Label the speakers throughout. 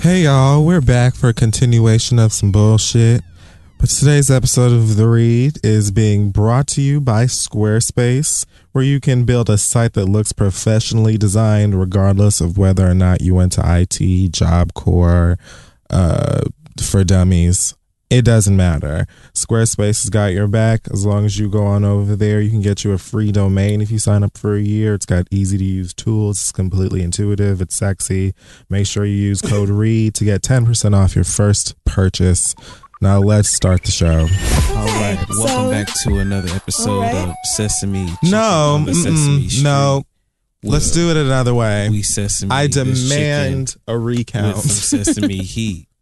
Speaker 1: Hey y'all, we're back for a continuation of some bullshit. But today's episode of The Read is being brought to you by Squarespace, where you can build a site that looks professionally designed regardless of whether or not you went to IT, Job Corps, uh, for dummies. It doesn't matter. Squarespace has got your back. As long as you go on over there, you can get you a free domain if you sign up for a year. It's got easy to use tools. It's completely intuitive. It's sexy. Make sure you use code READ to get 10% off your first purchase. Now let's start the show.
Speaker 2: All right, welcome back to another episode of Sesame. Chicken
Speaker 1: No,
Speaker 2: on the Sesame
Speaker 1: mm-mm,
Speaker 2: Street
Speaker 1: no. Let's
Speaker 2: with
Speaker 1: do it another way.
Speaker 2: We sesame.
Speaker 1: I
Speaker 2: this
Speaker 1: demand a
Speaker 2: chicken with
Speaker 1: recount.
Speaker 2: some sesame heat.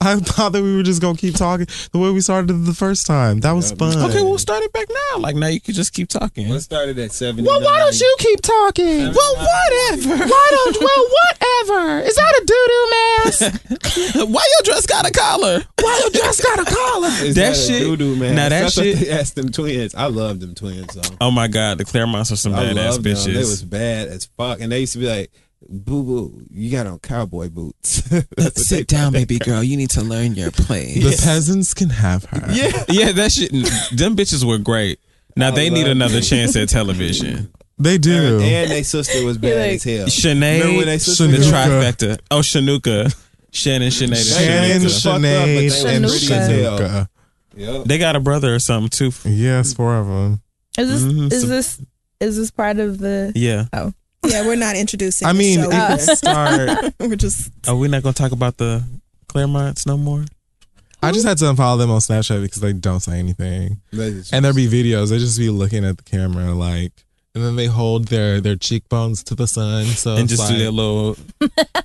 Speaker 1: I thought that we were just gonna keep talking the way we started the first time. That was fun.
Speaker 2: Okay, we'll start it back now. Like now, you can just keep talking.
Speaker 3: Let's start it at 70.
Speaker 1: Well, why don't you keep talking?
Speaker 2: Well, whatever.
Speaker 1: Why don't? Well, whatever. Is that a doo doo mask?
Speaker 2: Why your dress got a collar?
Speaker 1: Why your dress got a collar?
Speaker 3: Is
Speaker 2: That
Speaker 3: a
Speaker 2: shit-
Speaker 3: doo-doo, man.
Speaker 2: Now, that
Speaker 3: That's what
Speaker 2: shit-
Speaker 3: They asked them twins. I love them twins. Though.
Speaker 2: Oh my God, the Claremonts are some
Speaker 3: I
Speaker 2: badass
Speaker 3: love them.
Speaker 2: bitches.
Speaker 3: They was bad as fuck, and they used to be like, "Boo boo, you got on cowboy boots." That's
Speaker 2: Sit down, baby girl. You need to learn your place.
Speaker 1: The peasants can have her. Yeah.
Speaker 2: yeah, that shit. Them bitches were great. Now they need
Speaker 3: love
Speaker 2: another
Speaker 3: it.
Speaker 2: chance at television.
Speaker 1: They do.
Speaker 3: and they sister was bad as hell. Remember
Speaker 2: Shanae,
Speaker 3: when they sister
Speaker 2: the
Speaker 1: Shanuka.
Speaker 2: trifecta. Oh, Shanuka, Shannon, Shanae, the
Speaker 1: Shannon,
Speaker 2: Shanuka.
Speaker 1: Sinead,
Speaker 3: Shanuka.
Speaker 1: and
Speaker 3: Shanuka.
Speaker 1: Shanuka.
Speaker 3: Yep.
Speaker 2: They got a brother or something too.
Speaker 1: Yes, four of them.
Speaker 4: Is this
Speaker 1: Mm-hmm.
Speaker 2: Mhm.
Speaker 4: is
Speaker 2: So-
Speaker 4: this is this part of the?
Speaker 2: Yeah.
Speaker 5: Yeah, we're not introducing.
Speaker 1: I
Speaker 5: the
Speaker 1: mean,
Speaker 5: show
Speaker 1: it can
Speaker 5: either.
Speaker 1: start.
Speaker 5: we're just
Speaker 2: Are we not gonna talk about the Claremonts no more?
Speaker 1: I just had to unfollow them on Snapchat because they don't say anything. And there'd be videos. They just be looking at the camera, like, and then they hold their their cheekbones to the sun. So
Speaker 2: and
Speaker 1: it's
Speaker 2: just do
Speaker 1: like-
Speaker 2: that little.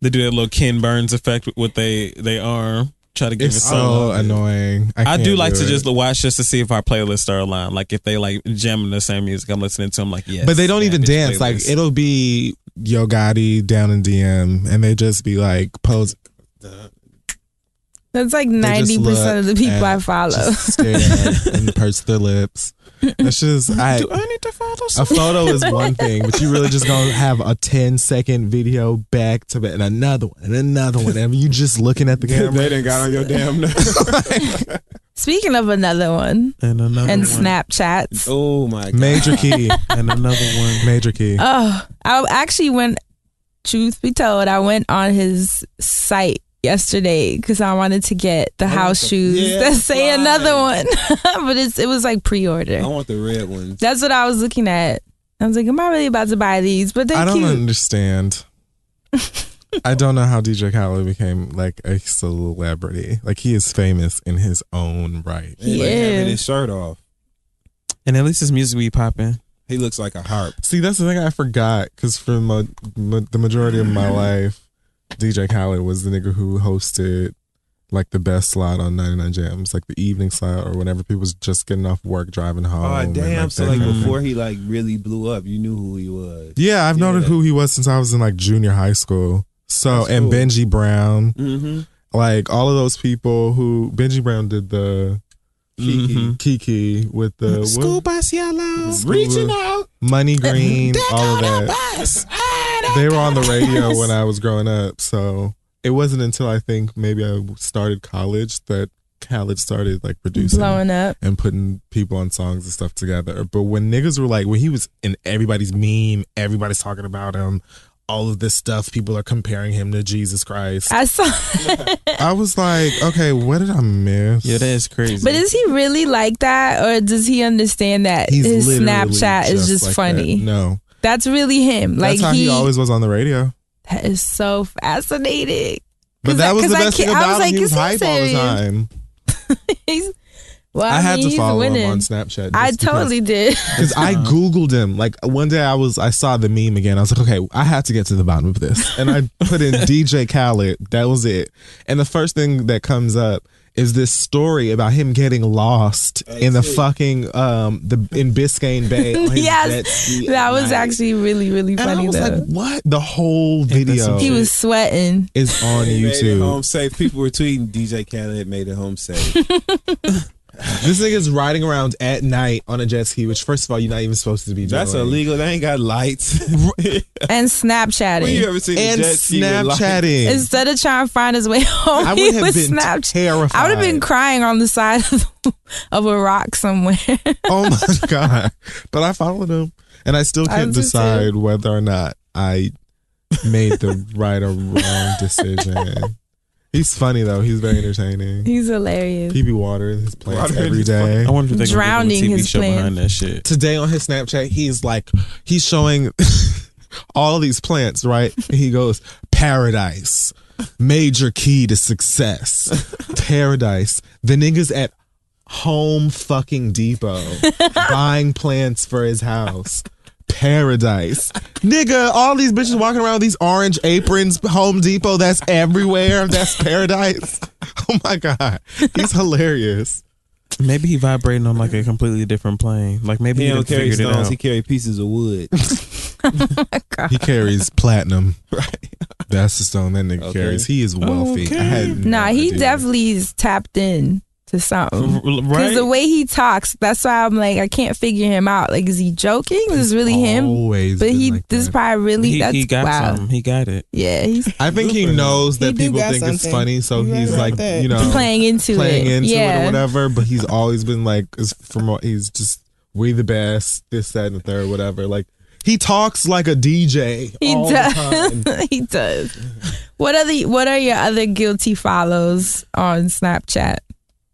Speaker 2: they do that little Ken Burns effect with they they arm. Try to give
Speaker 1: It's
Speaker 2: it
Speaker 1: so
Speaker 2: some.
Speaker 1: annoying.
Speaker 2: I
Speaker 1: can't
Speaker 2: do like to
Speaker 1: it.
Speaker 2: just watch just to see if our playlists are aligned. Like if they like jamming the same music, I'm listening to them. Like yes,
Speaker 1: but they don't
Speaker 2: that
Speaker 1: even
Speaker 2: bitch
Speaker 1: dance. Like
Speaker 2: playlist.
Speaker 1: it'll be Yo Gotti down in DM, and they just be like pose.
Speaker 4: That's like
Speaker 1: they just
Speaker 4: ninety
Speaker 1: look
Speaker 4: percent of the people I
Speaker 1: and
Speaker 4: follow.
Speaker 1: just stare and purse their lips. That's just I.
Speaker 2: Do I need to follow?
Speaker 1: A
Speaker 2: Some?
Speaker 1: photo is one thing, but you really just gonna have a 10 second video back to back and another one and another one. And you just looking at the camera.
Speaker 3: they didn't got on your damn nerves.
Speaker 4: Speaking of another one
Speaker 2: And another
Speaker 4: and
Speaker 2: one.
Speaker 4: Snapchats.
Speaker 3: oh my god.
Speaker 1: Major key.
Speaker 2: And another one.
Speaker 1: Major key.
Speaker 4: Oh, I actually went. Truth be told, I went on his site yesterday because I wanted to get
Speaker 1: Oh,
Speaker 4: the house
Speaker 3: the-
Speaker 4: shoes
Speaker 3: yeah,
Speaker 4: that say
Speaker 3: fly.
Speaker 4: another one, but it's it was like pre-order.
Speaker 1: Oh.
Speaker 3: I want the red ones.
Speaker 4: That's what I was looking at. I was like, am I really about to buy these? But they're
Speaker 1: I don't
Speaker 4: cute.
Speaker 1: understand. I don't know how DJ Khaled became like a celebrity. Like he is famous in his own right.
Speaker 3: He like
Speaker 4: Yeah.
Speaker 3: having his shirt off.
Speaker 2: And at least his music be popping.
Speaker 3: He looks like a harp.
Speaker 1: See, that's the thing I forgot because for mo- mo- the majority of my life, DJ Khaled was the nigga who hosted like the best slot on 99 Jams, like the evening slot or whenever people was just getting off work driving home.
Speaker 3: Oh,
Speaker 1: and,
Speaker 3: damn! So
Speaker 1: that
Speaker 3: like
Speaker 1: kind of thing.
Speaker 3: before he like really blew up, you knew who he was.
Speaker 1: Yeah, I've
Speaker 3: Yeah.
Speaker 1: noted who he was since I was in like junior high school. So,
Speaker 3: That's
Speaker 1: and
Speaker 3: cool.
Speaker 1: Benji Brown.
Speaker 3: Mm-hmm.
Speaker 1: like all of those people who Benji Brown did the Mm-hmm.
Speaker 3: Kiki.
Speaker 2: Mhm.
Speaker 1: Kiki with the what?
Speaker 2: School bus yellow.
Speaker 1: School Reaching bus.
Speaker 2: out.
Speaker 1: Money Green, all of that.
Speaker 2: bus.
Speaker 1: They were on the radio when I was growing up, so it wasn't until I think maybe I started college that Khaled started like producing
Speaker 4: blowing up.
Speaker 1: and putting people on songs and stuff together. But when niggas were like, when he was in everybody's meme, everybody's talking about him, all of this stuff. People are comparing him to Jesus Christ.
Speaker 4: I saw.
Speaker 1: I was like, okay, what did I miss?
Speaker 2: Yeah, that is crazy.
Speaker 4: But is he really like that, or does he understand that
Speaker 1: He's
Speaker 4: his
Speaker 1: literally
Speaker 4: Snapchat is just
Speaker 1: like
Speaker 4: funny?
Speaker 1: that. No,
Speaker 4: That's really him. Like
Speaker 1: that's how he,
Speaker 4: he
Speaker 1: always was on the radio.
Speaker 4: That is so fascinating.
Speaker 1: But
Speaker 4: 'Cause
Speaker 1: that
Speaker 4: I-
Speaker 1: was the
Speaker 4: 'cause I
Speaker 1: best thing
Speaker 4: can't- I
Speaker 1: about
Speaker 4: was
Speaker 1: him.
Speaker 4: like,
Speaker 1: he was
Speaker 4: is he
Speaker 1: hype
Speaker 4: serious?
Speaker 1: all the time.
Speaker 4: He's, well,
Speaker 1: I,
Speaker 4: I,
Speaker 1: had
Speaker 4: mean,
Speaker 1: to
Speaker 4: he's
Speaker 1: follow
Speaker 4: winning.
Speaker 1: him on Snapchat.
Speaker 4: I
Speaker 1: just because-
Speaker 4: totally did.
Speaker 1: Because I Googled him. Like one day I was, I saw the meme again. I was like, okay, I have to get to the bottom of this. And I put in DJ Khaled. That was it. And the first thing that comes up is this story about him getting lost in the fucking, um, the, in Biscayne Bay. On his jet
Speaker 4: yes,
Speaker 1: ski
Speaker 4: that
Speaker 1: at
Speaker 4: was
Speaker 1: night.
Speaker 4: actually really really
Speaker 1: And
Speaker 4: funny
Speaker 1: I was
Speaker 4: though.
Speaker 1: like, what? The whole video
Speaker 4: he was sweating.
Speaker 1: is on
Speaker 3: He Made it
Speaker 1: YouTube.
Speaker 3: home safe. People were tweeting DJ Khaled made it home safe.
Speaker 1: This nigga is riding around at night on a jet ski, which first of all, you're not even supposed to be doing.
Speaker 3: That's illegal. They ain't got lights.
Speaker 4: and
Speaker 3: when you
Speaker 4: Snapchatting.
Speaker 3: ever seen
Speaker 1: And
Speaker 3: a jet ski with lights?
Speaker 1: Snapchatting.
Speaker 4: Instead of trying to find his way home,
Speaker 1: I
Speaker 4: he
Speaker 1: would have
Speaker 4: was
Speaker 1: been
Speaker 4: Snapchat.
Speaker 1: terrified.
Speaker 4: I would have been crying on the side of, of a rock somewhere.
Speaker 1: oh my god! But I followed him, and I still
Speaker 4: I
Speaker 1: can't
Speaker 4: did too.
Speaker 1: decide whether or not I made the right or wrong decision. He's funny though. He's very entertaining.
Speaker 4: He's hilarious.
Speaker 1: He be watering his plants
Speaker 3: Watering
Speaker 1: every
Speaker 3: his
Speaker 1: day.
Speaker 2: I wonder if they gonna
Speaker 4: Drowning
Speaker 2: do a TV
Speaker 4: his
Speaker 2: show
Speaker 4: plans.
Speaker 2: behind that shit.
Speaker 1: Today on his Snapchat, he's like he's showing all these plants, right? And he goes paradise, major key to success, paradise. The niggas at Home fucking Depot buying plants for his house. Paradise. Nigga, all these bitches walking around with these orange aprons, Home Depot, that's everywhere. That's paradise. Oh my God. He's hilarious.
Speaker 2: Maybe he vibrating on like a completely different plane. Like maybe
Speaker 3: He
Speaker 2: he, done
Speaker 3: don't carry
Speaker 2: figured it
Speaker 3: stones.
Speaker 2: out.
Speaker 3: He carry pieces of wood.
Speaker 1: He carries platinum. Right. That's the stone that nigga
Speaker 3: Okay.
Speaker 1: carries. He is wealthy.
Speaker 2: Okay.
Speaker 1: I had
Speaker 4: Nah,
Speaker 1: no
Speaker 4: he
Speaker 1: idea.
Speaker 4: definitely is tapped in to something.
Speaker 2: R-
Speaker 4: Because
Speaker 2: right?
Speaker 4: the way he talks, that's why I'm like, I can't figure him out. Like, is he joking? Is this really him?
Speaker 1: Always
Speaker 4: But
Speaker 1: been
Speaker 4: he,
Speaker 1: like
Speaker 4: this is
Speaker 1: that.
Speaker 4: probably really,
Speaker 2: he,
Speaker 4: that's
Speaker 2: he got
Speaker 4: wow.
Speaker 2: something. He got it.
Speaker 4: Yeah, he's
Speaker 1: I think he knows that
Speaker 6: He do
Speaker 1: people
Speaker 6: got
Speaker 1: think it's
Speaker 6: something.
Speaker 1: funny, so
Speaker 6: You
Speaker 1: he's
Speaker 6: right
Speaker 1: like,
Speaker 6: about that.
Speaker 1: you know,
Speaker 4: playing into
Speaker 1: um, playing
Speaker 4: it.
Speaker 1: into
Speaker 4: yeah.
Speaker 1: it or whatever. But he's always been like, is from what- he's just we the best, this, that, and the third, whatever. Like he talks like a DJ
Speaker 4: He
Speaker 1: all the time.
Speaker 4: does. he does. What are the What are your other guilty follows on Snapchat?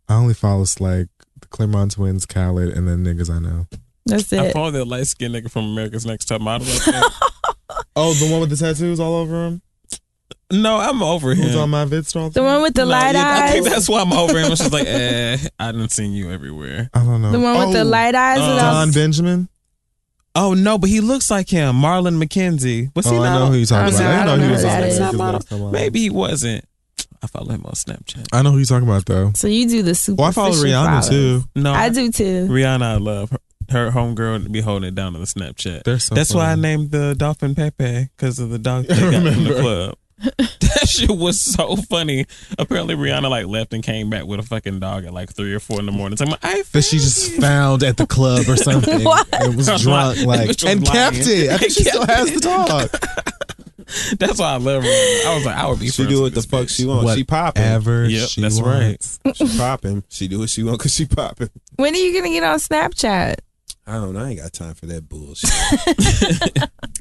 Speaker 1: I only follow like the Claremont twins, Khaled, and then niggas I know.
Speaker 4: That's
Speaker 2: I
Speaker 4: it.
Speaker 2: follow that light skinned nigga from America's Next Top Model. uh, I think.
Speaker 1: Oh, the one with the tattoos all over him,
Speaker 2: no, I'm over him.
Speaker 1: who's on my vid all
Speaker 4: The one with the
Speaker 2: No,
Speaker 4: light
Speaker 2: yeah, I think
Speaker 4: eyes.
Speaker 2: that's why I'm over him. It's just like, eh, I done seen you everywhere.
Speaker 1: I don't know.
Speaker 4: The one with the
Speaker 1: Oh,
Speaker 4: light eyes.
Speaker 2: uh,
Speaker 4: and I
Speaker 1: Don
Speaker 4: was-
Speaker 1: Benjamin.
Speaker 2: Oh no, but he looks like him, Marlon McKenzie. Was he
Speaker 1: oh, I
Speaker 2: not?
Speaker 1: know who you're talking
Speaker 4: Oh,
Speaker 1: about.
Speaker 4: no,
Speaker 1: I
Speaker 4: I
Speaker 1: know
Speaker 4: don't
Speaker 1: who
Speaker 4: know
Speaker 1: you're
Speaker 4: who that
Speaker 1: talking
Speaker 4: is.
Speaker 1: about.
Speaker 2: Maybe he wasn't. I follow him on Snapchat.
Speaker 1: I know who you're talking about though.
Speaker 4: so you do the super.
Speaker 1: Well, I follow Rihanna too.
Speaker 2: No,
Speaker 4: I do too.
Speaker 2: Rihanna, I love her. Her homegirl be holding it down on the Snapchat.
Speaker 1: They're so
Speaker 2: That's why I
Speaker 1: funny.
Speaker 2: named the dolphin Pepe because of the dog they got in the
Speaker 1: remember.
Speaker 2: club. that shit was so funny. Apparently, Rihanna like left and came back with a fucking dog at like three or four in the morning. So I'm like, I
Speaker 1: That she
Speaker 2: found
Speaker 1: just
Speaker 2: you.
Speaker 1: found at the club or something.
Speaker 4: What?
Speaker 1: It was drunk,
Speaker 2: That
Speaker 1: like
Speaker 2: bitch was
Speaker 1: and
Speaker 2: lying.
Speaker 1: kept it. I think she still has the dog.
Speaker 2: That's why I love her. I was like, I would be.
Speaker 3: She
Speaker 2: friends
Speaker 3: do
Speaker 2: with
Speaker 3: what the
Speaker 2: this
Speaker 3: fuck
Speaker 2: bitch.
Speaker 3: she wants. She popping.
Speaker 1: Whatever
Speaker 2: Yep,
Speaker 1: she
Speaker 2: that's
Speaker 1: wants.
Speaker 3: She popping. She do what she want because she popping.
Speaker 4: When are you gonna get on Snapchat?
Speaker 3: I don't know. I ain't got time for that bullshit.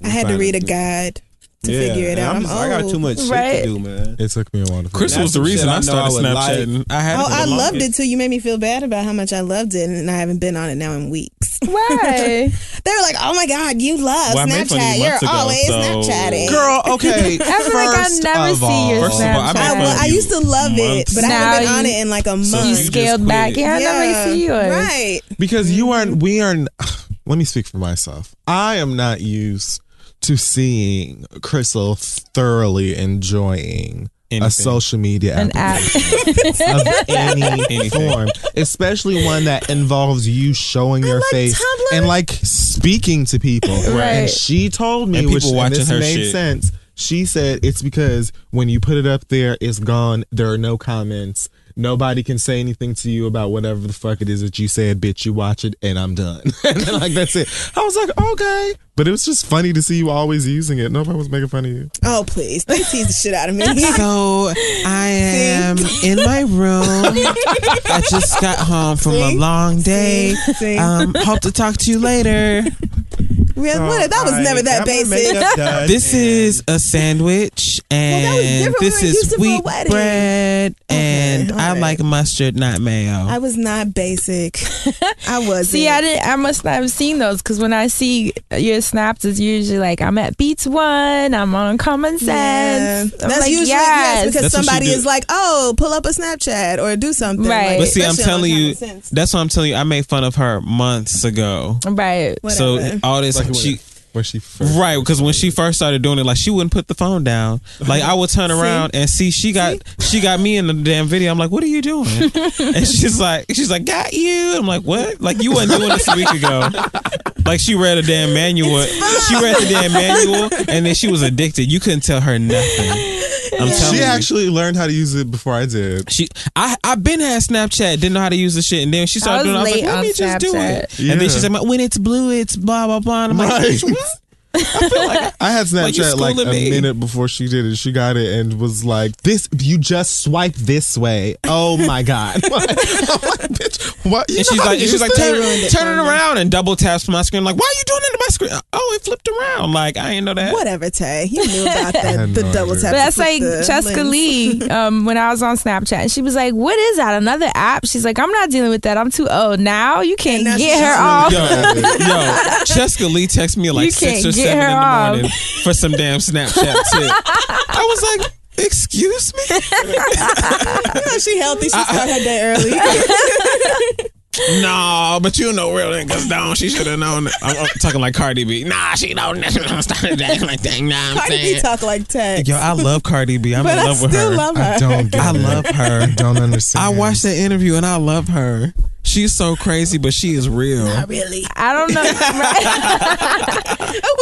Speaker 6: I had to read a guide to
Speaker 3: Yeah,
Speaker 6: figure it
Speaker 3: and
Speaker 6: out.
Speaker 3: I'm
Speaker 6: I'm
Speaker 3: just- I got
Speaker 6: old.
Speaker 3: too much shit
Speaker 4: Right?
Speaker 3: to do, man.
Speaker 1: It took me a while to.
Speaker 2: Chris
Speaker 1: figure
Speaker 2: was the
Speaker 3: That's the
Speaker 2: reason
Speaker 3: shit
Speaker 2: I
Speaker 3: I know
Speaker 2: started
Speaker 3: I would like.
Speaker 2: Snapchatting. I had.
Speaker 6: Oh,
Speaker 2: for the
Speaker 6: I loved
Speaker 2: longest.
Speaker 6: it too. You made me feel bad about how much I loved it, and I haven't been on it now in weeks.
Speaker 4: Why?
Speaker 6: They were like, "Oh my God, you love
Speaker 2: Well, I made fun of you
Speaker 6: Snapchat. You're
Speaker 2: months ago,
Speaker 6: always
Speaker 2: so-
Speaker 6: Snapchatting."
Speaker 1: it out. Girl, okay.
Speaker 4: I feel like I
Speaker 1: first
Speaker 4: never
Speaker 1: of
Speaker 4: see
Speaker 1: all,
Speaker 4: your
Speaker 2: First of all, I
Speaker 4: Snapchat.
Speaker 2: made
Speaker 6: I,
Speaker 2: fun
Speaker 6: well,
Speaker 2: of
Speaker 6: I
Speaker 2: you
Speaker 6: used to love it,
Speaker 2: months
Speaker 6: but I
Speaker 4: Now
Speaker 6: haven't been on
Speaker 4: you-
Speaker 6: it in like a month.
Speaker 2: So
Speaker 4: you
Speaker 2: You just
Speaker 4: scaled
Speaker 2: quit.
Speaker 4: back. Yeah, I never
Speaker 6: Yeah,
Speaker 4: see yours.
Speaker 6: Right.
Speaker 1: because you aren't we aren't let me speak for myself i am not used to seeing crystal thoroughly enjoying
Speaker 2: Anything.
Speaker 1: a social media
Speaker 4: An app.
Speaker 1: application of any
Speaker 2: Anything.
Speaker 1: form especially one that involves you showing your face
Speaker 6: Tumblr.
Speaker 1: and like speaking to people and she told me
Speaker 2: And
Speaker 1: which
Speaker 2: people
Speaker 1: and
Speaker 2: watching
Speaker 1: this
Speaker 2: her
Speaker 1: made
Speaker 2: shit.
Speaker 1: sense she said it's because when you put it up there it's gone there are no comments Nobody can say anything to you about whatever the fuck it is that you said, bitch. You watch it, and I'm done. and then, like that's it. I was like, okay, but it was just funny to see you always using it. Nobody was making fun of you.
Speaker 6: Oh please, they tease the shit out of me.
Speaker 7: So I am in my room. I just got home from a long day.
Speaker 6: See?
Speaker 7: Um, hope to talk to you later.
Speaker 4: Real-
Speaker 1: So,
Speaker 4: what- that was
Speaker 1: I-
Speaker 4: never that
Speaker 1: I'm gonna make
Speaker 4: basic.
Speaker 1: up that
Speaker 2: This
Speaker 1: and-
Speaker 2: is a sandwich, and
Speaker 4: that was different. We
Speaker 2: this
Speaker 4: were used
Speaker 2: is
Speaker 4: to for a
Speaker 2: wheat
Speaker 4: wedding.
Speaker 2: bread, and I
Speaker 4: alright.
Speaker 2: like mustard, not mayo.
Speaker 4: I was not basic. I was.
Speaker 8: See, I didn't. I must not have seen those because when I see your snaps, it's usually like I'm at Beats One. I'm on Common Sense. I'm
Speaker 4: That's
Speaker 8: like,
Speaker 4: usually
Speaker 8: yes.
Speaker 4: yes, because
Speaker 2: That's what she
Speaker 4: somebody
Speaker 2: do.
Speaker 4: is like, "Oh, pull up a Snapchat or do something."
Speaker 8: Right.
Speaker 4: Like,
Speaker 2: but see, I'm
Speaker 4: especially on
Speaker 2: telling
Speaker 4: Common
Speaker 2: you,
Speaker 4: Sense.
Speaker 2: that's what I'm telling you. I made fun of her months ago.
Speaker 8: right.
Speaker 2: So all this,
Speaker 1: Like,
Speaker 2: she,
Speaker 1: where she first.
Speaker 2: Right, because when she first started doing it, like she wouldn't put the phone down. Like I would turn around and see she got she got me in the damn video. I'm like, what are you doing? and she's like, she's like, got you. I'm like, what? Like you wasn't doing this a week ago. Like she read a damn manual. She read the damn manual, and then she was addicted. You couldn't tell her nothing. I'm telling
Speaker 1: She
Speaker 2: you.
Speaker 1: actually learned how to use it before I did.
Speaker 2: She, I, I've been had Snapchat, didn't know how to use the shit, and then she started
Speaker 8: I
Speaker 2: doing. it, I
Speaker 8: was
Speaker 2: was like,
Speaker 8: late
Speaker 2: let
Speaker 8: on
Speaker 2: me just do it.
Speaker 1: Snapchat.
Speaker 2: And then
Speaker 1: Yeah.
Speaker 2: she's like, when it's blue, it's blah blah blah. And I'm like,
Speaker 1: Right.
Speaker 2: bitch, what? I feel like
Speaker 1: I had
Speaker 2: Like, you
Speaker 1: Snapchat like,
Speaker 2: schooling
Speaker 1: a
Speaker 2: me.
Speaker 1: minute before she did it. She got it and was like, "This you just swipe this way." Oh my god! I'm like, bitch, what? You
Speaker 2: and
Speaker 1: know
Speaker 2: she's
Speaker 1: how
Speaker 2: like,
Speaker 1: to
Speaker 2: and
Speaker 1: use
Speaker 2: she's like,
Speaker 1: that?
Speaker 2: turn, turn it around and double taps my screen. Like, why are you doing that to my screen? Oh, it flipped around. Like, I ain't know that.
Speaker 4: Whatever, Tay. You knew about
Speaker 1: had
Speaker 4: that. the
Speaker 1: no
Speaker 4: double
Speaker 1: idea.
Speaker 4: tap.
Speaker 8: But that's
Speaker 4: with
Speaker 8: like
Speaker 4: the
Speaker 8: Jessica
Speaker 4: lens.
Speaker 8: Lee um, when I was on Snapchat. And she was like, What is that? Another app? She's like, I'm not dealing with that. I'm too old now. You can't
Speaker 4: And now
Speaker 8: get her
Speaker 4: she's just
Speaker 8: off.
Speaker 2: Yo, yo, Jessica Lee texted me at
Speaker 8: You
Speaker 2: like six
Speaker 8: can't
Speaker 2: or
Speaker 8: get
Speaker 2: seven
Speaker 8: her
Speaker 2: in the
Speaker 8: off.
Speaker 2: morning for some damn Snapchat tip. I was like, excuse me?
Speaker 4: You know she healthy. She started her day early.
Speaker 2: No, but you know real niggas don't. She should have known. it. I'm, I'm talking like Cardi B. Nah, she don't. Started acting like that. Nah, I'm
Speaker 4: Cardi B
Speaker 2: saying.
Speaker 4: talk like Tay.
Speaker 2: Yo, I love Cardi B. I'm
Speaker 4: But
Speaker 2: in
Speaker 4: I
Speaker 2: love with
Speaker 4: still
Speaker 2: her.
Speaker 4: love her.
Speaker 1: I don't. Get
Speaker 2: I
Speaker 1: it.
Speaker 2: love her.
Speaker 1: I don't understand.
Speaker 2: I watched that interview and I love her. She's so crazy, but she is real.
Speaker 4: really.
Speaker 8: I don't know.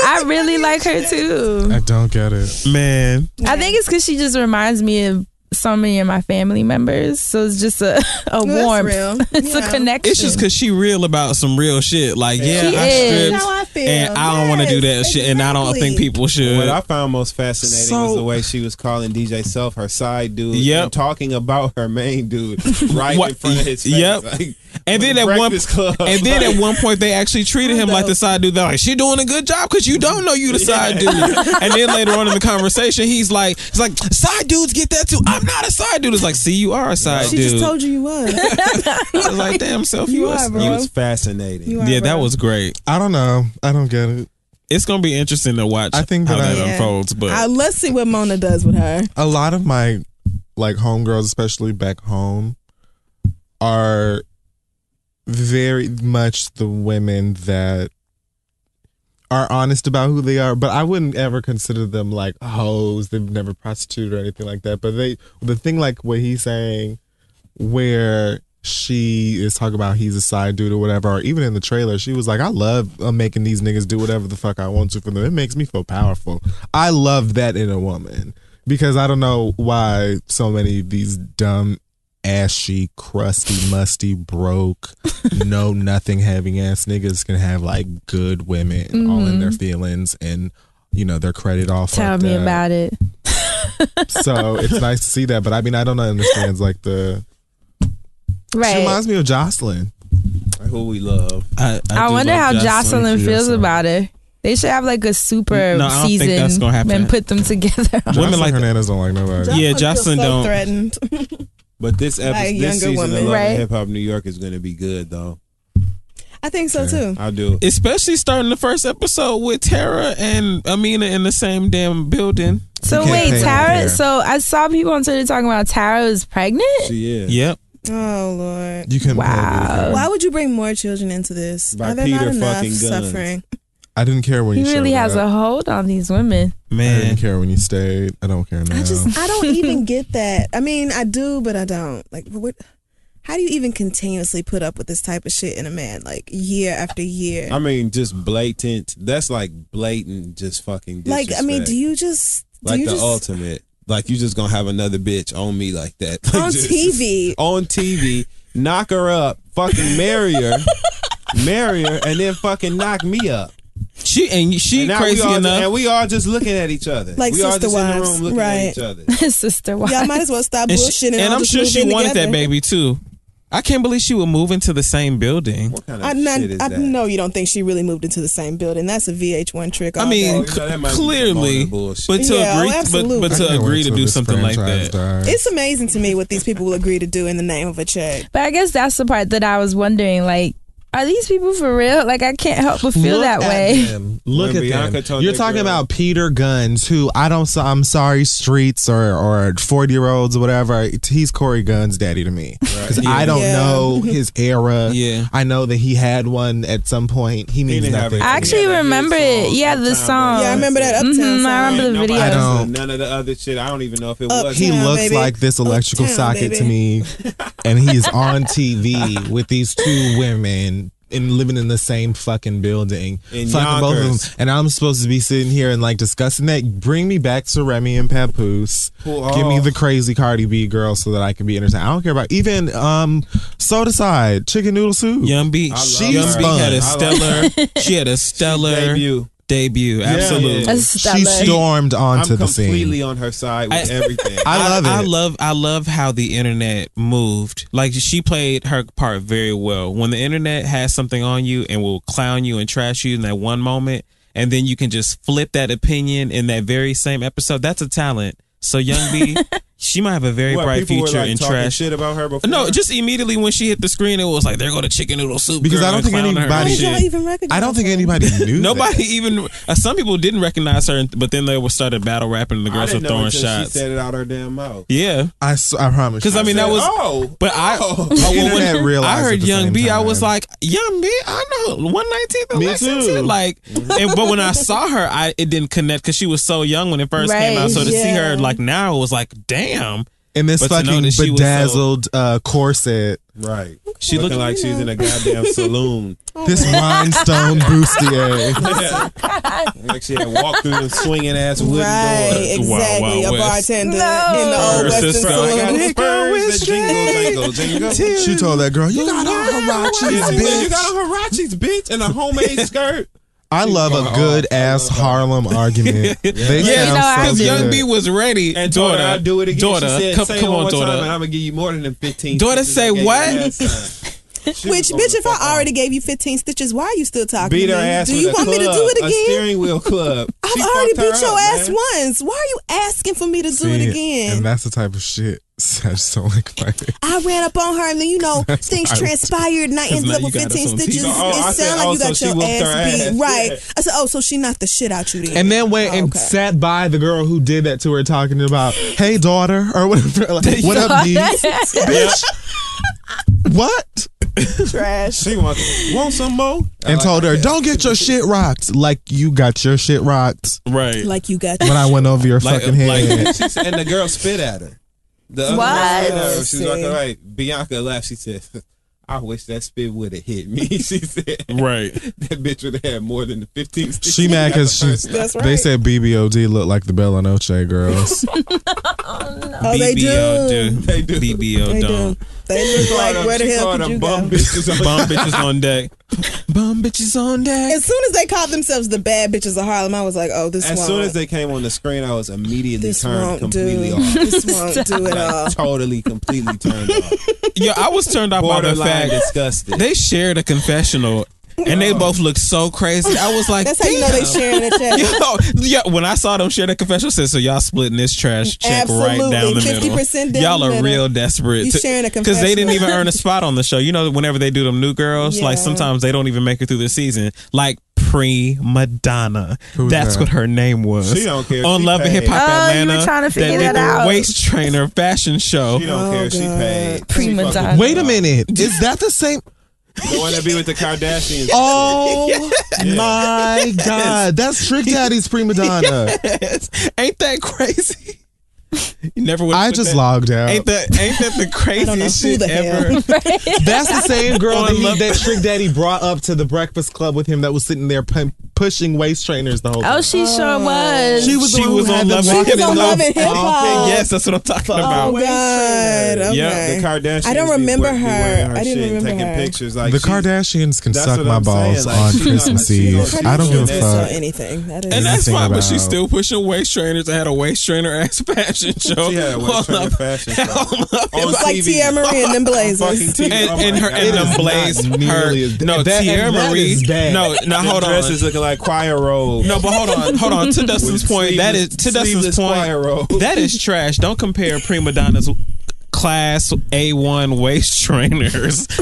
Speaker 8: I really like her too.
Speaker 1: I don't get it.
Speaker 2: Man.
Speaker 8: I think it's because she just reminds me of so many of my family members. So it's just a, a
Speaker 4: that's
Speaker 8: warmth.
Speaker 4: real.
Speaker 8: it's
Speaker 4: Yeah.
Speaker 8: a connection.
Speaker 2: It's just cause she real about some real shit. Like, yeah,
Speaker 8: She
Speaker 2: I
Speaker 8: is.
Speaker 2: stripped,
Speaker 4: That's how I feel.
Speaker 2: and I don't want to do that
Speaker 4: Yes,
Speaker 2: shit, and I don't think
Speaker 4: exactly.
Speaker 2: people should.
Speaker 3: What I found most fascinating was
Speaker 2: So-
Speaker 3: the way she was calling DJ Self her side dude.
Speaker 2: Yep.
Speaker 3: and talking about her main dude right in
Speaker 2: What-
Speaker 3: front of his face.
Speaker 2: yep.
Speaker 3: Like,
Speaker 2: and then at one,
Speaker 3: Breakfast Club.
Speaker 2: and then at one point they actually treated him like the side dude. They're like, "She doing a good job because you don't know you the side dude." And then later on in the conversation, he's like, "He's like side dudes get that too. I'm not a side dude." It's like, "See, you are a side
Speaker 4: She
Speaker 2: dude."
Speaker 4: just told you you was.
Speaker 2: I was like, "Damn, self, you,
Speaker 4: You
Speaker 2: are."
Speaker 4: are, bro.
Speaker 3: it was fascinating.
Speaker 4: You are,
Speaker 2: yeah, that
Speaker 4: bro.
Speaker 2: was great.
Speaker 1: I don't know. I don't get it.
Speaker 2: It's gonna be interesting to watch.
Speaker 1: I think
Speaker 2: how
Speaker 1: that I-
Speaker 2: that
Speaker 4: Yeah.
Speaker 2: unfolds, but
Speaker 4: Uh, let's see what Mona does with her.
Speaker 1: a lot of my like homegirls, especially back home, are very much the women that are honest about who they are. But I wouldn't ever consider them like hoes. They've never prostituted or anything like that. But they, the thing like what he's saying, where she is talking about he's a side dude or whatever, or even in the trailer, she was like, I love uh, making these niggas do whatever the fuck I want to for them. It makes me feel powerful. I love that in a woman because I don't know why so many of these dumb, ashy, crusty, musty, broke, no nothing having ass niggas can have like good women all in their feelings and. You know their credit all.
Speaker 8: Mm-hmm. Tell
Speaker 1: fucked
Speaker 8: me
Speaker 1: up.
Speaker 8: about it.
Speaker 1: So it's nice to see that, but I mean I don't understand like the. She
Speaker 8: Right.
Speaker 1: reminds me of Jocelyn.
Speaker 3: Who we love.
Speaker 2: I, I
Speaker 8: I
Speaker 2: do
Speaker 8: wonder
Speaker 2: love
Speaker 8: how Jocelyn feels
Speaker 2: Fields.
Speaker 8: about it. They should have like a super
Speaker 2: No, I don't think
Speaker 8: season
Speaker 2: that's gonna happen.
Speaker 8: and put them together.
Speaker 2: Women
Speaker 1: Women
Speaker 2: like
Speaker 1: like Hernandez don't like nobody.
Speaker 2: Yeah,
Speaker 4: I feel
Speaker 2: Jocelyn
Speaker 4: so
Speaker 2: don't-
Speaker 4: threatened.
Speaker 3: But this
Speaker 4: Like
Speaker 3: episode,
Speaker 4: a
Speaker 3: this
Speaker 4: younger
Speaker 3: season
Speaker 4: woman.
Speaker 3: of Love
Speaker 8: Right.
Speaker 3: and Hip Hop New York is going to be good, though.
Speaker 4: I think so too.
Speaker 3: I do.
Speaker 2: Especially starting the first episode with Tara and Amina in the same damn building.
Speaker 8: So
Speaker 1: can't
Speaker 8: wait,
Speaker 1: paint
Speaker 8: Tara.
Speaker 1: here.
Speaker 8: So I saw people on Twitter talking about Tara was pregnant.
Speaker 3: She is.
Speaker 2: Yep.
Speaker 4: Oh lord.
Speaker 1: You couldn't.
Speaker 8: Wow.
Speaker 4: Why would you bring more children into this?
Speaker 3: By
Speaker 4: Are there
Speaker 3: Peter
Speaker 4: not enough
Speaker 3: fucking Gunn.
Speaker 4: suffering?
Speaker 1: I didn't care when
Speaker 8: He
Speaker 1: you
Speaker 8: really
Speaker 1: showed
Speaker 8: has a
Speaker 1: up.
Speaker 8: hold on these women.
Speaker 1: I didn't
Speaker 2: Man.
Speaker 1: care when you stayed. I don't care now.
Speaker 4: I just I don't even get that. I mean, I do, but I don't. Like what how do you even continuously put up with this type of shit in a man like year after year?
Speaker 3: I mean, just blatant. That's like blatant, just fucking
Speaker 4: like I mean, do you just do
Speaker 3: Like
Speaker 4: you
Speaker 3: the
Speaker 4: just
Speaker 3: ultimate. Like, you just going to have another bitch on me like that. Like,
Speaker 4: on
Speaker 3: just-
Speaker 4: TV?
Speaker 3: on TV, knock her up, fucking marry her, marry her, and then fucking knock me up.
Speaker 2: She and she
Speaker 3: And now we
Speaker 2: crazy
Speaker 3: all,
Speaker 2: enough.
Speaker 3: and we all just looking at each other.
Speaker 4: Like
Speaker 3: we all
Speaker 4: sister
Speaker 3: just in
Speaker 4: wives,
Speaker 3: the room looking
Speaker 4: right.
Speaker 3: at each other.
Speaker 8: Sister wife.
Speaker 4: Y'all might as well stop
Speaker 2: and,
Speaker 4: bullshitting.
Speaker 2: she, and
Speaker 4: all
Speaker 2: I'm
Speaker 4: just
Speaker 2: sure
Speaker 4: move
Speaker 2: she
Speaker 4: in
Speaker 2: wanted
Speaker 4: together.
Speaker 2: that baby too. I can't believe she would move into the same building. What
Speaker 4: I, not, I know you don't think she really moved into the same building. That's a VH1 trick.
Speaker 2: I
Speaker 4: all
Speaker 2: mean,
Speaker 4: day.
Speaker 2: c- clearly, but to
Speaker 4: Oh, Yeah,
Speaker 2: agree,
Speaker 4: oh,
Speaker 2: but,
Speaker 4: absolutely.
Speaker 2: but
Speaker 4: I
Speaker 2: to
Speaker 4: can't
Speaker 2: agree
Speaker 4: wait
Speaker 2: to
Speaker 4: till
Speaker 2: do
Speaker 4: this
Speaker 2: something like that.
Speaker 4: it's amazing to me what these people will agree to do in the name of a check.
Speaker 8: But I guess that's the part that I was wondering. Like, are these people for real? Like, I can't help but feel
Speaker 1: Look
Speaker 8: that
Speaker 1: at
Speaker 8: way.
Speaker 1: them. Look
Speaker 3: When
Speaker 1: at
Speaker 3: Bianca
Speaker 1: them.
Speaker 3: told
Speaker 1: You're
Speaker 3: that
Speaker 1: talking
Speaker 3: girl-
Speaker 1: about Peter Guns, who I don't. s- I'm sorry, streets or or 40 year olds or whatever. He's Corey Guns' daddy to me because
Speaker 3: Yeah.
Speaker 1: I don't
Speaker 3: Yeah.
Speaker 1: know his era.
Speaker 2: Yeah,
Speaker 1: I know that he had one at some point. He means
Speaker 3: didn't have
Speaker 1: nothing.
Speaker 8: I actually remember it. Yeah, the song.
Speaker 4: Yeah, I remember that
Speaker 3: Mm-hmm.
Speaker 4: Uptown
Speaker 8: Mhm,
Speaker 4: song.
Speaker 8: I remember the
Speaker 3: Nobody
Speaker 8: video.
Speaker 1: I don't-
Speaker 3: said None of the other shit. I don't even know if it was.
Speaker 1: He looks like this electrical
Speaker 3: Uptown,
Speaker 1: socket to
Speaker 3: baby.
Speaker 1: me, and he is on TV with these two women and living in the same fucking building,
Speaker 3: In
Speaker 1: fucking both of
Speaker 3: Yonkers.
Speaker 1: them. And I'm supposed to be sitting here and like discussing that. Bring me back to Remy and Papoose.
Speaker 3: Who
Speaker 1: Give me
Speaker 3: are-
Speaker 1: the crazy Cardi B girl so that I can be entertained. I don't care about even um Soda Side Chicken Noodle Soup.
Speaker 2: Young B,
Speaker 1: she
Speaker 2: Young B
Speaker 1: spun.
Speaker 2: had a
Speaker 3: I
Speaker 2: stellar. she had a stellar
Speaker 3: debut.
Speaker 2: Debut,
Speaker 3: Yeah,
Speaker 2: absolutely.
Speaker 3: yeah. A
Speaker 1: She stormed onto
Speaker 3: I'm
Speaker 1: the scene.
Speaker 3: completely on her side with
Speaker 2: I-
Speaker 3: everything.
Speaker 2: I love it. I love I love how the internet moved. Like she played her part very well. When the internet has something on you and will clown you and trash you in that one moment, and then you can just flip that opinion in that very same episode. That's a talent. So Young B, she might have a very
Speaker 3: What,
Speaker 2: bright
Speaker 3: people were,
Speaker 2: future
Speaker 3: like,
Speaker 2: in
Speaker 3: talking
Speaker 2: trash.
Speaker 3: shit about her before.
Speaker 2: No, just immediately when she hit the screen, it was like they're going to chicken noodle soup.
Speaker 1: Because
Speaker 2: girl,"
Speaker 1: I don't
Speaker 2: and
Speaker 1: think
Speaker 2: clown her and
Speaker 1: anybody-
Speaker 2: shit.
Speaker 1: Y'all even I don't think anybody knew.
Speaker 2: Nobody even uh, some people didn't recognize her, but then they were started battle rapping. and The
Speaker 3: I
Speaker 2: girls were
Speaker 3: didn't know
Speaker 2: throwing
Speaker 3: until
Speaker 2: shots.
Speaker 3: She said it out her damn mouth.
Speaker 2: yeah,
Speaker 1: I, s- I promise.
Speaker 2: Because I
Speaker 1: you.
Speaker 2: mean that
Speaker 3: said,
Speaker 2: was,
Speaker 3: "Oh,
Speaker 2: but I,
Speaker 3: oh."
Speaker 2: I- well, when
Speaker 1: Internet realized
Speaker 2: I heard
Speaker 1: at the
Speaker 2: Young
Speaker 1: same
Speaker 2: B, I was
Speaker 1: time.
Speaker 2: like, Young B, I know one nineteenth of
Speaker 1: Me too.
Speaker 2: Lexington, like. and, but when I saw her, I it didn't connect because she was so young when it first came
Speaker 8: Right,
Speaker 2: out. So to see her
Speaker 8: yeah.
Speaker 2: like now, it was like, damn.
Speaker 1: in this
Speaker 2: But to know
Speaker 1: fucking
Speaker 2: that she was so-
Speaker 1: bedazzled uh, corset.
Speaker 3: Right.
Speaker 2: She
Speaker 3: looking
Speaker 2: looked-
Speaker 3: like she's in a goddamn saloon.
Speaker 1: This rhinestone bustier.
Speaker 3: like she had walked through them swinging ass wooden
Speaker 4: Right,
Speaker 3: doors.
Speaker 4: exactly. a bartender in the old
Speaker 3: Her
Speaker 4: Western
Speaker 3: sister, I got
Speaker 4: saloon.
Speaker 3: the spurs that jingle, jingle, jingle.
Speaker 1: She told that girl, "You got on
Speaker 3: Yeah,
Speaker 1: harachis,
Speaker 3: she said, You
Speaker 1: bitch."
Speaker 3: got on harachis, bitch, and a homemade skirt.
Speaker 1: I love a good ass Harlem argument. They sound
Speaker 2: Yeah,
Speaker 1: so
Speaker 2: because
Speaker 1: good.
Speaker 2: Young B was ready.
Speaker 3: And told
Speaker 2: daughter,
Speaker 3: her I'll do it again.
Speaker 2: Daughter,
Speaker 3: she said,
Speaker 2: come,
Speaker 3: say
Speaker 2: come
Speaker 3: it one
Speaker 2: on,
Speaker 3: more Time, and
Speaker 2: daughter.
Speaker 3: I'm gonna give you more than them 15.
Speaker 2: Daughter
Speaker 3: stitches
Speaker 2: say
Speaker 3: I gave you
Speaker 2: what?
Speaker 3: last time. She was
Speaker 4: Which
Speaker 3: gonna
Speaker 4: bitch, if
Speaker 3: fuck
Speaker 4: I already gave you 15 stitches, why are you still talking
Speaker 3: beat
Speaker 4: to
Speaker 3: her
Speaker 4: me?
Speaker 3: ass
Speaker 4: Do
Speaker 3: with
Speaker 4: you
Speaker 3: a
Speaker 4: want me to
Speaker 3: club,
Speaker 4: do it
Speaker 3: a
Speaker 4: again?
Speaker 3: steering wheel club.
Speaker 4: I've
Speaker 3: She
Speaker 4: already
Speaker 3: fucked her
Speaker 4: beat your
Speaker 3: up,
Speaker 4: ass
Speaker 3: man.
Speaker 4: once. Why are you asking for me to do
Speaker 1: See,
Speaker 4: it again?
Speaker 1: And that's the type of shit. I just don't like my
Speaker 4: I ran up on her, and then you know
Speaker 1: That's
Speaker 4: things
Speaker 1: wild.
Speaker 4: transpired, and I
Speaker 1: 'Cause
Speaker 4: ended
Speaker 1: now
Speaker 4: up
Speaker 1: you
Speaker 4: with
Speaker 1: got us
Speaker 4: fifteen
Speaker 1: on
Speaker 4: stitches.
Speaker 1: TV.
Speaker 3: Oh, I
Speaker 4: it
Speaker 3: said,
Speaker 4: sounded like
Speaker 3: oh,
Speaker 4: you got
Speaker 3: so she
Speaker 4: your
Speaker 3: whooped
Speaker 4: ass,
Speaker 3: her ass.
Speaker 4: beat, right?
Speaker 3: Yeah.
Speaker 4: I said, oh, so she knocked the shit out you then.
Speaker 1: And then went and
Speaker 4: Okay.
Speaker 1: sat by the girl who did that to her, talking about, "Hey, daughter," or whatever. Like, what up, D? bitch? What?
Speaker 4: Trash.
Speaker 3: She wants want some more.
Speaker 1: And told her, "Don't get your shit rocked." Like you got your shit rocked
Speaker 2: right.
Speaker 4: Like you got
Speaker 1: when I went over your fucking head.
Speaker 3: she said- and the girl spit at her. The other
Speaker 8: What?
Speaker 3: girl spit at her. She's like,
Speaker 4: See.
Speaker 3: all right. Bianca laughed. She said, I wish that spit would have hit me. She said,
Speaker 2: Right.
Speaker 3: That bitch would have had more than the 15 stitches.
Speaker 1: She mad because she.
Speaker 4: That's
Speaker 1: They
Speaker 4: right.
Speaker 1: said BBOD looked like the Bella Noche girls.
Speaker 4: oh, they
Speaker 2: BBO
Speaker 4: do.
Speaker 3: They do.
Speaker 2: BBO
Speaker 4: They
Speaker 2: don't.
Speaker 4: do. They look like where the hell could you go?
Speaker 3: bum bitches on
Speaker 2: Bum bitches on deck. Bum bitches on deck.
Speaker 4: As soon as they called themselves the bad bitches of Harlem, I was like, oh, this
Speaker 3: As
Speaker 4: won't.
Speaker 3: soon as they came on the screen, I was immediately
Speaker 4: this
Speaker 3: turned
Speaker 4: won't
Speaker 3: completely
Speaker 4: do.
Speaker 3: off.
Speaker 4: This won't do it all.
Speaker 3: Like, totally, completely turned off.
Speaker 2: Yo, I was turned off by the
Speaker 3: Borderline
Speaker 2: fact
Speaker 3: disgusted.
Speaker 2: they shared a confessional and they both looked so crazy. I was like,
Speaker 4: That's how you know they
Speaker 2: "Damn."
Speaker 4: sharing a check.
Speaker 2: Yo, yeah, when I saw them share that confessional, I said, so y'all splitting this trash check right
Speaker 4: Absolutely.
Speaker 2: down the
Speaker 4: 50%
Speaker 2: middle.
Speaker 4: down
Speaker 2: y'all
Speaker 4: the
Speaker 2: are
Speaker 4: middle.
Speaker 2: real desperate.
Speaker 4: You sharing a
Speaker 2: Because they didn't even
Speaker 4: confessional.
Speaker 2: earn a spot on the show. You know, whenever they do them new girls, like
Speaker 4: Yeah.
Speaker 2: sometimes they don't even make it through the season. Like pre Madonna.
Speaker 1: Who's
Speaker 2: That's
Speaker 1: that?
Speaker 2: what her name was.
Speaker 3: She don't care.
Speaker 2: On
Speaker 3: She
Speaker 2: Love and
Speaker 3: paid.
Speaker 2: Hip Hop
Speaker 8: Oh, you were
Speaker 2: Atlanta.
Speaker 8: trying to figure
Speaker 2: that did
Speaker 8: that
Speaker 2: the
Speaker 8: out.
Speaker 2: waist trainer fashion show.
Speaker 3: She don't care. She paid.
Speaker 8: Prima
Speaker 3: She fucking-
Speaker 8: donna.
Speaker 1: Wait a minute, is that the same?
Speaker 3: The one that be with the Kardashians.
Speaker 1: Oh my god, that's Trick Daddy's prima donna.
Speaker 2: Ain't that crazy? You never would.
Speaker 1: I just logged out.
Speaker 4: Oh.
Speaker 2: Ain't that ain't that the craziest
Speaker 4: who
Speaker 2: shit
Speaker 4: the hell.
Speaker 2: ever?
Speaker 1: That's the same girl
Speaker 2: Oh, I
Speaker 1: that, he,
Speaker 2: love
Speaker 1: that Trick Daddy brought up to the Breakfast Club with him that was sitting there pimp, pushing waist trainers the whole time.
Speaker 9: Oh, she sure was.
Speaker 1: She was, the
Speaker 10: She
Speaker 1: one who
Speaker 10: was
Speaker 1: had
Speaker 10: on
Speaker 1: the
Speaker 10: Love and
Speaker 1: bucket
Speaker 10: Hip Hop.
Speaker 1: list.
Speaker 10: Love and Hip Hop. Yes, that's what I'm talking about.
Speaker 4: Oh God. Okay.
Speaker 3: Yeah, the Kardashians.
Speaker 4: I don't
Speaker 3: be
Speaker 4: remember
Speaker 3: wear- be
Speaker 4: her.
Speaker 3: wearing her
Speaker 4: I
Speaker 3: shit
Speaker 4: didn't
Speaker 3: and
Speaker 4: remember
Speaker 3: taking
Speaker 4: her.
Speaker 3: pictures like
Speaker 1: the
Speaker 3: she-
Speaker 1: Kardashians can
Speaker 3: That's
Speaker 1: suck
Speaker 3: what
Speaker 1: my
Speaker 3: I'm saying,
Speaker 1: balls
Speaker 3: like,
Speaker 1: on
Speaker 3: she not-
Speaker 1: Christmas
Speaker 3: she
Speaker 1: Eve.
Speaker 3: don't- she
Speaker 1: I don't give a
Speaker 3: don't
Speaker 4: So
Speaker 1: fuck.
Speaker 4: anything. That is
Speaker 2: And that's
Speaker 1: Anything
Speaker 2: fine, but she's
Speaker 1: about-
Speaker 2: still pushing waist trainers. I had a waist trainer ass fashion show.
Speaker 3: She had a
Speaker 2: Hold
Speaker 3: waist trainer
Speaker 2: up.
Speaker 3: fashion show.
Speaker 4: it
Speaker 3: On
Speaker 4: was like
Speaker 3: TV.
Speaker 4: Tia Marie and them
Speaker 3: Fucking
Speaker 4: blazers.
Speaker 3: TV.
Speaker 2: And,
Speaker 3: Oh my
Speaker 2: and her
Speaker 3: God.
Speaker 2: and
Speaker 3: It is
Speaker 2: them
Speaker 3: not
Speaker 2: blaze
Speaker 3: nearly as
Speaker 2: her no
Speaker 3: that-
Speaker 2: Tierra
Speaker 3: and that
Speaker 2: Marie
Speaker 3: is bad.
Speaker 2: no no
Speaker 3: The
Speaker 2: hold on
Speaker 3: dresses looking like choir roll.
Speaker 2: no but hold on hold on to
Speaker 3: With
Speaker 2: Dustin's point that is to
Speaker 3: sleeveless- sleeveless
Speaker 2: Dustin's
Speaker 3: choir roll.
Speaker 2: point that is trash don't compare prima donna's class A1 waist trainers to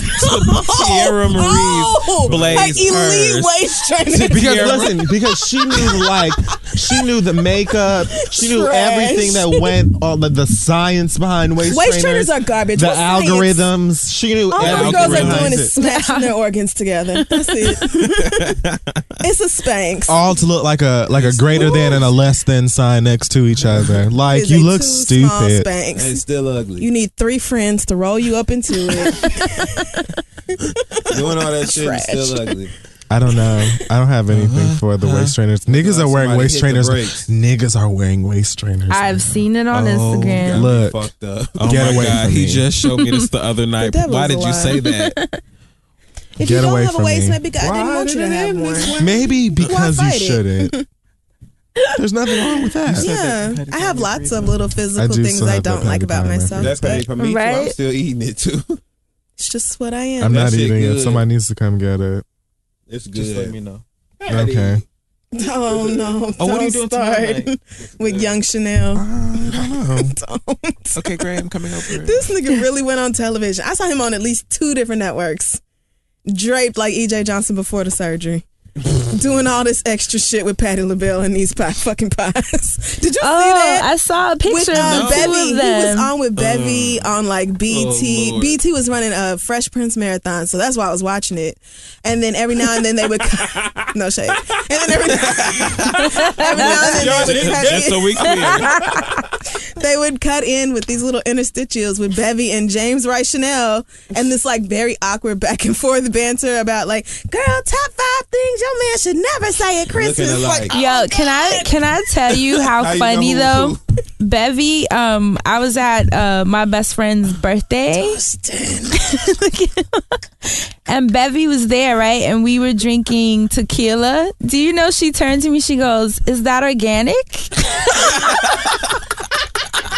Speaker 2: Tierra Marie's
Speaker 4: Oh,
Speaker 2: blaze
Speaker 4: like elite
Speaker 2: hers.
Speaker 4: waist trainers.
Speaker 2: Because
Speaker 10: Because
Speaker 2: listen,
Speaker 10: listen, because she knew like she knew the makeup, she knew
Speaker 4: Trash.
Speaker 10: everything that went on the, the science behind waist,
Speaker 4: Waist trainers are garbage.
Speaker 10: The
Speaker 4: What's science?
Speaker 10: algorithms, she knew
Speaker 9: Oh
Speaker 4: All those
Speaker 10: everything.
Speaker 4: girls are doing
Speaker 10: behind
Speaker 4: is
Speaker 10: it.
Speaker 4: smashing their organs together. That's it. it's a Spanx.
Speaker 1: All to look like a like a greater than and a less than sign next to each other. Like
Speaker 4: It's
Speaker 1: you
Speaker 4: a
Speaker 1: look
Speaker 4: two small
Speaker 1: stupid.
Speaker 4: Spanx.
Speaker 3: It's still ugly.
Speaker 4: You need three friends to roll you up into it.
Speaker 3: Doing all that shit is
Speaker 4: Trash.
Speaker 3: still ugly.
Speaker 1: I don't know. I don't have anything for the waist trainers. Niggas are wearing
Speaker 3: somebody
Speaker 1: waist
Speaker 3: hit the
Speaker 1: trainers.
Speaker 3: brakes.
Speaker 1: Niggas are wearing waist trainers.
Speaker 9: I've seen it on
Speaker 4: Oh,
Speaker 9: Instagram.
Speaker 1: Look,
Speaker 3: Fucked up.
Speaker 2: oh
Speaker 1: Get
Speaker 2: my
Speaker 1: away
Speaker 2: god
Speaker 1: from
Speaker 2: he
Speaker 1: me.
Speaker 2: just showed me this the other night
Speaker 4: devil's
Speaker 2: why did you
Speaker 4: alive.
Speaker 2: say that
Speaker 1: Get
Speaker 4: If you don't
Speaker 1: away
Speaker 4: have a
Speaker 1: from
Speaker 4: waist,
Speaker 1: me.
Speaker 4: maybe God didn't want you to have one.
Speaker 1: maybe because you
Speaker 4: fight it?
Speaker 1: shouldn't. There's nothing wrong with that.
Speaker 4: Yeah, I have lots of little
Speaker 1: I
Speaker 4: physical
Speaker 1: do
Speaker 4: things
Speaker 1: still
Speaker 4: I
Speaker 1: have
Speaker 4: don't
Speaker 1: that
Speaker 4: like about
Speaker 1: pancreatic
Speaker 4: myself.
Speaker 3: That's
Speaker 4: but
Speaker 3: paid for me too. I'm
Speaker 9: Right?
Speaker 3: still eating it too.
Speaker 4: It's just what I
Speaker 1: I'm
Speaker 4: am.
Speaker 3: That
Speaker 1: not
Speaker 3: shit
Speaker 1: eating it.
Speaker 3: good.
Speaker 1: Somebody needs to come get it.
Speaker 3: It's good.
Speaker 10: Just let me know.
Speaker 1: Okay.
Speaker 4: Oh no!
Speaker 10: Oh, what are you doing
Speaker 4: Don't
Speaker 10: tomorrow
Speaker 4: start with Young Chanel?
Speaker 1: I don't know.
Speaker 4: Don't.
Speaker 10: Okay, Gray, I'm coming over.
Speaker 4: This nigga really went on television. I saw him on at least two different networks, draped like EJ Johnson before the surgery, doing all this extra shit with Patty LaBelle and these pie, fucking pies. Did you see
Speaker 9: Oh,
Speaker 4: that?
Speaker 9: I saw a
Speaker 4: with
Speaker 9: picture
Speaker 4: um,
Speaker 9: of the two
Speaker 4: Bevy.
Speaker 9: of
Speaker 4: He was
Speaker 9: them.
Speaker 4: on with Bevy on like BT.
Speaker 2: Oh, Lord.
Speaker 4: BT was running a Fresh Prince marathon, so that's why I was watching it. And then every now and then they would no shade. And then every now, every now and then they would cut
Speaker 2: that's
Speaker 4: in-
Speaker 2: so we clear
Speaker 4: they would cut in with these little interstitials with Bevy and James Rice Chanel and this like very awkward back and forth banter about like, girl, top five things your man should never say at Christmas.
Speaker 3: alike.
Speaker 4: Like, oh,
Speaker 9: Yo, can I can I tell you how,
Speaker 3: How you
Speaker 9: funny
Speaker 3: know who-
Speaker 9: though? Bevy, um, I was at uh, my best friend's birthday. and Bevy was there, right? And we were drinking tequila. Do you know she turned to me, she goes, Is that organic?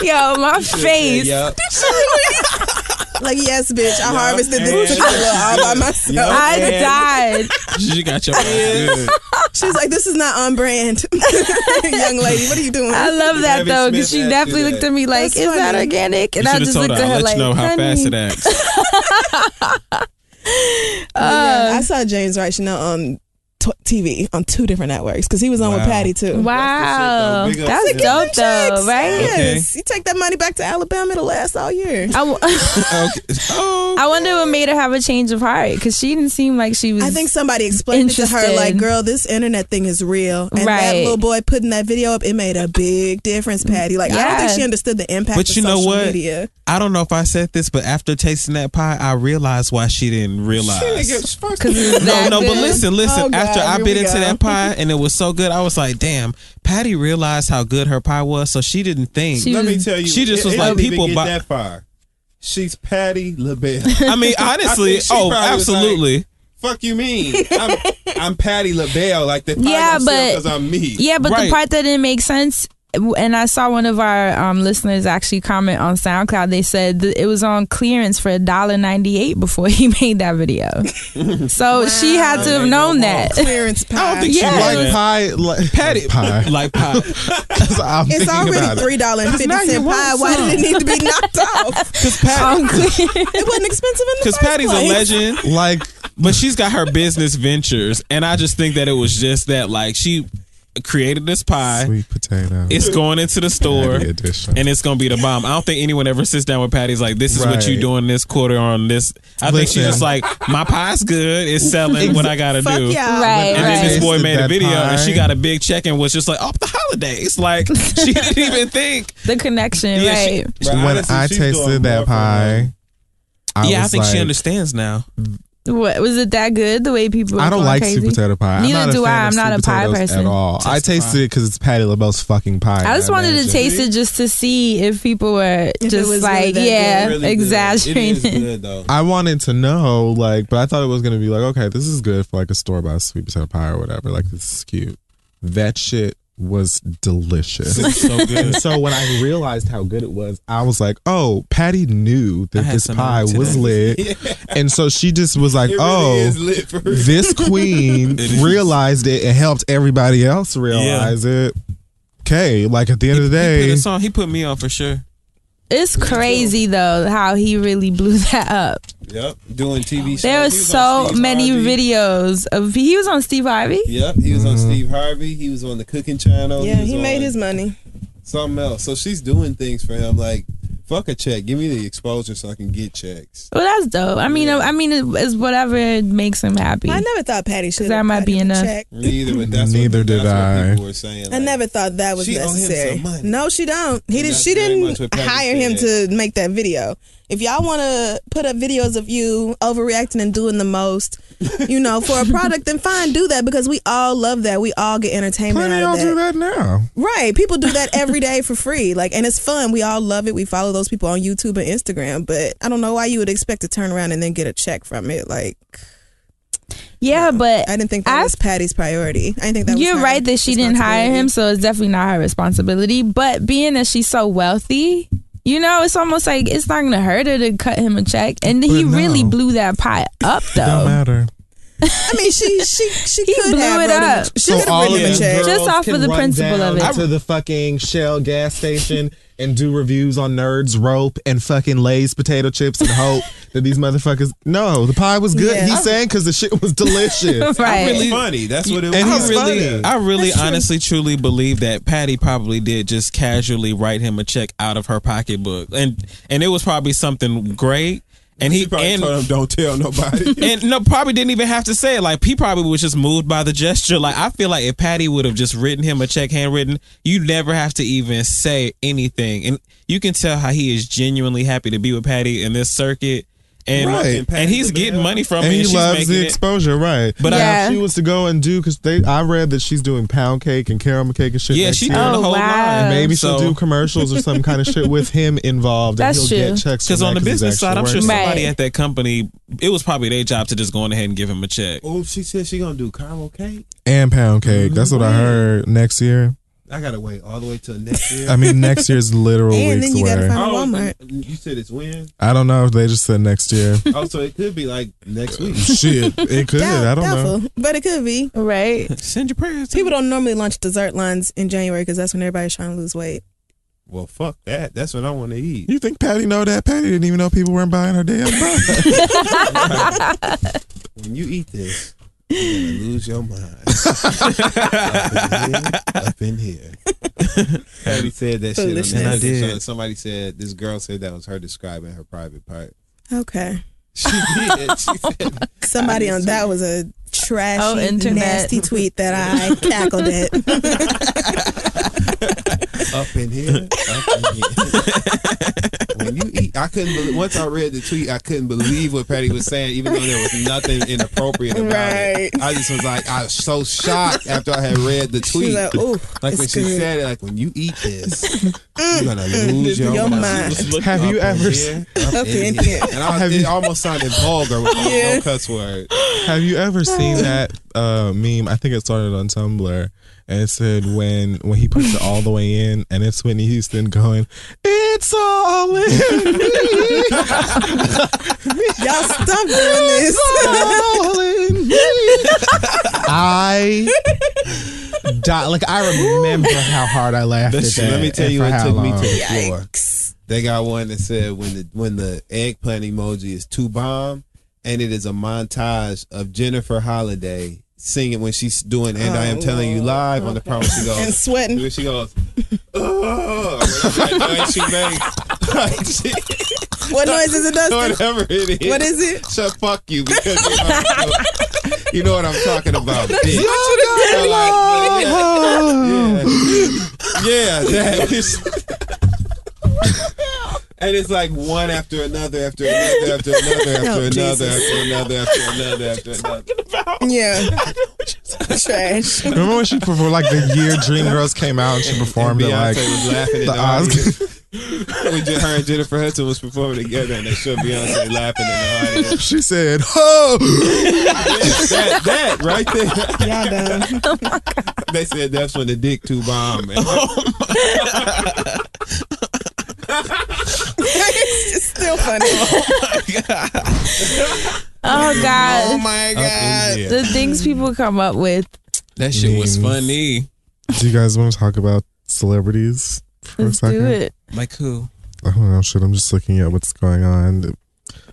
Speaker 9: Yo, my face.
Speaker 3: Yep.
Speaker 4: like yes, bitch, I harvested
Speaker 2: and-
Speaker 4: this tequila all by myself.
Speaker 9: I died.
Speaker 2: you got your ass
Speaker 4: She's like, this is not on brand, young lady. What are you doing?
Speaker 9: I love that
Speaker 3: Gavin
Speaker 9: though, because
Speaker 3: Smith
Speaker 9: she
Speaker 3: asked
Speaker 9: definitely
Speaker 3: you
Speaker 9: looked
Speaker 3: that.
Speaker 9: at me like,
Speaker 4: That's
Speaker 9: "Is that
Speaker 4: funny.
Speaker 9: organic?" And
Speaker 2: You
Speaker 9: I
Speaker 2: should have
Speaker 9: just
Speaker 2: told
Speaker 9: looked
Speaker 2: her.
Speaker 9: at her
Speaker 2: I'll let
Speaker 9: like,
Speaker 2: you know how fast
Speaker 9: "Honey."
Speaker 2: it acts.
Speaker 4: Yeah,
Speaker 9: Uh,
Speaker 4: I saw James Rice Chanel on t- TV on two different networks because he was on with
Speaker 2: Wow.
Speaker 4: Patty too.
Speaker 9: Wow,
Speaker 3: That's the shit, though. Big up
Speaker 9: that's
Speaker 3: to
Speaker 9: dope though, right?
Speaker 4: Yes, you take that money back to Alabama, it'll last all year.
Speaker 9: I, w-
Speaker 2: okay. oh
Speaker 9: I wonder what made her have a change of heart because she didn't seem like she was.
Speaker 4: I think somebody explained it to her
Speaker 9: Interested.
Speaker 4: like, "Girl, this internet thing is real." And that
Speaker 9: Right.
Speaker 4: little boy putting that video up, it made a big difference, Patty. Like, I don't think
Speaker 9: Yeah.
Speaker 4: she understood the impact.
Speaker 2: But
Speaker 4: of
Speaker 2: you know
Speaker 4: social
Speaker 2: what?
Speaker 4: Media.
Speaker 2: I don't know if I said this, but after tasting that pie, I realized why she didn't realize.
Speaker 9: because no,
Speaker 2: No, no, but listen, listen.
Speaker 4: Oh, God,
Speaker 2: after I
Speaker 4: here
Speaker 2: bit
Speaker 4: we
Speaker 2: into
Speaker 4: go.
Speaker 2: that pie and it was so good, I was like, damn, Patty realized how good her pie was, so she didn't think.
Speaker 9: She-
Speaker 3: Let me tell you,
Speaker 2: She just
Speaker 3: it-
Speaker 2: was
Speaker 3: it
Speaker 2: like,
Speaker 3: don't even
Speaker 2: people
Speaker 3: get
Speaker 2: buy-
Speaker 3: that far. She's Patty LaBelle.
Speaker 2: I mean,
Speaker 3: I
Speaker 2: honestly,
Speaker 3: think she
Speaker 2: oh,
Speaker 3: probably was
Speaker 2: absolutely.
Speaker 3: Fuck you mean? I'm, I'm Patty LaBelle. Like they probably
Speaker 9: Yeah,
Speaker 3: yeah,
Speaker 9: but-
Speaker 3: because I'm me.
Speaker 9: Yeah, but
Speaker 2: Right.
Speaker 9: the part that didn't make sense, and I saw one of our um, listeners actually comment on SoundCloud. They said that it was on clearance for $1.98 before he made that video. so she had to have known that.
Speaker 4: Clearance pie.
Speaker 2: I don't think she
Speaker 9: Yeah, it
Speaker 2: liked
Speaker 1: Like pie, like
Speaker 2: Patty.
Speaker 1: pie.
Speaker 2: Like pie.
Speaker 1: I'm
Speaker 4: it's
Speaker 1: thinking
Speaker 4: already
Speaker 1: about it.
Speaker 4: three dollar and fifty
Speaker 2: not your
Speaker 4: cent pie.
Speaker 2: wife,
Speaker 4: Why did it need to be knocked off?
Speaker 2: Because Patty,
Speaker 9: On clear-
Speaker 4: It wasn't expensive in the
Speaker 2: cause
Speaker 4: first
Speaker 2: Patty's a
Speaker 4: place.
Speaker 2: legend.
Speaker 1: Like
Speaker 2: but she's got her business ventures, and I just think that it was just that like she created this pie.
Speaker 1: sweet potato.
Speaker 2: It's going into the store,
Speaker 1: Patty edition.
Speaker 2: and it's gonna be the bomb. I don't think anyone ever sits down with Patty's like, "This is what you
Speaker 1: Right.
Speaker 2: doing this quarter on this." I think she's
Speaker 1: Listen.
Speaker 2: just like, "My pie's good. It's selling. What I gotta
Speaker 4: Fuck
Speaker 2: do."
Speaker 4: y'all.
Speaker 9: right,
Speaker 2: And then this
Speaker 9: right.
Speaker 2: boy
Speaker 1: Tasted
Speaker 2: made a
Speaker 1: that
Speaker 2: video, and
Speaker 1: pie.
Speaker 2: she got a big check and was just like, "Off the holidays!" Like she didn't even think.
Speaker 9: The connection,
Speaker 2: Yeah, she-
Speaker 9: right.
Speaker 3: But
Speaker 1: when
Speaker 3: honestly,
Speaker 1: I
Speaker 3: she's doing
Speaker 1: tasted
Speaker 3: more
Speaker 1: that
Speaker 3: for her.
Speaker 1: pie, I
Speaker 2: yeah, I
Speaker 1: was
Speaker 2: think she
Speaker 1: like,
Speaker 2: understands now.
Speaker 8: What was it that good? The way people
Speaker 1: I don't like sweet potato pie. I'm
Speaker 8: Neither
Speaker 1: not a
Speaker 8: do
Speaker 1: fan
Speaker 8: I.
Speaker 1: of
Speaker 8: I'm not
Speaker 1: sweet
Speaker 8: a pie
Speaker 1: potatoes
Speaker 8: person
Speaker 1: at all. I tasted it because it's Patty LaBelle's fucking pie.
Speaker 8: I just wanted to
Speaker 1: imagine.
Speaker 8: taste it just to see if people were
Speaker 4: it
Speaker 8: just
Speaker 4: was really
Speaker 8: like,
Speaker 4: that
Speaker 8: yeah,
Speaker 4: good. Really
Speaker 8: exaggerating.
Speaker 1: I wanted to know, like, but I thought it was gonna be like, okay, this is good for like a store bought sweet potato pie or whatever. Like, this is cute. That shit was delicious.
Speaker 2: It's so good.
Speaker 1: And so when I realized how good it was, I was like, oh, Patty knew
Speaker 2: I
Speaker 1: that
Speaker 2: had
Speaker 1: this
Speaker 2: some
Speaker 1: pie
Speaker 2: of it
Speaker 1: was lit,
Speaker 2: today.
Speaker 1: and so she just was like,
Speaker 2: It really
Speaker 1: oh,
Speaker 2: is lit for real.
Speaker 1: this queen
Speaker 2: It is.
Speaker 1: realized it and helped everybody else realize it. Okay, like at the end of the
Speaker 2: He put
Speaker 1: day,
Speaker 2: a song. He put me on for sure.
Speaker 8: It's crazy though how he really blew that up.
Speaker 3: Yep, doing TV shows.
Speaker 8: There are
Speaker 3: He was on
Speaker 8: so
Speaker 3: Steve
Speaker 8: many
Speaker 3: Harvey.
Speaker 8: videos of he was on Steve Harvey.
Speaker 3: Yep, he was
Speaker 1: Mm-hmm.
Speaker 3: on Steve Harvey. He was on the Cooking Channel.
Speaker 4: Yeah,
Speaker 3: was
Speaker 4: he made
Speaker 3: on
Speaker 4: his money.
Speaker 3: Something else. So she's doing things for him. Like, fuck a check. Give me the exposure so I can get checks.
Speaker 8: Well, that's dope. I mean, I, I mean, it- it's whatever makes him happy.
Speaker 4: I never thought Patty should.
Speaker 8: that
Speaker 4: have
Speaker 8: might be
Speaker 4: gotten a
Speaker 8: enough.
Speaker 4: check.
Speaker 3: Neither, but that's
Speaker 1: neither
Speaker 3: what,
Speaker 1: did
Speaker 3: that's what
Speaker 1: I.
Speaker 3: people were saying.
Speaker 4: I never thought that was
Speaker 3: She owe him some
Speaker 4: necessary.
Speaker 3: money.
Speaker 4: No, she don't. He did,
Speaker 3: that's
Speaker 4: she
Speaker 3: very much
Speaker 4: didn't
Speaker 3: what Patty
Speaker 4: hire him
Speaker 3: said.
Speaker 4: to make that video. If y'all want to put up videos of you overreacting and doing the most, you know, for a product, then fine, do that because we all love that. We all get entertainment
Speaker 1: plenty
Speaker 4: out
Speaker 1: y'all
Speaker 4: of
Speaker 1: do
Speaker 4: that.
Speaker 1: that now.
Speaker 4: Right. People do that every day for free. Like, and it's fun. We all love it. We follow those people on YouTube and Instagram, but I don't know why you would expect to turn around and then get a check from it. Like,
Speaker 8: yeah, but
Speaker 4: I didn't think that was Patty's priority. I didn't think that
Speaker 8: You're
Speaker 4: was her
Speaker 8: right that she didn't hire him, so it's definitely not her responsibility. But being that she's so wealthy, you know, it's almost like it's not gonna hurt her to cut him a check. And he
Speaker 1: But
Speaker 8: really
Speaker 1: no.
Speaker 8: blew that pie up
Speaker 1: It don't
Speaker 8: though.
Speaker 1: matter.
Speaker 4: I mean, she she she
Speaker 8: He
Speaker 4: could
Speaker 8: blew
Speaker 4: have
Speaker 8: it
Speaker 4: wrote him a-
Speaker 8: up.
Speaker 4: She could have written him a
Speaker 1: these
Speaker 4: check.
Speaker 1: girls
Speaker 8: Just off
Speaker 1: can
Speaker 8: of the
Speaker 1: run
Speaker 8: principle of
Speaker 1: down
Speaker 8: it.
Speaker 1: To the fucking Shell gas station and do reviews on Nerds Rope and fucking Lay's potato chips and hope that these motherfuckers. No, the pie was good.
Speaker 4: Yeah.
Speaker 1: He's saying because the shit was delicious.
Speaker 8: right.
Speaker 3: Really funny. That's what it was.
Speaker 2: And
Speaker 3: How
Speaker 2: he really,
Speaker 3: funny.
Speaker 2: I really honestly truly believe that Patty probably did just casually write him a check out of her pocketbook, and and it was probably something great. And he
Speaker 3: She probably
Speaker 2: and,
Speaker 3: told him, don't tell nobody.
Speaker 2: and no, probably didn't even have to say it. Like he probably was just moved by the gesture. Like I feel like if Patty would have just written him a check handwritten, you never have to even say anything, and you can tell how he is genuinely happy to be with Patty in this circuit, and
Speaker 1: Right.
Speaker 2: and, he's getting money from
Speaker 1: And
Speaker 2: it.
Speaker 1: he
Speaker 2: she's
Speaker 1: loves
Speaker 2: making
Speaker 1: the
Speaker 2: it.
Speaker 1: exposure, right?
Speaker 2: But I-
Speaker 1: now,
Speaker 8: Yeah.
Speaker 1: if she was to go and do because they, I read that she's doing pound cake and caramel cake and shit.
Speaker 2: Yeah,
Speaker 1: next
Speaker 2: she
Speaker 1: year.
Speaker 2: doing the
Speaker 8: Oh,
Speaker 2: whole
Speaker 8: wow.
Speaker 2: line.
Speaker 1: Maybe
Speaker 2: so,
Speaker 1: she'll do commercials or some kind of shit with him involved.
Speaker 8: That's
Speaker 1: and he'll
Speaker 8: true.
Speaker 1: Get checks
Speaker 2: Because on the business side, I'm sure
Speaker 8: working.
Speaker 2: somebody
Speaker 8: Right.
Speaker 2: at that company, it was probably their job to just go on ahead and give him a check.
Speaker 3: oh, she said she gonna do caramel cake.
Speaker 1: and pound cake. That's what I
Speaker 4: Mm-hmm.
Speaker 1: heard next year.
Speaker 3: I gotta wait all the way till next year.
Speaker 1: I mean, next year's literal
Speaker 4: And
Speaker 1: weeks
Speaker 4: then you
Speaker 1: away.
Speaker 4: gotta find-
Speaker 3: Oh,
Speaker 4: Walmart.
Speaker 3: You said it's when?
Speaker 1: I don't know if they just said next year.
Speaker 3: Oh, so it could be like next week.
Speaker 1: Shit, it could.
Speaker 4: Doubt-
Speaker 1: I don't know.
Speaker 4: doubtful, but it could be.
Speaker 8: Right.
Speaker 2: Send your prayers.
Speaker 4: People don't normally launch dessert lines in January because that's when everybody's trying to lose weight.
Speaker 3: Well, fuck that. That's what I want to eat.
Speaker 1: You think Patty know that? Patty didn't even know people weren't buying her damn pie.
Speaker 3: When you eat this, you're gonna lose your mind. up in here, up in here. Patty said that shit. On
Speaker 4: Foolishness.
Speaker 3: the
Speaker 4: And I
Speaker 3: business
Speaker 2: did.
Speaker 3: show. Somebody said this girl said that was her describing her private part.
Speaker 4: Okay.
Speaker 3: She did. She said,
Speaker 4: Somebody on that was a trashy,
Speaker 8: Oh, internet.
Speaker 4: nasty tweet that I cackled it.
Speaker 3: up in here, up in here. When you eat, I couldn't believe. Once I read the tweet, I couldn't believe what Patty was saying, even though there was nothing inappropriate about it.
Speaker 4: Right.
Speaker 3: I just was like, I was so shocked after I had read the
Speaker 4: She was
Speaker 3: tweet.
Speaker 4: like, "Ooh,
Speaker 3: Like
Speaker 4: it's
Speaker 3: when she
Speaker 4: good." Mm.
Speaker 3: said it, like when you eat this, you're gonna lose your,
Speaker 4: Your
Speaker 3: mind.
Speaker 4: mind.
Speaker 1: Have you ever s-
Speaker 3: up in here. And I
Speaker 1: Have
Speaker 3: it
Speaker 1: you-
Speaker 3: almost sounded vulgar with
Speaker 4: Yeah.
Speaker 3: no cuss word.
Speaker 1: Have you ever seen that uh, meme? I think it started on Tumblr, and it said when when he puts it all the way in, and it's Whitney Houston going, "It's all in me,
Speaker 4: Y'all stop doing this.
Speaker 1: all in me." I. Died. Like I remember how hard I laughed at that.
Speaker 3: Let me tell
Speaker 1: and
Speaker 3: you
Speaker 1: for
Speaker 3: what
Speaker 1: how
Speaker 3: took me
Speaker 1: long.
Speaker 3: to the floor. They got one that said when the when the eggplant emoji is too bomb, and it is a montage of Jennifer Holiday singing when she's doing "And I Am Telling You Live" on the promo. She goes
Speaker 4: And sweating.
Speaker 3: When she goes, oh, that noise she makes. Like, she-
Speaker 4: What noise is it, Dustin?
Speaker 3: whatever it is.
Speaker 4: What is it?
Speaker 3: Shut fuck you because you know, you know what I'm talking about. bitch. Oh,
Speaker 1: You're
Speaker 3: Like, yeah.
Speaker 1: gonna love
Speaker 3: Yeah, that is. And it's like one after another, after another, after another, after
Speaker 4: Oh,
Speaker 3: another,
Speaker 4: Jesus.
Speaker 3: after another, after another, after another.
Speaker 4: Yeah. Trash.
Speaker 1: Remember when she performed like the year Dreamgirls came out and she performed at
Speaker 3: Beyonce
Speaker 1: like
Speaker 3: was laughing in
Speaker 1: the
Speaker 3: the
Speaker 1: Oscars?
Speaker 3: We just her and Jennifer Hudson was performing together, and they showed Beyonce laughing in the audience.
Speaker 1: she said, "Oh,
Speaker 3: that, that right there.
Speaker 4: Y'all done.
Speaker 3: They said that's when the dick too bomb. man. Oh,
Speaker 4: it's still funny.
Speaker 8: Oh God.
Speaker 11: Oh my god,
Speaker 8: The things people come up with.
Speaker 11: that shit was
Speaker 1: Memes.
Speaker 11: funny.
Speaker 1: do you guys want to talk about celebrities for
Speaker 8: Let's
Speaker 1: a second?
Speaker 8: do it.
Speaker 11: Like who?
Speaker 1: I don't know. Shit, I'm just looking at what's going on.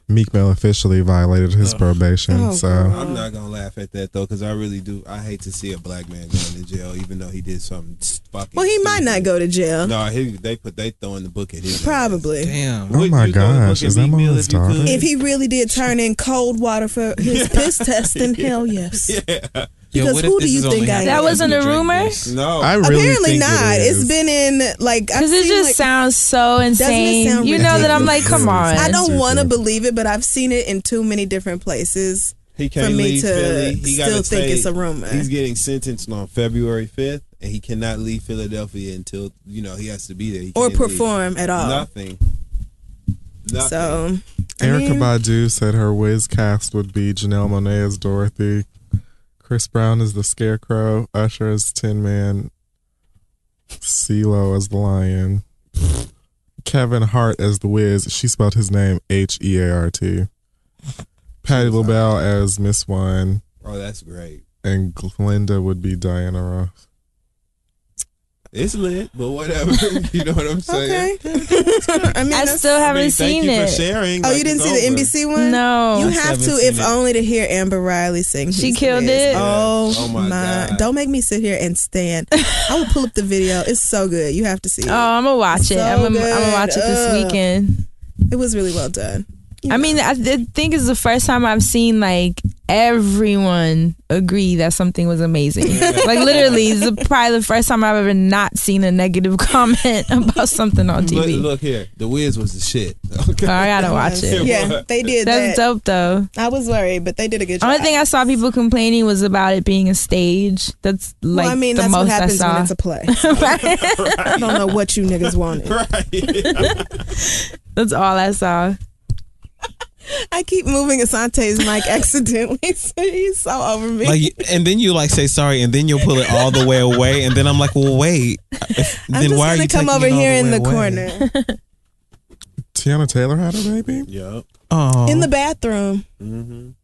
Speaker 1: Meek Mill officially violated his probation,
Speaker 4: Oh,
Speaker 1: so
Speaker 4: God.
Speaker 3: I'm not gonna laugh at that though, because I really do. I hate to see a black man going to jail, even though he did something s- fucking.
Speaker 4: Well, he might not go to jail.
Speaker 3: No, he, they put they throwing the book at him.
Speaker 4: Probably.
Speaker 11: Damn.
Speaker 1: oh my gosh, is that Mama's daughter?
Speaker 4: If he really did turn in cold water for his piss testing, hell yes.
Speaker 3: Yeah.
Speaker 11: Yo,
Speaker 4: Because
Speaker 11: what
Speaker 4: who
Speaker 11: if this
Speaker 4: do you
Speaker 11: is
Speaker 4: think
Speaker 11: only
Speaker 4: I am?
Speaker 11: happening
Speaker 8: That
Speaker 11: if
Speaker 8: wasn't
Speaker 11: you
Speaker 8: a
Speaker 11: drink
Speaker 8: rumor?
Speaker 11: this?
Speaker 3: No.
Speaker 1: I really
Speaker 4: Apparently
Speaker 1: think
Speaker 4: not.
Speaker 1: It
Speaker 4: It
Speaker 1: is.
Speaker 4: has been in like I've
Speaker 8: Because it
Speaker 4: seen,
Speaker 8: just
Speaker 4: like,
Speaker 8: sounds so
Speaker 4: sound
Speaker 8: insane. you know that I'm like,
Speaker 4: ridiculous?
Speaker 8: come on.
Speaker 4: I don't
Speaker 1: Yes,
Speaker 4: want to
Speaker 1: yes.
Speaker 4: believe it, but I've seen it in too many different places.
Speaker 3: He can't
Speaker 4: me
Speaker 3: leave
Speaker 4: to
Speaker 3: Philly. He
Speaker 4: still
Speaker 3: gotta
Speaker 4: think
Speaker 3: stay.
Speaker 4: it's a rumor.
Speaker 3: He's getting sentenced on February 5th, and he cannot leave Philadelphia until you know he has to be there. He can't
Speaker 4: Or
Speaker 3: leave.
Speaker 4: perform at all.
Speaker 3: Nothing. Nothing.
Speaker 4: So I
Speaker 1: Erica
Speaker 4: mean-
Speaker 1: Badu said her whiz cast would be Janelle Monae as Dorothy, Chris Brown as the Scarecrow, Usher as Tin Man, CeeLo as the Lion, Kevin Hart as the Wiz. She spelled his name H E A R T. Patty LaBelle as Miss One,
Speaker 3: oh, that's great.
Speaker 1: and Glinda would be Diana Ross.
Speaker 3: It's lit, but whatever. you know what I'm saying?
Speaker 4: okay. I mean,
Speaker 8: I
Speaker 4: that's-
Speaker 8: still haven't
Speaker 3: I mean, thank
Speaker 8: seen
Speaker 3: you
Speaker 8: it.
Speaker 3: for sharing.
Speaker 4: oh,
Speaker 3: Like,
Speaker 4: you didn't
Speaker 3: it's
Speaker 4: see
Speaker 3: over.
Speaker 4: the NBC one?
Speaker 8: no.
Speaker 4: You have to, if only to hear Amber Riley sing.
Speaker 8: She
Speaker 4: Who's
Speaker 8: killed
Speaker 4: This.
Speaker 8: it?
Speaker 4: Oh,
Speaker 3: Yeah. Oh,
Speaker 4: my!
Speaker 3: my God.
Speaker 4: Don't make me sit here and stand. I will pull up the video. It's so good. You have to see it.
Speaker 8: oh, I'm gonna watch it.
Speaker 4: So
Speaker 8: I'm gonna I'm gonna watch it this
Speaker 4: good. Ugh.
Speaker 8: weekend.
Speaker 4: It was really well done.
Speaker 8: I mean, I, I think it's the first time I've seen like everyone agree that something was amazing. like literally, it's the- probably the first time I've ever not seen a negative comment about something on
Speaker 3: Look,
Speaker 8: TV.
Speaker 3: look here. The Wiz was the shit. Okay.
Speaker 8: Oh, I gotta watch it.
Speaker 4: Yeah, they did
Speaker 8: That's
Speaker 4: that.
Speaker 8: dope though.
Speaker 4: I was worried, but they did a good job.
Speaker 8: Only thing I saw people complaining was about it being a stage. That's like
Speaker 4: well, I mean,
Speaker 8: the
Speaker 4: that's
Speaker 8: most
Speaker 4: what happens
Speaker 8: I saw.
Speaker 4: when it's a play. I don't know what you niggas wanted.
Speaker 8: That's all I saw.
Speaker 4: I keep moving Asante's mic accidentally, so he's so over me.
Speaker 2: Like, and then you like say sorry, and then you'll pull it all the way away, and then I'm like, well, wait. If-
Speaker 4: I'm
Speaker 2: then
Speaker 4: just
Speaker 2: why are
Speaker 4: gonna
Speaker 2: you
Speaker 4: come
Speaker 2: taking
Speaker 4: over
Speaker 2: it all
Speaker 4: here
Speaker 2: the
Speaker 4: in
Speaker 2: way
Speaker 4: the
Speaker 2: away?
Speaker 4: corner,
Speaker 1: Tiana Taylor had a baby.
Speaker 3: Yup.
Speaker 2: Oh,
Speaker 4: in the bathroom, and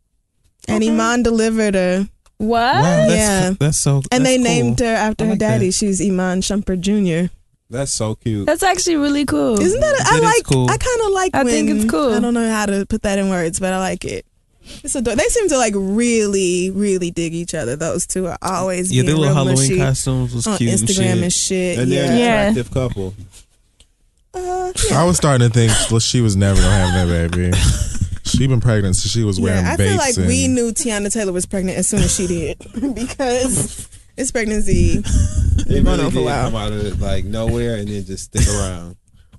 Speaker 4: Iman delivered her.
Speaker 8: What?
Speaker 2: wow, that's,
Speaker 4: Yeah.
Speaker 2: that's so. that's
Speaker 4: And they
Speaker 2: cool.
Speaker 4: named her after
Speaker 2: I
Speaker 4: her
Speaker 2: like
Speaker 4: daddy.
Speaker 2: that.
Speaker 4: She's Iman Shumpert junior.
Speaker 3: That's so cute.
Speaker 8: That's actually really cool.
Speaker 4: Isn't that? A, I
Speaker 2: That is
Speaker 4: like.
Speaker 2: cool.
Speaker 4: I kind of like.
Speaker 8: I
Speaker 4: when-
Speaker 8: think it's cool.
Speaker 4: I don't know how to put that in words, but I like it. It's ador- they seem to like really, really dig each other. Those two are always
Speaker 2: Yeah,
Speaker 4: being
Speaker 2: their little
Speaker 4: real
Speaker 2: Halloween
Speaker 4: mushy
Speaker 2: costumes was
Speaker 4: on
Speaker 2: cute and
Speaker 4: Instagram
Speaker 2: shit.
Speaker 4: and shit.
Speaker 3: And they're
Speaker 4: yeah.
Speaker 3: an
Speaker 8: Yeah.
Speaker 3: attractive couple.
Speaker 4: Uh,
Speaker 1: I was starting to think well, she was never gonna have that baby. She been pregnant, so she was wearing.
Speaker 4: yeah, I feel
Speaker 1: vapes
Speaker 4: like we
Speaker 1: and-
Speaker 4: knew Tiana Taylor was pregnant as soon as she did because it's pregnancy.
Speaker 3: It
Speaker 4: Going
Speaker 3: really
Speaker 4: on
Speaker 3: did
Speaker 4: for a while.
Speaker 3: come out of like nowhere and then just stick around.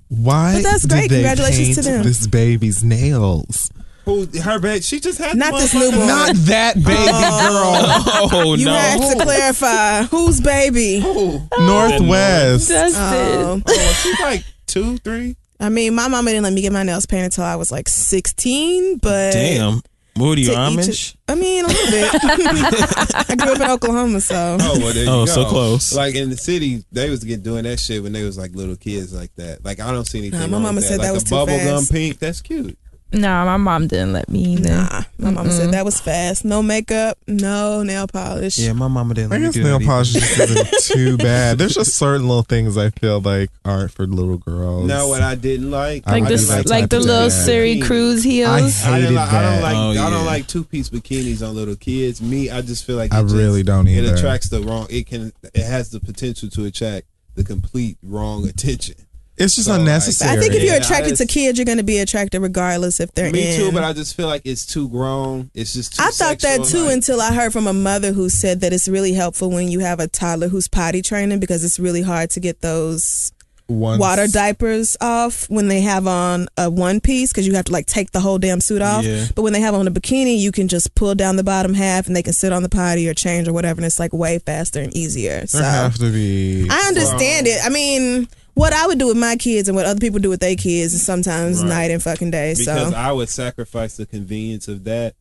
Speaker 1: Why?
Speaker 4: But that's
Speaker 1: did
Speaker 4: great.
Speaker 1: they
Speaker 4: Congratulations to
Speaker 1: paint
Speaker 4: them.
Speaker 1: This baby's nails.
Speaker 3: Who her baby? She just had
Speaker 4: Not
Speaker 3: the
Speaker 4: this
Speaker 3: motherfucker.
Speaker 4: newborn.
Speaker 1: Not that baby
Speaker 2: Oh
Speaker 4: you
Speaker 2: no!
Speaker 4: have to clarify whose baby.
Speaker 1: girl. Northwest.
Speaker 8: That's it.
Speaker 4: Oh.
Speaker 3: Oh, she's like two, three.
Speaker 4: I mean, my mama didn't let me get my nails painted until I was like 16, but
Speaker 2: Damn, what are
Speaker 4: to
Speaker 2: you
Speaker 4: each-
Speaker 2: Amish?
Speaker 4: I mean, a little bit. I grew up in Oklahoma, so
Speaker 3: Oh, well, there you
Speaker 2: Oh,
Speaker 3: go.
Speaker 2: so close.
Speaker 3: Like in the city, they was get doing that shit when they was like little kids like that. Like I don't see anything.
Speaker 4: Nah, my
Speaker 3: wrong
Speaker 4: mama
Speaker 3: with
Speaker 4: said
Speaker 3: like
Speaker 4: that was
Speaker 3: a
Speaker 4: too
Speaker 3: bubble gum
Speaker 4: fast.
Speaker 3: pink. That's cute.
Speaker 8: No, my mom didn't let me either.
Speaker 4: nah. My mama said that was fast. No makeup, no nail polish.
Speaker 2: Yeah, my mama didn't.
Speaker 1: I
Speaker 2: Let me
Speaker 1: guess
Speaker 2: do
Speaker 1: nail
Speaker 2: that
Speaker 1: polish just isn't too bad. There's just certain little things I feel like aren't for little girls.
Speaker 3: Now what I didn't like,
Speaker 8: Like
Speaker 1: Like
Speaker 3: I
Speaker 8: the
Speaker 1: the-
Speaker 3: didn't
Speaker 1: like
Speaker 8: like the
Speaker 1: type of
Speaker 8: little
Speaker 1: dad.
Speaker 8: Siri
Speaker 3: Bikini.
Speaker 8: Cruise
Speaker 1: I
Speaker 8: heels.
Speaker 3: I,
Speaker 1: hated
Speaker 3: didn't like, I don't
Speaker 1: that.
Speaker 3: like.
Speaker 2: Oh,
Speaker 3: I don't
Speaker 2: yeah.
Speaker 3: like two piece bikinis on little kids. Me, I just feel like
Speaker 1: I
Speaker 3: it just-
Speaker 1: really don't either.
Speaker 3: It attracts the wrong. It can. It has the potential to attract the complete wrong attention.
Speaker 1: it's just
Speaker 3: So, like,
Speaker 1: unnecessary.
Speaker 4: I think if you're
Speaker 3: Yeah,
Speaker 4: attracted to
Speaker 3: it's-
Speaker 4: kids, you're going to be attracted regardless if they're
Speaker 3: Me
Speaker 4: in.
Speaker 3: too, but I just feel like it's too grown. It's just. Too
Speaker 4: I thought that
Speaker 3: sexual,
Speaker 4: too
Speaker 3: like-
Speaker 4: until I heard from a mother who said that it's really helpful when you have a toddler who's potty training because it's really hard to get those
Speaker 1: Once.
Speaker 4: water diapers off when they have on a one piece because you have to like take the whole damn suit off.
Speaker 1: Yeah.
Speaker 4: But when they have on a bikini, you can just pull down the bottom half and they can sit on the potty or change or whatever, and it's like way faster and easier. So
Speaker 1: There have to be.
Speaker 4: I understand it. I mean, what I would do with my kids and what other people do with their kids is sometimes
Speaker 3: Right.
Speaker 4: night and fucking day.
Speaker 3: Because
Speaker 4: so
Speaker 3: I would sacrifice the convenience of that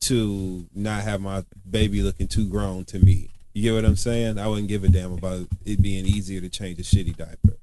Speaker 3: to not have my baby looking too grown to me. You get what I'm saying? I wouldn't give a damn about it being easier to change a shitty diaper.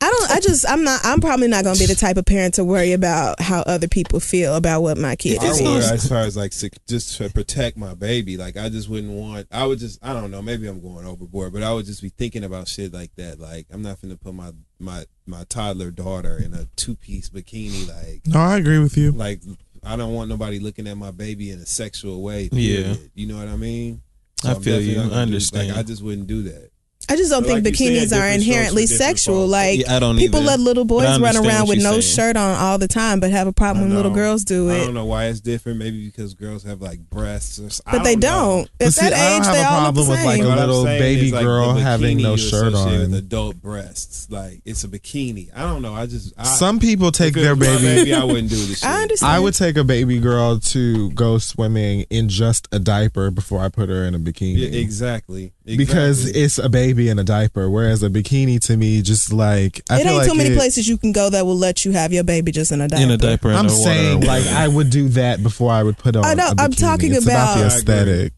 Speaker 4: I don't. I just. I'm not. I'm probably not going to be the type of parent to worry about how other people feel about what my kid
Speaker 3: I
Speaker 4: is.
Speaker 3: would, as far as like sec- just to protect my baby. Like I just wouldn't want. I would just. I don't know. Maybe I'm going overboard, but I would just be thinking about shit like that. Like I'm not finna put my my my toddler daughter in a two piece bikini. Like
Speaker 1: No, I agree with you.
Speaker 3: like I don't want nobody looking at my baby in a sexual way.
Speaker 1: Yeah.
Speaker 3: period. you know what I mean.
Speaker 2: I
Speaker 3: I'm
Speaker 2: feel you.
Speaker 3: definitely not gonna
Speaker 2: I
Speaker 3: do-
Speaker 2: understand.
Speaker 3: Like I just wouldn't do that.
Speaker 4: I just don't
Speaker 3: But
Speaker 4: think
Speaker 3: like you said,
Speaker 4: bikinis are
Speaker 3: different strokes for
Speaker 4: inherently
Speaker 3: different
Speaker 4: sexual.
Speaker 3: folks.
Speaker 4: Like
Speaker 3: Yeah, I don't
Speaker 4: people
Speaker 3: either.
Speaker 4: let little
Speaker 3: But I
Speaker 4: boys run
Speaker 3: understand
Speaker 4: around
Speaker 3: what
Speaker 4: with
Speaker 3: you're
Speaker 4: no
Speaker 3: saying.
Speaker 4: shirt on all the time, but have a problem when little
Speaker 3: No.
Speaker 4: girls do
Speaker 3: I
Speaker 4: it.
Speaker 3: don't know why it's different. Maybe because girls have like breasts, or, s- I
Speaker 4: But they
Speaker 3: know.
Speaker 4: don't. At But see, that I don't age, have they a all look problem the with, like, same. a
Speaker 3: What I'm
Speaker 1: little
Speaker 3: saying
Speaker 1: baby
Speaker 3: is, like, the
Speaker 1: girl having
Speaker 3: bikini
Speaker 1: no
Speaker 3: you
Speaker 1: shirt
Speaker 3: associate
Speaker 1: on.
Speaker 3: With adult breasts, like it's a bikini. I don't know. I just I,
Speaker 1: Some people take
Speaker 3: if it
Speaker 1: their
Speaker 3: was my
Speaker 1: baby.
Speaker 3: baby, I wouldn't do this. Shit.
Speaker 1: I would take a baby girl to go swimming in just a diaper before I put her in a bikini.
Speaker 3: Yeah, exactly.
Speaker 1: Because it's a baby in a diaper, whereas a bikini to me just like I
Speaker 4: it
Speaker 1: feel
Speaker 4: ain't
Speaker 1: like
Speaker 4: too many
Speaker 1: it-
Speaker 4: places you can go that will let you have your baby just in a diaper.
Speaker 1: I'm saying like I would do that before I would put on.
Speaker 4: I know,
Speaker 1: a
Speaker 4: I'm
Speaker 1: bikini.
Speaker 4: talking
Speaker 1: It's the
Speaker 4: about-
Speaker 1: aesthetic.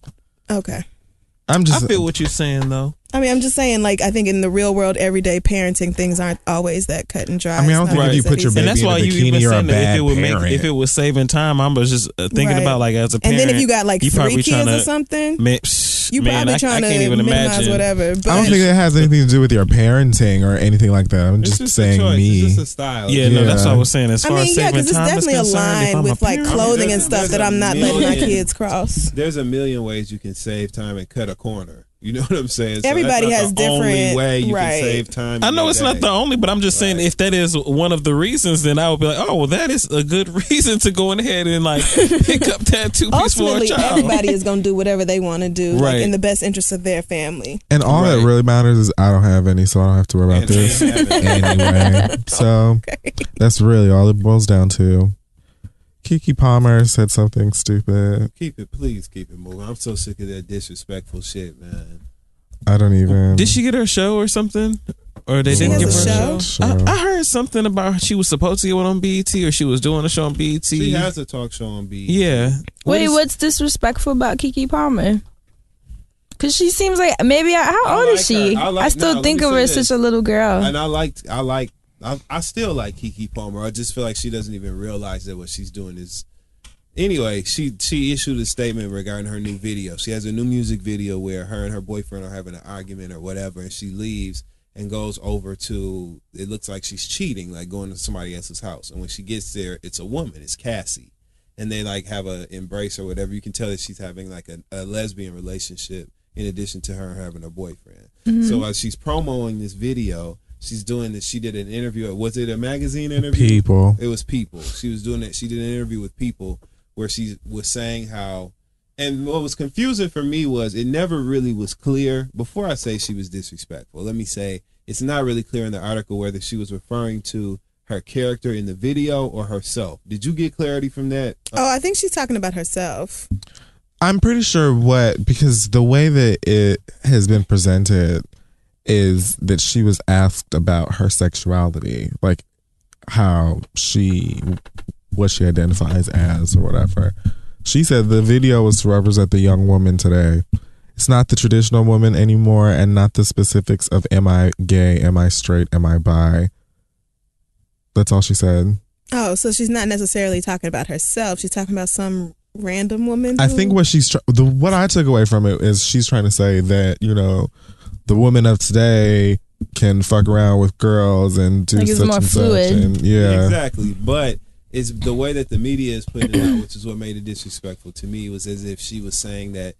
Speaker 4: okay.
Speaker 1: I'm just.
Speaker 2: I feel what you're saying though.
Speaker 4: I mean, I'm just saying, like, I think in the real world, everyday parenting things aren't always that cut and dry.
Speaker 1: I mean, I don't
Speaker 4: It's
Speaker 1: think
Speaker 4: not
Speaker 1: if you
Speaker 4: always
Speaker 1: put
Speaker 4: that
Speaker 1: your
Speaker 4: easy.
Speaker 1: baby
Speaker 2: and that's
Speaker 1: in a
Speaker 2: why you
Speaker 1: bikini,
Speaker 2: even
Speaker 1: you're a
Speaker 2: saying that
Speaker 1: bad
Speaker 2: if it would make
Speaker 1: parent.
Speaker 2: if it was saving time, I'm just uh, thinking
Speaker 4: Right.
Speaker 2: about like as a
Speaker 4: And
Speaker 2: parent.
Speaker 4: then if you got like
Speaker 2: you
Speaker 4: three
Speaker 2: probably
Speaker 4: kids
Speaker 2: tryna-
Speaker 4: or something,
Speaker 2: Man, psh,
Speaker 4: you
Speaker 2: man,
Speaker 4: probably
Speaker 2: I-
Speaker 4: trying
Speaker 2: I can't
Speaker 4: to
Speaker 2: even
Speaker 4: minimize
Speaker 2: imagine.
Speaker 4: whatever. But
Speaker 1: I don't think it has anything to do with your parenting or anything like that. I'm just, saying me.
Speaker 3: style.
Speaker 2: Yeah, no, that's what I was saying. As
Speaker 4: I
Speaker 2: far
Speaker 4: mean,
Speaker 2: as
Speaker 4: yeah,
Speaker 2: saving
Speaker 4: because it's
Speaker 2: time is
Speaker 4: definitely a
Speaker 2: concerned, if
Speaker 4: line
Speaker 2: I'm a
Speaker 4: with like
Speaker 2: parent-
Speaker 4: clothing and
Speaker 3: there's-
Speaker 4: stuff
Speaker 3: there's
Speaker 4: that
Speaker 3: a
Speaker 4: I'm not letting my
Speaker 3: million-
Speaker 4: kids cross.
Speaker 3: There's a million ways you can save time and cut a corner. You know what I'm saying? that's
Speaker 4: Everybody
Speaker 3: not
Speaker 4: has
Speaker 3: the Only
Speaker 4: different-
Speaker 3: way you
Speaker 4: right.
Speaker 3: can save time.
Speaker 2: I
Speaker 3: in
Speaker 2: know
Speaker 3: your
Speaker 2: it's not
Speaker 3: day.
Speaker 2: the only, but I'm just saying if that is one of the reasons, then I would be like, oh, well, that is a good reason to go ahead and like pick up that two piece for a
Speaker 4: Ultimately,
Speaker 2: child.
Speaker 4: everybody is going to do whatever they want to do,
Speaker 1: Right.
Speaker 4: like in the best interest of their family.
Speaker 1: And all that really matters is I don't have any, so I don't have to worry about
Speaker 3: And
Speaker 1: this
Speaker 3: they have it.
Speaker 1: anyway. So that's really all it boils down to. Kiki Palmer said something stupid.
Speaker 3: Keep it, please keep it moving. I'm so sick of that disrespectful shit, man.
Speaker 1: I don't even.
Speaker 2: Did she get her show or something? Or they
Speaker 1: She
Speaker 2: didn't
Speaker 1: has
Speaker 2: give
Speaker 1: a
Speaker 2: her
Speaker 1: show?
Speaker 2: a show? I,
Speaker 1: Show.
Speaker 2: I heard something about she was supposed to get one on BET or she was doing a show on BET.
Speaker 3: She has a talk show on B.
Speaker 2: yeah.
Speaker 8: Wait,
Speaker 2: is-
Speaker 8: what's disrespectful about Kiki Palmer? Cause she seems like maybe I, how
Speaker 3: I
Speaker 8: old
Speaker 3: like
Speaker 8: is she?
Speaker 3: her. I
Speaker 8: I,
Speaker 3: like-
Speaker 8: still
Speaker 3: nah, let
Speaker 8: think
Speaker 3: me
Speaker 8: of her
Speaker 3: say
Speaker 8: as
Speaker 3: this.
Speaker 8: such a little girl.
Speaker 3: And I liked, I like, I, I still like Kiki Palmer. I just feel like she doesn't even realize that what she's doing is. Anyway, she she issued a statement regarding her new video. She has a new music video where her and her boyfriend are having an argument or whatever, and she leaves and goes over to. It looks like she's cheating, like going to somebody else's house. And when she gets there, it's a woman. It's Cassie, and they like have a embrace or whatever. You can tell that she's having like a, a lesbian relationship in addition to her having a boyfriend.
Speaker 12: Mhm.
Speaker 3: So as she's promoting this video, she's doing this. She did an interview. Was it a magazine interview?
Speaker 1: People.
Speaker 3: It was People. She was doing it. She did an interview with People where she was saying how. And what was confusing for me was it never really was clear. Before I say she was disrespectful, let me say it's not really clear in the article whether she was referring to her character in the video or herself. Did you get clarity from that?
Speaker 4: Oh, I think she's talking about herself.
Speaker 1: I'm pretty sure what because the way that it has been presented is that she was asked about her sexuality, like how she what she identifies as or whatever. She said the video was to represent the young woman today. It's not the traditional woman anymore and not the specifics of am I gay, am I straight, am I bi. That's all she said.
Speaker 4: Oh, so she's not necessarily talking about herself. She's talking about some random woman.
Speaker 1: I
Speaker 4: who-
Speaker 1: think what she's tr- the what I took away from it is she's trying to say that you know the women of today can fuck around with girls and do
Speaker 8: Like, it's
Speaker 1: such
Speaker 8: more
Speaker 1: and such
Speaker 8: fluid.
Speaker 1: and yeah
Speaker 3: Exactly. But it's the way that the media is putting it out, which is what made it disrespectful to me, was as if she was saying that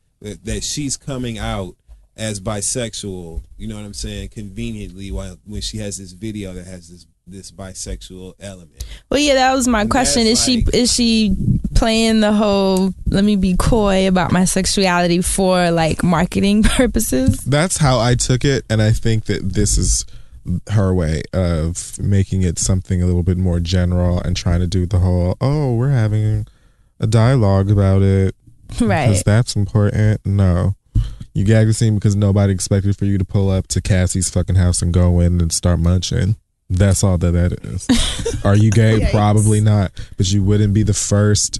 Speaker 3: that she's coming out as bisexual, you know what I'm saying, conveniently while when she has this video that has this this bisexual element.
Speaker 8: Well, yeah, that was my
Speaker 3: And
Speaker 8: question.
Speaker 3: that's
Speaker 8: Is she is she playing the whole "let me be coy about my sexuality" for like marketing purposes?
Speaker 1: that's how I took it and I think that this is her way of making it something a little bit more general and trying to do the whole oh we're having a dialogue about it
Speaker 8: Right.
Speaker 1: because that's important no you gag the scene because nobody expected for you to pull up to cassie's fucking house and go in and start munching that's all that that is are you gay
Speaker 13: Yikes.
Speaker 1: probably not but you wouldn't be the first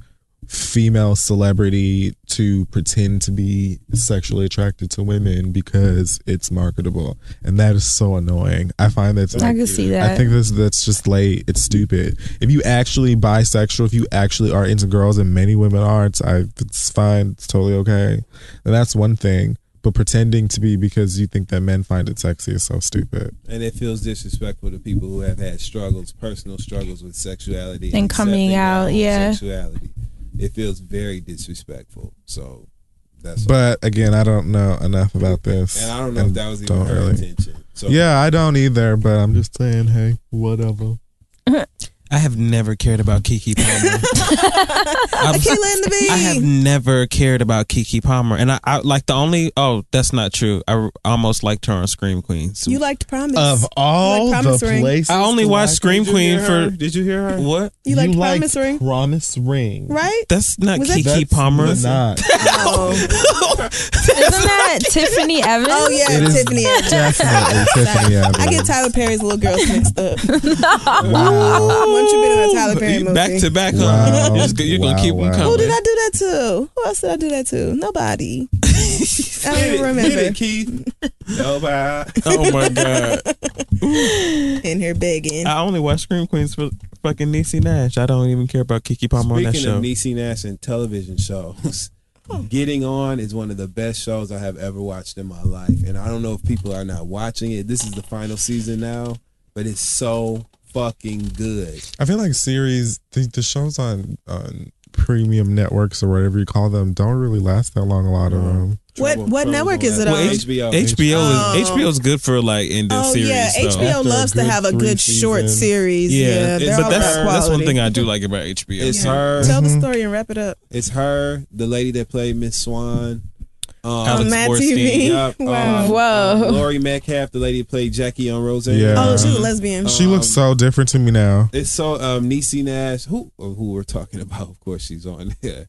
Speaker 1: female celebrity to pretend to be sexually attracted to women because it's marketable and that is so annoying i find that's
Speaker 8: I
Speaker 1: like-
Speaker 8: can see that.
Speaker 1: i think that's that's just late it's stupid if you actually bisexual if you actually are into girls and many women are it's, I, it's fine it's totally okay and that's one thing but pretending to be because you think that men find it sexy is so stupid
Speaker 3: And it feels disrespectful to people who have had struggles, personal struggles with sexuality
Speaker 8: And coming
Speaker 3: accepting their
Speaker 8: out,
Speaker 3: own
Speaker 8: yeah.
Speaker 3: Sexuality. It feels very disrespectful. So that's
Speaker 1: but again i don't know enough about this
Speaker 3: And I don't know if that was even
Speaker 1: don't
Speaker 3: her intention, so-
Speaker 1: yeah i don't either but i'm just saying hey whatever
Speaker 2: I have never cared about Kiki Palmer.
Speaker 4: I can't land the bee.
Speaker 2: I have never cared about Kiki Palmer, and I, I like the only. Oh, that's not true. I r- almost liked her on Scream Queens.
Speaker 4: you liked Promise.
Speaker 2: Of all
Speaker 4: you liked Promise
Speaker 2: the
Speaker 4: Ring.
Speaker 2: places I only to watched watch- Scream
Speaker 1: Did you hear
Speaker 2: Queen
Speaker 1: her?
Speaker 2: for-
Speaker 1: Did you hear her?
Speaker 2: What?
Speaker 4: You liked Promise Ring?
Speaker 1: Promise Ring.
Speaker 4: Right?
Speaker 2: That's not
Speaker 4: Was that-
Speaker 2: Kiki
Speaker 4: That's
Speaker 2: Palmer.
Speaker 1: not.
Speaker 8: Oh, Isn't that Tiffany Evans?
Speaker 4: Oh yeah,
Speaker 2: It is
Speaker 4: Tiffany Evans.
Speaker 2: definitely
Speaker 1: Tiffany Evans.
Speaker 4: I get Tyler Perry's little girls mixed up.
Speaker 1: Wow.
Speaker 4: Once you've been on a Tyler Perry
Speaker 2: You
Speaker 4: movie,
Speaker 2: back to back, huh? You're, just- you're gonna keep them coming.
Speaker 4: Who did I do that to? Who else did I do that to? Nobody. I don't even remember.
Speaker 3: Keith. Nobody.
Speaker 2: Oh my god!
Speaker 4: In here begging.
Speaker 2: I only watch Scream Queens for fucking Niecy Nash. I don't even care about Kiki Palmer on that
Speaker 3: Speaking
Speaker 2: show.
Speaker 3: of Niecy Nash and television shows, Getting On is one of the best shows I have ever watched in my life. And I don't know if people are not watching it. This is the final season now, but it's so fucking good.
Speaker 1: I feel like series the, the shows on on premium networks or whatever you call them don't really last that long. A lot of them.
Speaker 4: What what network is it on?
Speaker 2: H- HBO is HBO is good for like ending
Speaker 4: Oh
Speaker 2: series.
Speaker 4: yeah,
Speaker 2: though.
Speaker 4: HBO loves to have a good short series. Yeah, they're
Speaker 2: but
Speaker 4: all
Speaker 2: that's
Speaker 4: about
Speaker 2: that's one
Speaker 4: quality.
Speaker 2: thing I do like about HBO.
Speaker 3: It's her.
Speaker 4: Tell the story and wrap it up.
Speaker 3: It's her, the lady that played Miss Swan. Um,
Speaker 4: On Mad
Speaker 3: Borstein.
Speaker 4: TV?
Speaker 3: Yup.
Speaker 4: Wow.
Speaker 3: Um,
Speaker 4: Whoa. Oh,
Speaker 3: um, Lori Metcalf, the lady that played Jackie on Roseanne.
Speaker 1: Yeah. She
Speaker 3: Um,
Speaker 1: looks so different to me now.
Speaker 3: It's so um, Niecy Nash, who or who we're talking about, of course, she's on there.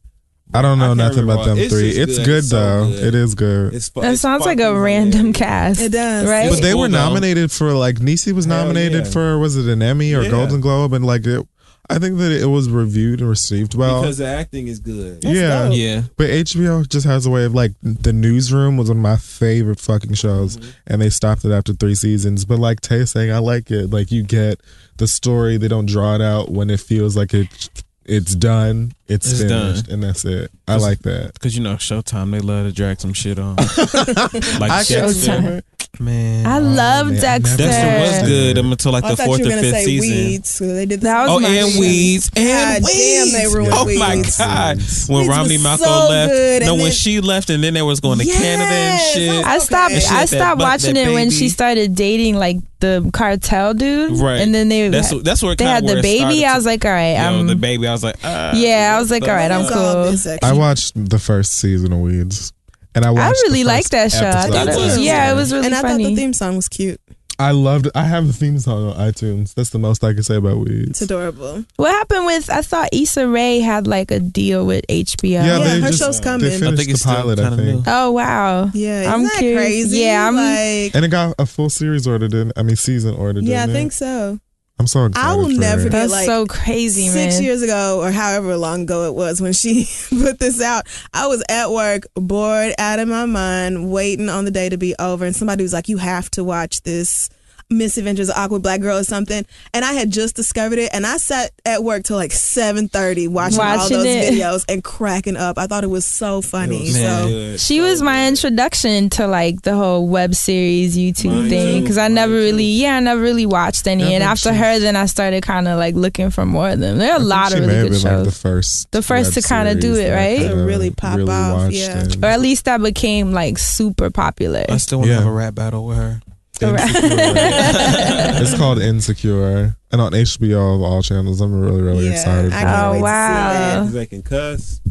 Speaker 1: I don't know
Speaker 3: can't
Speaker 1: nothing
Speaker 3: remember
Speaker 1: about
Speaker 3: all-
Speaker 1: them
Speaker 3: it's
Speaker 1: three.
Speaker 3: just
Speaker 1: It's
Speaker 3: good.
Speaker 1: good,
Speaker 3: It's so
Speaker 1: though.
Speaker 3: good.
Speaker 1: It is good.
Speaker 3: It's
Speaker 8: That sounds like a random cast.
Speaker 4: It does,
Speaker 8: right?
Speaker 1: But they were nominated for like Nisi was nominated
Speaker 3: yeah.
Speaker 1: for was it an Emmy or
Speaker 3: Yeah.
Speaker 1: Golden Globe and like it. I think that it was reviewed and received well.
Speaker 3: because the acting is good.
Speaker 1: yeah, But HBO just has a way of like the Newsroom was one of my favorite fucking shows,
Speaker 3: Mm-hmm.
Speaker 1: and they stopped it after three seasons. But like Tay saying, I like it. Like you get the story. They don't draw it out when it feels like it. It's done. It's,
Speaker 2: It's
Speaker 1: finished,
Speaker 2: done.
Speaker 1: and that's it. I like that.
Speaker 2: because you know Showtime they love to drag some shit on. like
Speaker 1: I can't
Speaker 2: Dexter.
Speaker 1: remember.
Speaker 2: man.
Speaker 8: I love Dexter. Oh,
Speaker 2: Dexter was good um, until like
Speaker 4: Oh, I
Speaker 2: the
Speaker 4: thought
Speaker 2: fourth
Speaker 4: you
Speaker 2: or
Speaker 4: were gonna
Speaker 2: fifth
Speaker 4: say
Speaker 2: season.
Speaker 4: weeds. So they did that
Speaker 2: oh, and weeds and
Speaker 4: God
Speaker 2: weeds.
Speaker 4: Damn, they ruined
Speaker 2: oh
Speaker 4: weeds.
Speaker 2: my god! When
Speaker 4: Weeds
Speaker 2: Romney
Speaker 4: was
Speaker 2: Mako
Speaker 4: so
Speaker 2: left,
Speaker 4: good,
Speaker 2: no,
Speaker 4: and
Speaker 2: when
Speaker 4: then-
Speaker 2: she left, and then they was going to Canada and shit.
Speaker 8: I stopped.
Speaker 2: And she
Speaker 8: I
Speaker 2: had that
Speaker 8: stopped
Speaker 2: butt-
Speaker 8: watching
Speaker 2: that
Speaker 8: it when
Speaker 2: baby.
Speaker 8: she started dating like the cartel dude,
Speaker 2: Right.
Speaker 8: And then they
Speaker 2: That's- that's where it
Speaker 8: they
Speaker 2: kinda
Speaker 8: had
Speaker 2: where
Speaker 8: the
Speaker 2: it
Speaker 8: baby.
Speaker 2: started
Speaker 8: I was like, all right,
Speaker 2: Yo,
Speaker 8: I'm
Speaker 2: the baby. I was like, ah.
Speaker 8: yeah. I was like, all right, I'm cool.
Speaker 1: I watched the first season of Weeds, and I
Speaker 8: I
Speaker 1: watched. the
Speaker 8: really
Speaker 1: first
Speaker 8: liked that show. I
Speaker 1: episode.
Speaker 8: thought it was yeah, it was really
Speaker 4: and I
Speaker 8: funny.
Speaker 4: thought the theme song was cute.
Speaker 1: I loved. I have the theme song on iTunes. That's the most I can say about Weeds.
Speaker 4: It's adorable.
Speaker 8: what happened with? I thought Issa Rae had like a deal with HBO.
Speaker 1: Yeah, they just- They finished
Speaker 2: think
Speaker 1: the
Speaker 2: it's still
Speaker 1: pilot, I
Speaker 2: kinda
Speaker 1: think.
Speaker 8: Oh wow.
Speaker 4: Yeah,
Speaker 8: I'm
Speaker 4: isn't that
Speaker 8: curious.
Speaker 4: crazy?
Speaker 8: Yeah, I'm
Speaker 4: like
Speaker 1: And it got a full series order, didn't I mean season order, didn't
Speaker 4: yeah, I
Speaker 1: it?
Speaker 4: think so.
Speaker 1: I'm so excited.
Speaker 4: I will
Speaker 1: for
Speaker 4: never
Speaker 1: it.
Speaker 4: forget. like,
Speaker 8: crazy,
Speaker 4: Six
Speaker 8: man.
Speaker 4: years ago, or however long ago it was, when she put this out, I was at work, bored out of my mind, waiting on the day to be over, and somebody was like, "You have to watch this." Misadventures of Awkward Black Girl or something, and I had just discovered it, and I sat at work till like seven thirty watching, all
Speaker 8: Watching
Speaker 4: those
Speaker 8: it.
Speaker 4: videos and cracking up. I thought it was so funny. so
Speaker 8: She was my introduction to like the whole web series YouTube
Speaker 4: Mine
Speaker 8: thing
Speaker 4: too,
Speaker 8: because I never really, yeah, I never really watched any.
Speaker 1: That
Speaker 8: and
Speaker 1: makes
Speaker 8: after her, then I started kind of like looking for more of them. There are a
Speaker 1: I think
Speaker 8: lot
Speaker 1: she
Speaker 8: of
Speaker 1: may
Speaker 8: really
Speaker 1: have
Speaker 8: good
Speaker 1: been,
Speaker 8: shows.
Speaker 1: like, the first,
Speaker 8: The first
Speaker 1: web
Speaker 8: to kinda do
Speaker 1: series
Speaker 8: it,
Speaker 1: that I
Speaker 8: right? To
Speaker 1: kinda
Speaker 8: really
Speaker 4: pop off,
Speaker 1: watched
Speaker 4: yeah.
Speaker 1: and-
Speaker 8: or at least that became like super popular.
Speaker 2: I still want to
Speaker 1: Yeah.
Speaker 2: have a rap battle with her.
Speaker 1: it's called Insecure, and on HBO of all channels. I'm really, really excited.
Speaker 8: I can't
Speaker 4: uh,
Speaker 1: about
Speaker 8: wait to
Speaker 1: it.
Speaker 8: see that.
Speaker 3: They can cuss.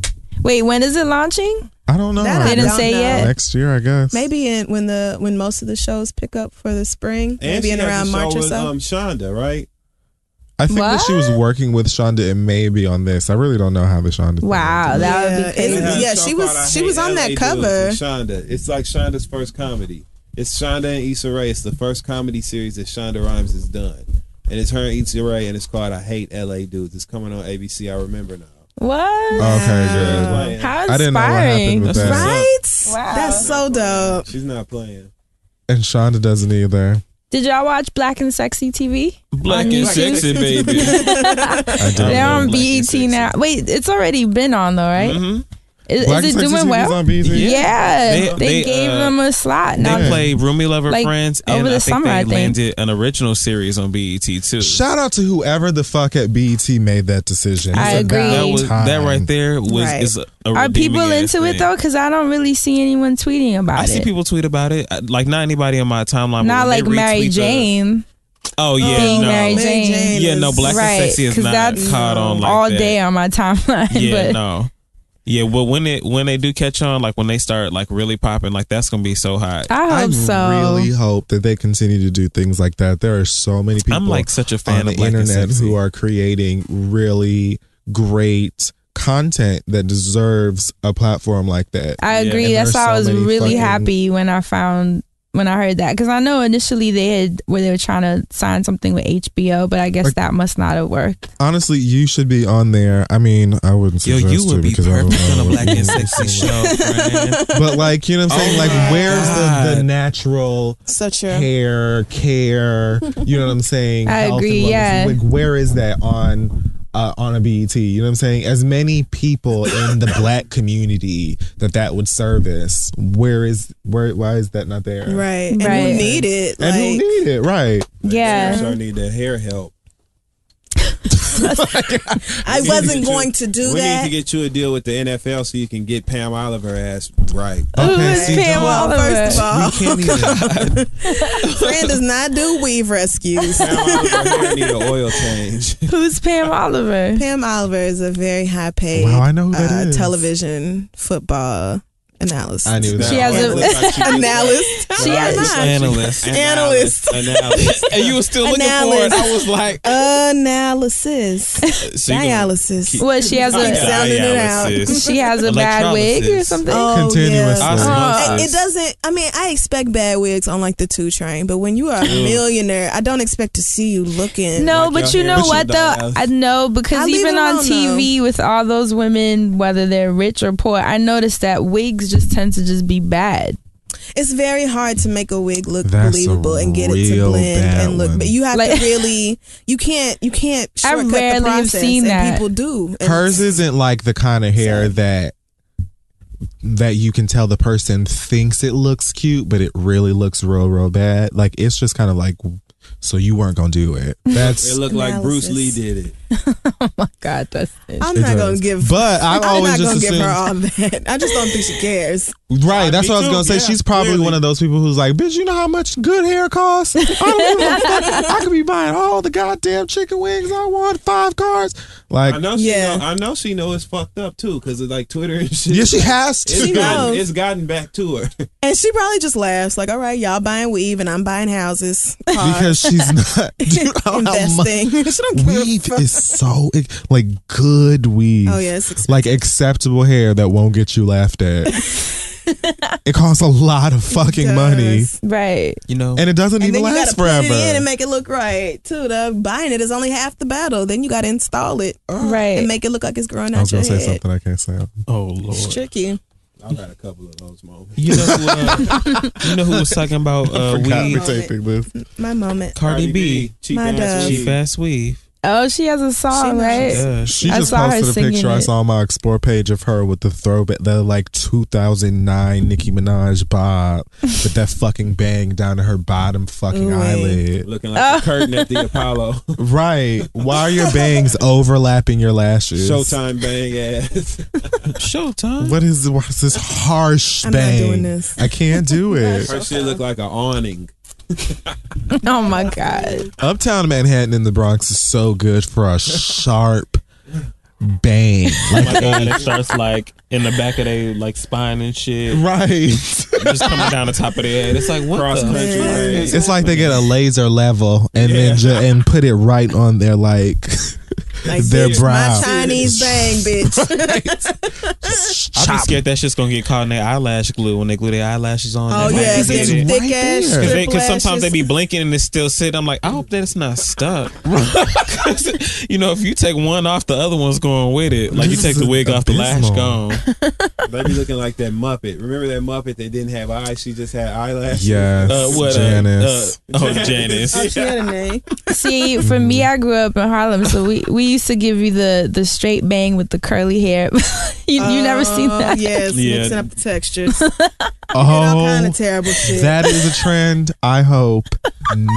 Speaker 8: Wait, when is it launching?
Speaker 1: I don't know.
Speaker 4: That I
Speaker 1: I
Speaker 4: didn't
Speaker 1: guess
Speaker 4: say yet.
Speaker 1: Next year, I guess.
Speaker 4: Maybe in when the when most of the shows pick up for the spring, maybe
Speaker 3: she
Speaker 4: in
Speaker 3: has a
Speaker 4: around
Speaker 3: show
Speaker 4: March or
Speaker 3: with,
Speaker 4: so.
Speaker 3: Um, Shonda, right?
Speaker 1: I think that she was working with Shonda and maybe on this. I really don't know how the Shonda. thing-
Speaker 8: Wow, that would
Speaker 4: Yeah,
Speaker 8: be crazy.
Speaker 4: it's- yeah, she was-
Speaker 1: uh,
Speaker 4: she was on that cover.
Speaker 3: Shonda. It's like Shonda's first comedy. It's Shonda and Issa Rae. It's the first comedy series that Shonda Rhimes has done, and it's her and Issa Rae, and it's called "I Hate L.A. Dudes." It's coming on ABC. I remember now.
Speaker 8: What?
Speaker 1: Okay, good.
Speaker 8: How
Speaker 1: I didn't know what happened with
Speaker 3: That's
Speaker 1: that.
Speaker 4: Right?
Speaker 8: Wow.
Speaker 4: That's so dope.
Speaker 3: She's not playing.
Speaker 1: And Shonda doesn't either.
Speaker 8: Did y'all watch Black and Sexy TV?
Speaker 11: Black
Speaker 8: On
Speaker 11: and
Speaker 8: YouTube?
Speaker 11: sexy, baby.
Speaker 1: I don't
Speaker 8: They're
Speaker 1: know.
Speaker 8: on BET now. Wait, it's already been on though, right?
Speaker 2: Mm-hmm.
Speaker 11: Mhm.
Speaker 8: Is,
Speaker 1: Black
Speaker 8: is
Speaker 1: and
Speaker 8: it
Speaker 1: Sexy
Speaker 8: doing
Speaker 1: TV is
Speaker 8: well?
Speaker 1: on E BET?
Speaker 8: Yeah,
Speaker 11: They-
Speaker 8: they,
Speaker 11: they,
Speaker 8: gave
Speaker 11: uh,
Speaker 8: them a slot. Now
Speaker 11: They played Roomy Lover
Speaker 8: Like,
Speaker 11: Friends, and
Speaker 8: over the
Speaker 11: I think
Speaker 8: summer,
Speaker 11: they
Speaker 8: I think.
Speaker 11: landed an original series on
Speaker 2: E
Speaker 11: BET too.
Speaker 1: Shout out to whoever the fuck at BET made that decision.
Speaker 8: I
Speaker 1: It's
Speaker 8: agree.
Speaker 1: about
Speaker 11: that was that
Speaker 1: time.
Speaker 11: right there was
Speaker 4: Right.
Speaker 11: is a, a
Speaker 8: are people
Speaker 11: redeeming
Speaker 8: into
Speaker 11: ass
Speaker 8: it
Speaker 11: thing.
Speaker 8: though? Because I don't really see anyone tweeting about
Speaker 11: I
Speaker 8: it.
Speaker 11: see people tweet about it, I- like not anybody on my timeline. but
Speaker 8: Not
Speaker 11: when
Speaker 8: like
Speaker 11: they retweet
Speaker 8: Mary
Speaker 11: the-
Speaker 8: Jane.
Speaker 11: oh yeah,
Speaker 8: being
Speaker 11: no,
Speaker 8: Mary Jane.
Speaker 11: yeah, no, black
Speaker 8: Right,
Speaker 11: and sexy is
Speaker 8: 'cause
Speaker 11: not
Speaker 8: that's
Speaker 11: caught on like
Speaker 8: all
Speaker 11: that.
Speaker 8: day on my timeline.
Speaker 11: Yeah,
Speaker 8: but
Speaker 11: no. Yeah, well, when it when they do catch on, like when they start like really popping, like that's gonna be so hot.
Speaker 8: I hope
Speaker 1: I
Speaker 8: so.
Speaker 1: really hope that they continue to do things like that. There are so many people
Speaker 11: I'm like such a
Speaker 1: on
Speaker 11: fan
Speaker 1: the
Speaker 11: of black and
Speaker 1: internet
Speaker 11: sexy.
Speaker 1: who are creating really great content that deserves a platform like that.
Speaker 8: I
Speaker 11: Yeah.
Speaker 8: agree.
Speaker 1: And
Speaker 8: That's
Speaker 1: there
Speaker 8: why I
Speaker 1: are so
Speaker 8: was
Speaker 1: many
Speaker 8: really
Speaker 1: fucking-
Speaker 8: happy when I found when I heard that because I know initially they had where they were trying to sign something with HBO, but I guess
Speaker 1: Like-
Speaker 8: that must not have worked.
Speaker 1: Honestly, you should be on there. I mean, I wouldn't
Speaker 11: Yo,
Speaker 1: suggest
Speaker 11: you would
Speaker 1: it
Speaker 11: be
Speaker 1: because I don't
Speaker 11: perfect on
Speaker 1: know
Speaker 11: a
Speaker 1: what
Speaker 11: black
Speaker 1: you
Speaker 11: and
Speaker 1: would
Speaker 11: sexy
Speaker 1: do.
Speaker 11: show. friend.
Speaker 1: But like, you know what I'm saying?
Speaker 11: Oh my
Speaker 1: like, where's the, the
Speaker 11: God.
Speaker 1: natural
Speaker 4: So true.
Speaker 1: hair care? You know what I'm saying?
Speaker 8: I
Speaker 1: Health and
Speaker 8: agree,
Speaker 1: wellness.
Speaker 8: yeah.
Speaker 1: Like, where is that on? Uh, on a BET, you know what I'm saying? As many people in the black community that that would service, where is where? Why is that not there?
Speaker 4: Right. And
Speaker 8: Right.
Speaker 4: who need it?
Speaker 1: And
Speaker 4: like,
Speaker 1: who need it? Right?
Speaker 3: I
Speaker 8: Yeah,
Speaker 3: sure need that hair help.
Speaker 4: I
Speaker 3: We need
Speaker 4: wasn't
Speaker 3: to-
Speaker 4: going to do
Speaker 3: we
Speaker 4: that.
Speaker 3: need to get you a deal with the NFL so you can get Pam Oliver ass right.
Speaker 8: it's
Speaker 1: see,
Speaker 8: Pam
Speaker 1: don't-
Speaker 4: well, first of all,
Speaker 1: we can't even.
Speaker 4: Fran does not do weave rescues.
Speaker 3: Pam Oliver hair need an oil change.
Speaker 8: who's Pam Oliver?
Speaker 4: Pam Oliver is a very high paid
Speaker 1: Wow, I know who that is.
Speaker 4: television football analyst.
Speaker 1: I knew that.
Speaker 8: She has a-
Speaker 3: Looks like she did
Speaker 4: analyst.
Speaker 3: that.
Speaker 8: She has-
Speaker 3: Right.
Speaker 11: Analyst.
Speaker 4: Analyst.
Speaker 3: Analyst.
Speaker 11: and you were still looking
Speaker 4: Analysis.
Speaker 11: for it. I was like,
Speaker 4: Analysis.
Speaker 11: so you gonna-
Speaker 4: Dialysis.
Speaker 8: What she has
Speaker 4: Keep
Speaker 8: a
Speaker 4: sounding it out.
Speaker 11: Dialysis.
Speaker 8: she has a bad wig or
Speaker 11: Electrolysis.
Speaker 8: something.
Speaker 4: Oh,
Speaker 1: Continuously.
Speaker 4: yeah.
Speaker 11: Osmosis.
Speaker 4: It- It doesn't. I mean, I expect bad wigs on like the two train, but when you are a millionaire, I don't expect to see you looking.
Speaker 8: No,
Speaker 3: Like
Speaker 8: but
Speaker 3: your
Speaker 8: you know
Speaker 3: hair
Speaker 8: what
Speaker 3: should die
Speaker 8: though?
Speaker 3: out.
Speaker 8: I know because
Speaker 4: I leave
Speaker 8: even
Speaker 4: it
Speaker 8: on
Speaker 4: alone,
Speaker 8: TV with all those women, whether they're rich or poor, I noticed that wigs just tend to just be bad.
Speaker 4: it's very hard to make a wig look
Speaker 1: That's a
Speaker 4: believable and get it to
Speaker 1: real
Speaker 4: blend
Speaker 1: bad
Speaker 4: and look.
Speaker 1: one.
Speaker 4: But you have
Speaker 8: Like-
Speaker 4: to really. You can't. You can't
Speaker 8: I
Speaker 4: shortcut the
Speaker 8: rarely have
Speaker 4: process.
Speaker 8: seen
Speaker 4: and
Speaker 8: that.
Speaker 4: people do. And
Speaker 1: Hers isn't like the kind of hair that that you can tell the person thinks it looks cute, but it really looks real, real bad. Like it's just kind of like, so you weren't gonna do it.
Speaker 3: It
Speaker 1: That's
Speaker 3: looked like Bruce Lee
Speaker 4: Analysis.
Speaker 3: did it.
Speaker 8: My God, that's it.
Speaker 4: I'm
Speaker 1: It
Speaker 4: not
Speaker 1: does.
Speaker 4: gonna give.
Speaker 1: But I'm always
Speaker 4: not
Speaker 1: just
Speaker 4: gonna give her
Speaker 1: assumed-
Speaker 4: all that. I just don't think she cares.
Speaker 1: right. That's
Speaker 3: Me
Speaker 1: what I was
Speaker 3: too,
Speaker 1: gonna say.
Speaker 3: yeah,
Speaker 1: She's probably
Speaker 3: clearly.
Speaker 1: one of those people who's like, bitch, you know how much good hair costs. I don't give a fuck. I could be buying all the goddamn chicken wings I want, five cars. Like,
Speaker 3: I know she
Speaker 4: Yeah.
Speaker 3: know. I know she know it's fucked up too, because of like Twitter and shit.
Speaker 1: yeah, she has to.
Speaker 3: It's
Speaker 4: knows.
Speaker 3: gotten, it's gotten back to her.
Speaker 4: And she probably just laughs, like, all right, y'all buying weave and I'm buying houses. cars,
Speaker 1: because she's not dude, how much-
Speaker 4: investing. she don't care.
Speaker 1: weave is so like good weave.
Speaker 4: Oh, yeah, it's expensive.
Speaker 1: like acceptable hair that won't get you laughed at. it costs a lot of fucking money,
Speaker 4: Does.
Speaker 8: Right.
Speaker 11: you know,
Speaker 1: and it doesn't
Speaker 4: And
Speaker 1: even
Speaker 4: then you gotta
Speaker 1: last
Speaker 4: put
Speaker 1: forever.
Speaker 4: it in and make it look right too. The buying it is only half the battle. Then you gotta install it
Speaker 8: Right.
Speaker 4: and make it look like it's growing
Speaker 1: I
Speaker 4: out
Speaker 1: was
Speaker 4: your
Speaker 1: gonna
Speaker 4: head.
Speaker 1: say something I can't say.
Speaker 11: oh lord,
Speaker 4: It's tricky.
Speaker 3: I got a couple of those moments.
Speaker 11: you know, who, uh, you know who was talking about uh,
Speaker 1: Forgot
Speaker 11: weave?
Speaker 1: we're taping this.
Speaker 4: My moment.
Speaker 11: Cardi B,
Speaker 3: cheap
Speaker 4: My
Speaker 3: ass,
Speaker 4: dove.
Speaker 11: cheap
Speaker 3: cheap
Speaker 11: ass weave.
Speaker 8: Oh, she has a song,
Speaker 4: She
Speaker 8: right?
Speaker 4: does.
Speaker 11: Yeah,
Speaker 1: She
Speaker 8: I
Speaker 1: just
Speaker 8: saw her
Speaker 1: posted a
Speaker 8: singing
Speaker 1: picture I
Speaker 8: it.
Speaker 1: saw on my explore page of her with the throwback, the like 2009 Nicki Minaj bob, with that fucking bang down to her bottom fucking
Speaker 4: Ooh, wait.
Speaker 1: eyelid.
Speaker 3: looking
Speaker 4: Oh.
Speaker 3: like a curtain at the Apollo.
Speaker 1: Right? Why are your bangs overlapping your lashes?
Speaker 3: Showtime bang ass.
Speaker 11: Showtime.
Speaker 1: What is what's this harsh
Speaker 4: I'm not
Speaker 1: bang?
Speaker 4: doing this.
Speaker 1: I can't do it.
Speaker 3: Her shit look like an awning.
Speaker 8: Oh my God.
Speaker 1: Uptown Manhattan in the Bronx is so good for a sharp bang.
Speaker 2: Like, oh my God, it starts like in the back of their like spine and shit.
Speaker 1: Right.
Speaker 2: Just coming down the top of their head. It's like what
Speaker 3: Cross
Speaker 2: the
Speaker 3: country
Speaker 2: fuck?
Speaker 3: leg.
Speaker 1: It's like they get a laser level and then ju- and put it right on their like, their
Speaker 4: bitch,
Speaker 1: brow.
Speaker 4: My Chinese bang, bitch.
Speaker 2: I be scared that shit's gonna get caught in their eyelash glue when they glue their eyelashes on.
Speaker 4: Oh, yeah,
Speaker 2: because
Speaker 4: it's
Speaker 2: they,
Speaker 4: thick ass. strip
Speaker 2: because sometimes
Speaker 4: lashes.
Speaker 2: they be blinking and it's still sitting. I'm like, I hope that it's not stuck. 'Cause, you know, if you take one off, the other one's going with it. Like you
Speaker 3: This
Speaker 2: take
Speaker 3: is
Speaker 2: the wig off, the lash
Speaker 3: abysmal.
Speaker 2: gone.
Speaker 3: They be looking like that Muppet. Remember that Muppet that didn't have eyes? She just had eyelashes.
Speaker 1: Yes,
Speaker 2: Uh, what, uh, Janice. uh, oh, Janice.
Speaker 4: Oh, she had a name.
Speaker 14: See, for me, I grew up in Harlem, so we, we used to give you the, the straight bang with the curly hair. you you never seen
Speaker 4: Oh,
Speaker 14: that?
Speaker 4: Yes,
Speaker 1: Yeah.
Speaker 4: mixing up the textures.
Speaker 1: Oh,
Speaker 4: kind of terrible shit.
Speaker 1: that is a trend. I hope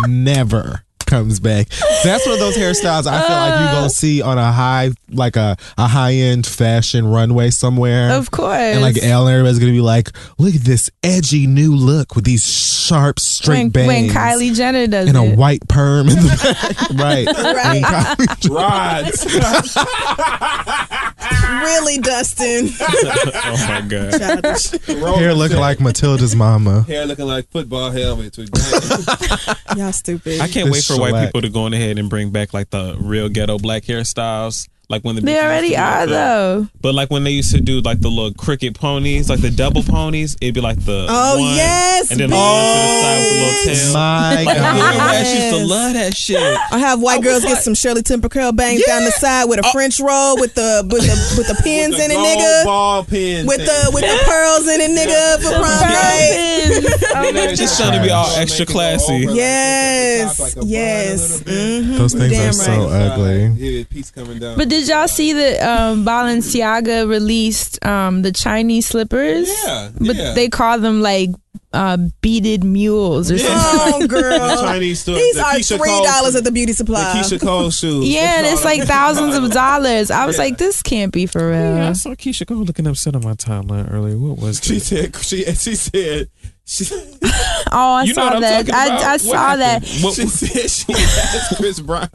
Speaker 1: never comes back. That's one of those hairstyles I feel like you
Speaker 14: Uh.
Speaker 1: gonna see on a high, like a, a high end fashion runway somewhere.
Speaker 14: Of course.
Speaker 1: And like Elle and everybody's gonna be like, look at this edgy new look with these sharp straight
Speaker 14: when,
Speaker 1: bangs.
Speaker 14: when Kylie Jenner does
Speaker 1: and a
Speaker 14: it.
Speaker 1: white perm in the back. right.
Speaker 4: Right.
Speaker 1: And Kylie Jenner-
Speaker 4: really, Dustin.
Speaker 2: oh my god.
Speaker 4: Childish.
Speaker 1: Hair looking like Matilda's mama.
Speaker 3: Hair looking like football helmets with bangs.
Speaker 4: Y'all stupid.
Speaker 2: I can't
Speaker 1: This
Speaker 2: wait for white
Speaker 1: shellac.
Speaker 2: people to go on ahead and bring back like the real ghetto black hairstyles. Like when the
Speaker 14: They
Speaker 2: bitches used
Speaker 14: already
Speaker 2: to do, like,
Speaker 14: are,
Speaker 2: the-
Speaker 14: though.
Speaker 2: But like when they used to do like the little cricket ponies, like the double ponies, it'd be like the Oh
Speaker 4: Oh, yes,
Speaker 2: and then like one to the side
Speaker 1: My
Speaker 2: with a little tail. like
Speaker 1: God.
Speaker 2: little ass used to
Speaker 4: Yes.
Speaker 2: love that shit.
Speaker 4: I have white girls get some Shirley Temple curl bangs down the side with a French roll with the with the with the pins in it,
Speaker 3: Gold
Speaker 4: nigga.
Speaker 3: Ball pin.
Speaker 4: With the with the pearls in it, nigga. For prom night.
Speaker 2: It's just trying to be all extra classy.
Speaker 4: Yes, yes. Mhm.
Speaker 1: Those things
Speaker 4: Damn
Speaker 1: are so
Speaker 4: right.
Speaker 1: ugly.
Speaker 3: Yeah, piece coming down.
Speaker 14: But did y'all see that um, Balenciaga released um, the Chinese slippers?
Speaker 3: Yeah,
Speaker 14: But
Speaker 3: yeah.
Speaker 14: they call them like uh, beaded mules or something.
Speaker 4: Oh,
Speaker 3: The
Speaker 4: girl.
Speaker 3: Chinese store.
Speaker 4: These
Speaker 3: the
Speaker 4: are
Speaker 3: Keisha
Speaker 4: three dollars
Speaker 3: Cole,
Speaker 4: at the beauty
Speaker 3: the
Speaker 4: supply.
Speaker 3: Keisha Cole shoes.
Speaker 14: Yeah, and
Speaker 3: They
Speaker 14: it's
Speaker 3: call
Speaker 14: like
Speaker 3: them-
Speaker 14: thousands of dollars. I was like, this can't be for real.
Speaker 2: Yeah, I saw Keisha Cole looking upset on my timeline earlier. What was
Speaker 3: She
Speaker 2: it?
Speaker 3: said. She, she said. She,
Speaker 14: Oh, I
Speaker 2: You know
Speaker 14: saw
Speaker 2: what I'm
Speaker 14: that.
Speaker 2: talking about.
Speaker 14: I, I
Speaker 2: What
Speaker 14: saw that.
Speaker 2: What-
Speaker 3: she said she asked Chris Brown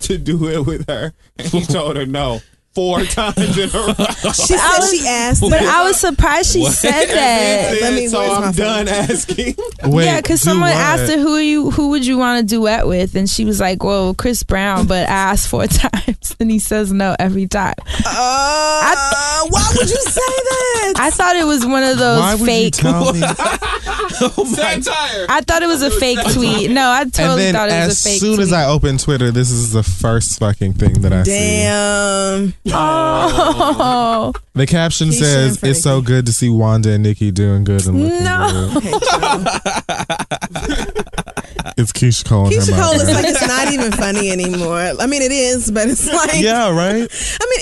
Speaker 3: to do it with her, and he told her no four times in a row.
Speaker 4: She said she asked.
Speaker 14: But I was surprised she said that.
Speaker 4: Let me-
Speaker 3: so
Speaker 4: where's my
Speaker 3: I'm
Speaker 4: phone?
Speaker 3: done asking.
Speaker 1: Wait,
Speaker 14: yeah, because
Speaker 1: do
Speaker 14: someone
Speaker 1: what?
Speaker 14: asked her who you who would you want to duet with, and she was like, "Well, Chris Brown." But I asked four times, and he says no every time.
Speaker 4: Uh, why would you say that?
Speaker 14: I thought it was one of those
Speaker 1: Why would
Speaker 14: fake.
Speaker 1: you tell me?
Speaker 2: Oh
Speaker 3: Satire.
Speaker 14: I thought it was a fake tweet. No, I
Speaker 1: and
Speaker 14: totally
Speaker 1: then
Speaker 14: thought it
Speaker 1: as
Speaker 14: was a fake.
Speaker 1: soon as
Speaker 14: tweet.
Speaker 1: I open Twitter, this is the first fucking thing that I see.
Speaker 4: Damn.
Speaker 14: oh
Speaker 1: The caption
Speaker 4: Keisha
Speaker 1: says,
Speaker 4: and
Speaker 1: "It's so
Speaker 4: Frankie."
Speaker 1: good to see Wanda and Nikki doing good and looking
Speaker 14: no,
Speaker 1: good." It's Keisha Cole. and her
Speaker 4: Keisha
Speaker 1: mom.
Speaker 4: Cole is like it's not even funny anymore. I mean, it is, but it's like
Speaker 1: yeah, right.
Speaker 4: I mean,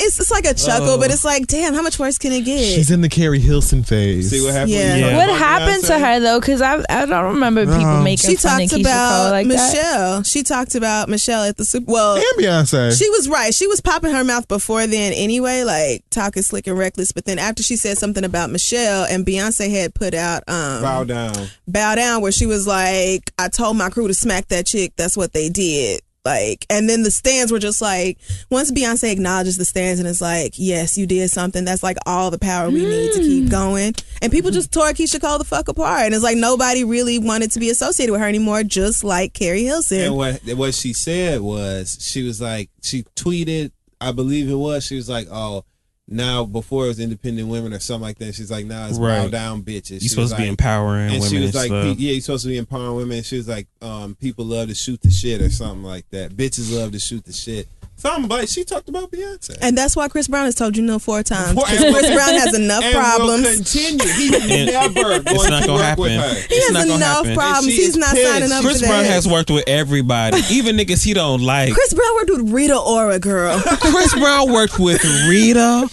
Speaker 4: it's it's like a chuckle, but it's like, damn, how much worse can it get?
Speaker 1: She's in the Carrie Hilson phase.
Speaker 3: See what happened.
Speaker 4: Yeah.
Speaker 2: Yeah.
Speaker 14: what happened to her though? Because I I don't remember people
Speaker 1: No.
Speaker 14: making
Speaker 4: she
Speaker 14: fun of
Speaker 4: talked
Speaker 14: Keisha
Speaker 4: about
Speaker 14: Cole like that.
Speaker 4: Michelle. She talked about Michelle at the Super. Well,
Speaker 1: And Beyonce.
Speaker 4: she was right. She was popping her mouth before then anyway, like talking slick and reckless. But then after she said something about Michelle and Beyonce had put out um,
Speaker 3: Bow down.
Speaker 4: bow down where she was like i told my crew to smack that chick that's what they did like and then the stands were just like once beyonce acknowledges the stands and is like yes you did something that's like all the power we need to keep going and people just tore keisha cole the fuck apart and it's like nobody really wanted to be associated with her anymore just like carrie
Speaker 3: And
Speaker 4: hilson
Speaker 3: what what she said was she was like she tweeted I believe it was she was like oh now before it was independent women or something like that she's like now it's bow
Speaker 2: Right.
Speaker 3: down bitches
Speaker 2: You're supposed to be empowering
Speaker 3: and
Speaker 2: women uh,
Speaker 3: she
Speaker 2: and
Speaker 3: was like
Speaker 2: stuff.
Speaker 3: pe- yeah you're supposed to be empowering women and she was like um people love to shoot the shit or something like that bitches love to shoot the shit something like she talked about Beyonce
Speaker 4: and that's why chris brown has told you no four times 'Cause
Speaker 3: Well, and
Speaker 4: chris
Speaker 3: we'll-
Speaker 4: brown has enough
Speaker 3: and will
Speaker 4: problems
Speaker 3: continue he's never going
Speaker 2: not
Speaker 3: to
Speaker 2: gonna
Speaker 3: work
Speaker 2: happen.
Speaker 3: with her
Speaker 4: he
Speaker 2: It's
Speaker 4: has
Speaker 2: not gonna
Speaker 4: enough
Speaker 2: happen.
Speaker 4: problems
Speaker 3: And she
Speaker 4: he's
Speaker 3: is
Speaker 4: not
Speaker 3: pissed.
Speaker 4: signing up
Speaker 2: Chris
Speaker 4: for
Speaker 2: Brown
Speaker 4: that.
Speaker 2: has worked with everybody, even niggas he don't like.
Speaker 4: chris brown worked with rita ora girl
Speaker 2: Chris Brown worked with Rita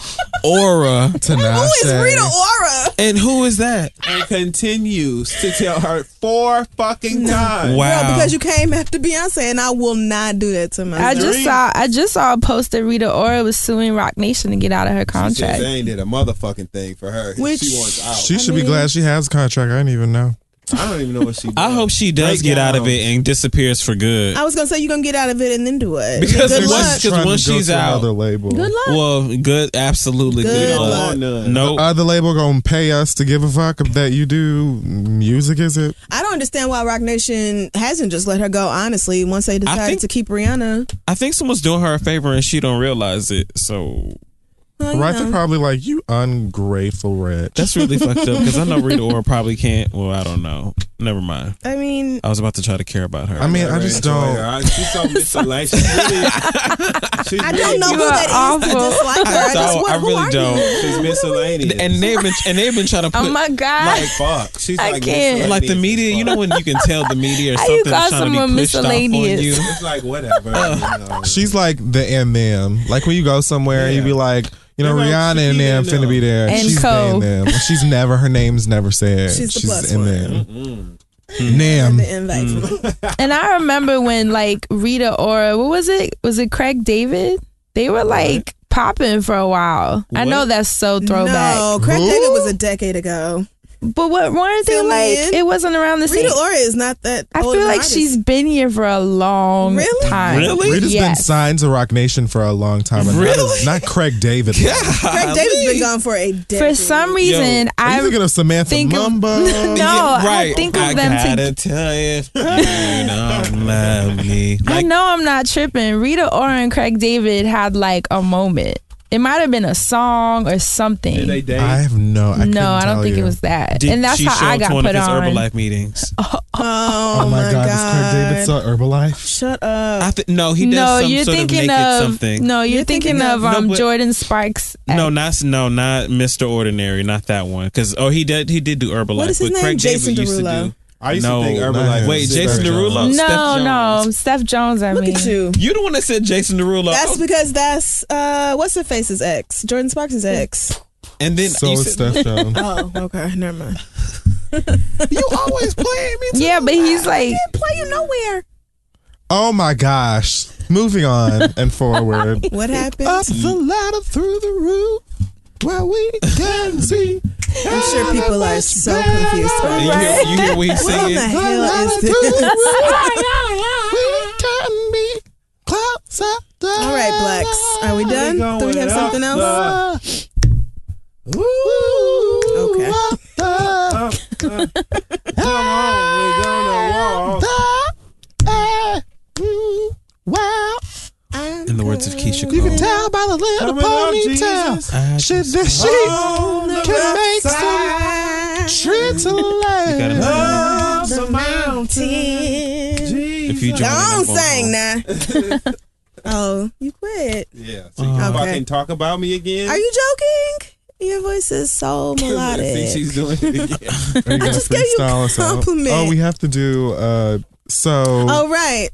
Speaker 2: Ora.
Speaker 4: who
Speaker 1: Tinashe.
Speaker 4: is rita ora
Speaker 2: And who is that?
Speaker 3: and continues to tell her four fucking times
Speaker 2: Wow.
Speaker 4: Girl, because you came after Beyonce, and I will not do that to myself.
Speaker 14: I just saw I just saw a post that Rita Ora was suing Rock Nation to get out of her
Speaker 3: She said
Speaker 14: contract.
Speaker 3: They ain't did a motherfucking thing for her.
Speaker 4: Which-
Speaker 3: she wants out.
Speaker 1: She should be glad she has a contract. I didn't even know.
Speaker 3: I don't even know what she. Did.
Speaker 2: I hope she does get out of it and disappears for good.
Speaker 4: I was gonna say you're gonna get out of it and then do it.
Speaker 2: Because
Speaker 4: good
Speaker 2: once,
Speaker 4: luck.
Speaker 2: because once she's out,
Speaker 1: label.
Speaker 4: Good luck.
Speaker 2: Well, good, absolutely good.
Speaker 4: Good
Speaker 2: luck.
Speaker 4: luck.
Speaker 2: No,
Speaker 1: Uh, The other label gonna pay us to give a fuck that you do music? Is it?
Speaker 4: I don't understand why Rock Nation hasn't just let her go. Honestly, once they decided to keep Rihanna,
Speaker 2: I think someone's doing her a favor and she don't realize it. So
Speaker 4: Well, you
Speaker 1: right? They're
Speaker 4: know.
Speaker 1: probably like you ungrateful wretch.
Speaker 2: that's really fucked up because I know Rita Ora probably can't. Well, I don't know. Never mind.
Speaker 4: I mean,
Speaker 2: I was about to try to care about her.
Speaker 1: I mean, I just don't.
Speaker 3: I, she's so misaligned. She's really, she's
Speaker 4: I don't know
Speaker 3: really-
Speaker 4: who that is. I just like her. I just
Speaker 2: So,
Speaker 4: want-
Speaker 2: I
Speaker 4: who
Speaker 2: really
Speaker 4: are
Speaker 2: don't.
Speaker 4: you?
Speaker 3: She's miscellaneous.
Speaker 2: And they've been and they've been trying to put.
Speaker 8: Oh my god.
Speaker 3: like fuck. She's
Speaker 8: I
Speaker 3: like
Speaker 8: can't.
Speaker 3: miscellaneous
Speaker 2: like the
Speaker 3: as
Speaker 2: media, you
Speaker 3: fuck.
Speaker 2: know when you can tell the media or
Speaker 8: How you
Speaker 2: something is
Speaker 8: call
Speaker 2: trying to
Speaker 8: someone
Speaker 2: be pushed off on you.
Speaker 8: miscellaneous?
Speaker 3: It's like whatever.
Speaker 2: Uh,
Speaker 3: you know.
Speaker 1: She's like the and them. Like when you go somewhere, and you be like, you know,
Speaker 3: They're like,
Speaker 1: Rihanna and
Speaker 3: she
Speaker 1: them
Speaker 3: and them.
Speaker 1: finna be there.
Speaker 8: And
Speaker 1: she's
Speaker 8: co.
Speaker 1: they and them. She's never. Her name's never said.
Speaker 4: She's the plus
Speaker 1: in
Speaker 4: one.
Speaker 1: them. Nam.
Speaker 4: The invite.
Speaker 8: And I remember when like Rita or what was it? Was it Craig David? They were like popping for a while. I know that's so throwback.
Speaker 4: No, Craig
Speaker 1: Who?
Speaker 4: David was a decade ago.
Speaker 8: But what weren't they
Speaker 4: Fill me
Speaker 8: like?
Speaker 4: in.
Speaker 8: It wasn't around the same.
Speaker 4: Rita Ora is not that.
Speaker 8: I
Speaker 4: old of
Speaker 8: feel
Speaker 4: an
Speaker 8: like
Speaker 4: artist.
Speaker 8: she's been here for a long
Speaker 4: Really?
Speaker 8: time.
Speaker 2: Really?
Speaker 1: Rita's been
Speaker 8: Yes.
Speaker 1: signed to Rock Nation for a long time. and
Speaker 2: Really?
Speaker 1: Not, not Craig David. Yeah.
Speaker 4: Craig David's been gone for a decade.
Speaker 8: For some reason,
Speaker 1: Are you
Speaker 8: I
Speaker 1: thinking of Samantha
Speaker 8: think of-
Speaker 1: Mumba?
Speaker 8: no, I
Speaker 2: right.
Speaker 8: think of
Speaker 2: I
Speaker 8: them
Speaker 2: gotta
Speaker 8: to.
Speaker 2: tell you, if you don't love me.
Speaker 8: I
Speaker 2: Like,
Speaker 8: know I'm not tripping. Rita Ora and Craig David had like a moment. It might have been a song or something.
Speaker 3: Did they date?
Speaker 1: I have no. I
Speaker 8: no, I don't think
Speaker 1: you.
Speaker 8: it was that.
Speaker 2: did
Speaker 8: and that's
Speaker 2: she
Speaker 8: how
Speaker 2: show
Speaker 8: I
Speaker 2: up
Speaker 8: got
Speaker 2: to one
Speaker 8: put
Speaker 2: of his
Speaker 8: on.
Speaker 2: Herbalife meetings?
Speaker 4: Oh,
Speaker 1: Oh, my God, Is Craig David
Speaker 4: God.
Speaker 1: saw Herbalife?
Speaker 4: Shut up.
Speaker 2: I th- no, he does
Speaker 8: no,
Speaker 2: some
Speaker 8: you're
Speaker 2: sort of
Speaker 8: thinking
Speaker 2: naked
Speaker 8: of
Speaker 2: something.
Speaker 8: no, eh. you're,
Speaker 4: You're
Speaker 8: thinking,
Speaker 4: thinking
Speaker 8: of
Speaker 4: of-
Speaker 8: um,
Speaker 2: No, but-
Speaker 8: Jordan Sparks.
Speaker 2: No, not no, not Mr. Ordinary, not that one. Because oh, he did he did do Herbalife.
Speaker 4: What is his
Speaker 2: but
Speaker 4: name?
Speaker 2: Craig
Speaker 4: Jason
Speaker 2: David used
Speaker 4: Derulo.
Speaker 2: to do.
Speaker 3: I used
Speaker 2: no,
Speaker 3: to think
Speaker 1: man.
Speaker 3: Herbalife.
Speaker 2: Wait,
Speaker 3: was
Speaker 2: Jason
Speaker 3: Steph
Speaker 2: Derulo?
Speaker 3: Jones.
Speaker 2: Steph
Speaker 8: no,
Speaker 2: Jones.
Speaker 8: no, Steph Jones. I
Speaker 4: Look
Speaker 8: mean,
Speaker 4: at you.
Speaker 2: You the one that said Jason Derulo.
Speaker 4: That's
Speaker 2: Oh,
Speaker 4: because that's uh, what's her face's ex, Jordan Sparks' ex.
Speaker 2: and then
Speaker 1: So
Speaker 2: you
Speaker 1: is
Speaker 2: said-
Speaker 1: Steph Jones.
Speaker 4: Oh, okay, never mind.
Speaker 2: you always playing me.
Speaker 8: Yeah, but he's like,
Speaker 4: Play you nowhere.
Speaker 1: Oh my gosh. Moving on and forward.
Speaker 4: What happened?
Speaker 1: Up the ladder through the roof where we can see.
Speaker 4: I'm sure people are so confused.
Speaker 2: And you,
Speaker 4: Right?
Speaker 2: hear, you hear what he's
Speaker 4: What the
Speaker 2: singing?
Speaker 4: hell is this?
Speaker 1: We can be clouds up the
Speaker 4: All right, blacks, are we done? Do we have something else? Okay.
Speaker 3: Come on, we're gonna walk.
Speaker 1: Wow.
Speaker 2: In the words of Keisha Cole.
Speaker 1: Tell by the little
Speaker 3: Coming up, Jesus.
Speaker 2: I
Speaker 1: ponytail. Shit,
Speaker 2: just
Speaker 1: that
Speaker 3: On
Speaker 1: she
Speaker 3: the
Speaker 1: can make
Speaker 3: left
Speaker 1: some trips alive.
Speaker 3: Up the mountain.
Speaker 2: If you join in, I'm
Speaker 4: Don't
Speaker 2: going
Speaker 4: sing
Speaker 2: home.
Speaker 4: now. oh, you quit.
Speaker 3: Yeah. So you
Speaker 4: Okay.
Speaker 3: fucking talk about me again?
Speaker 4: Are you joking? Your voice is so
Speaker 3: See,
Speaker 4: melodic.
Speaker 3: she's doing it again.
Speaker 1: Are you gonna
Speaker 4: just gave you a
Speaker 1: freestyle us out?
Speaker 4: compliment.
Speaker 1: Oh, we have to do. Uh, so,
Speaker 4: Oh right.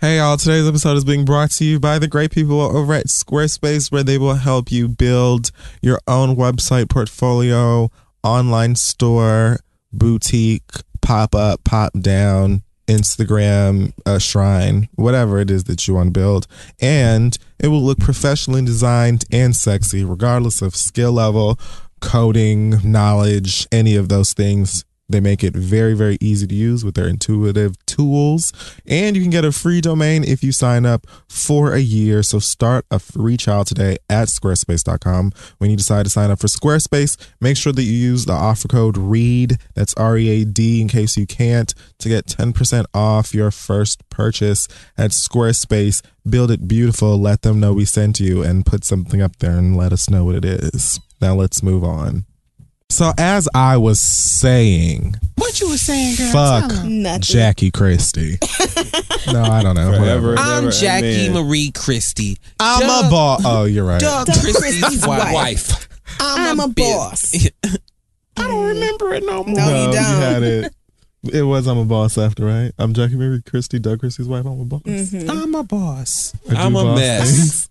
Speaker 1: hey, all today's episode is being brought to you by the great people over at Squarespace, where they will help you build your own website, portfolio, online store, boutique, pop up, pop down, Instagram, uh, shrine, whatever it is that you want to build. And it will look professionally designed and sexy, regardless of skill level, coding, knowledge, any of those things. They make it very, very easy to use with their intuitive tools. And you can get a free domain if you sign up for a year. So start a free trial today at squarespace.com. When you decide to sign up for Squarespace, make sure that you use the offer code READ, that's R E A D, in case you can't, to get 10% off your first purchase at Squarespace. Build it beautiful. Let them know we sent you and put something up there and let us know what it is. Now let's move on. So, as I was saying,
Speaker 2: What you were saying, girl?
Speaker 1: fuck
Speaker 4: Nothing.
Speaker 1: Jackie Christie. no, I don't know. Whatever.
Speaker 2: I'm
Speaker 3: Never,
Speaker 2: Jackie
Speaker 3: amen.
Speaker 2: Marie Christie.
Speaker 1: I'm a ball. Oh, you're right.
Speaker 2: Doug Christie's wife.
Speaker 4: I'm, a boss.
Speaker 2: I don't remember it no more.
Speaker 4: No, you don't.
Speaker 1: had it. It was I'm a boss after, right? I'm Jackie Marie Christie, Doug Christie's wife. I'm a boss.
Speaker 2: I'm a boss.
Speaker 1: I do
Speaker 2: I'm a
Speaker 1: boss
Speaker 2: mess.
Speaker 1: things.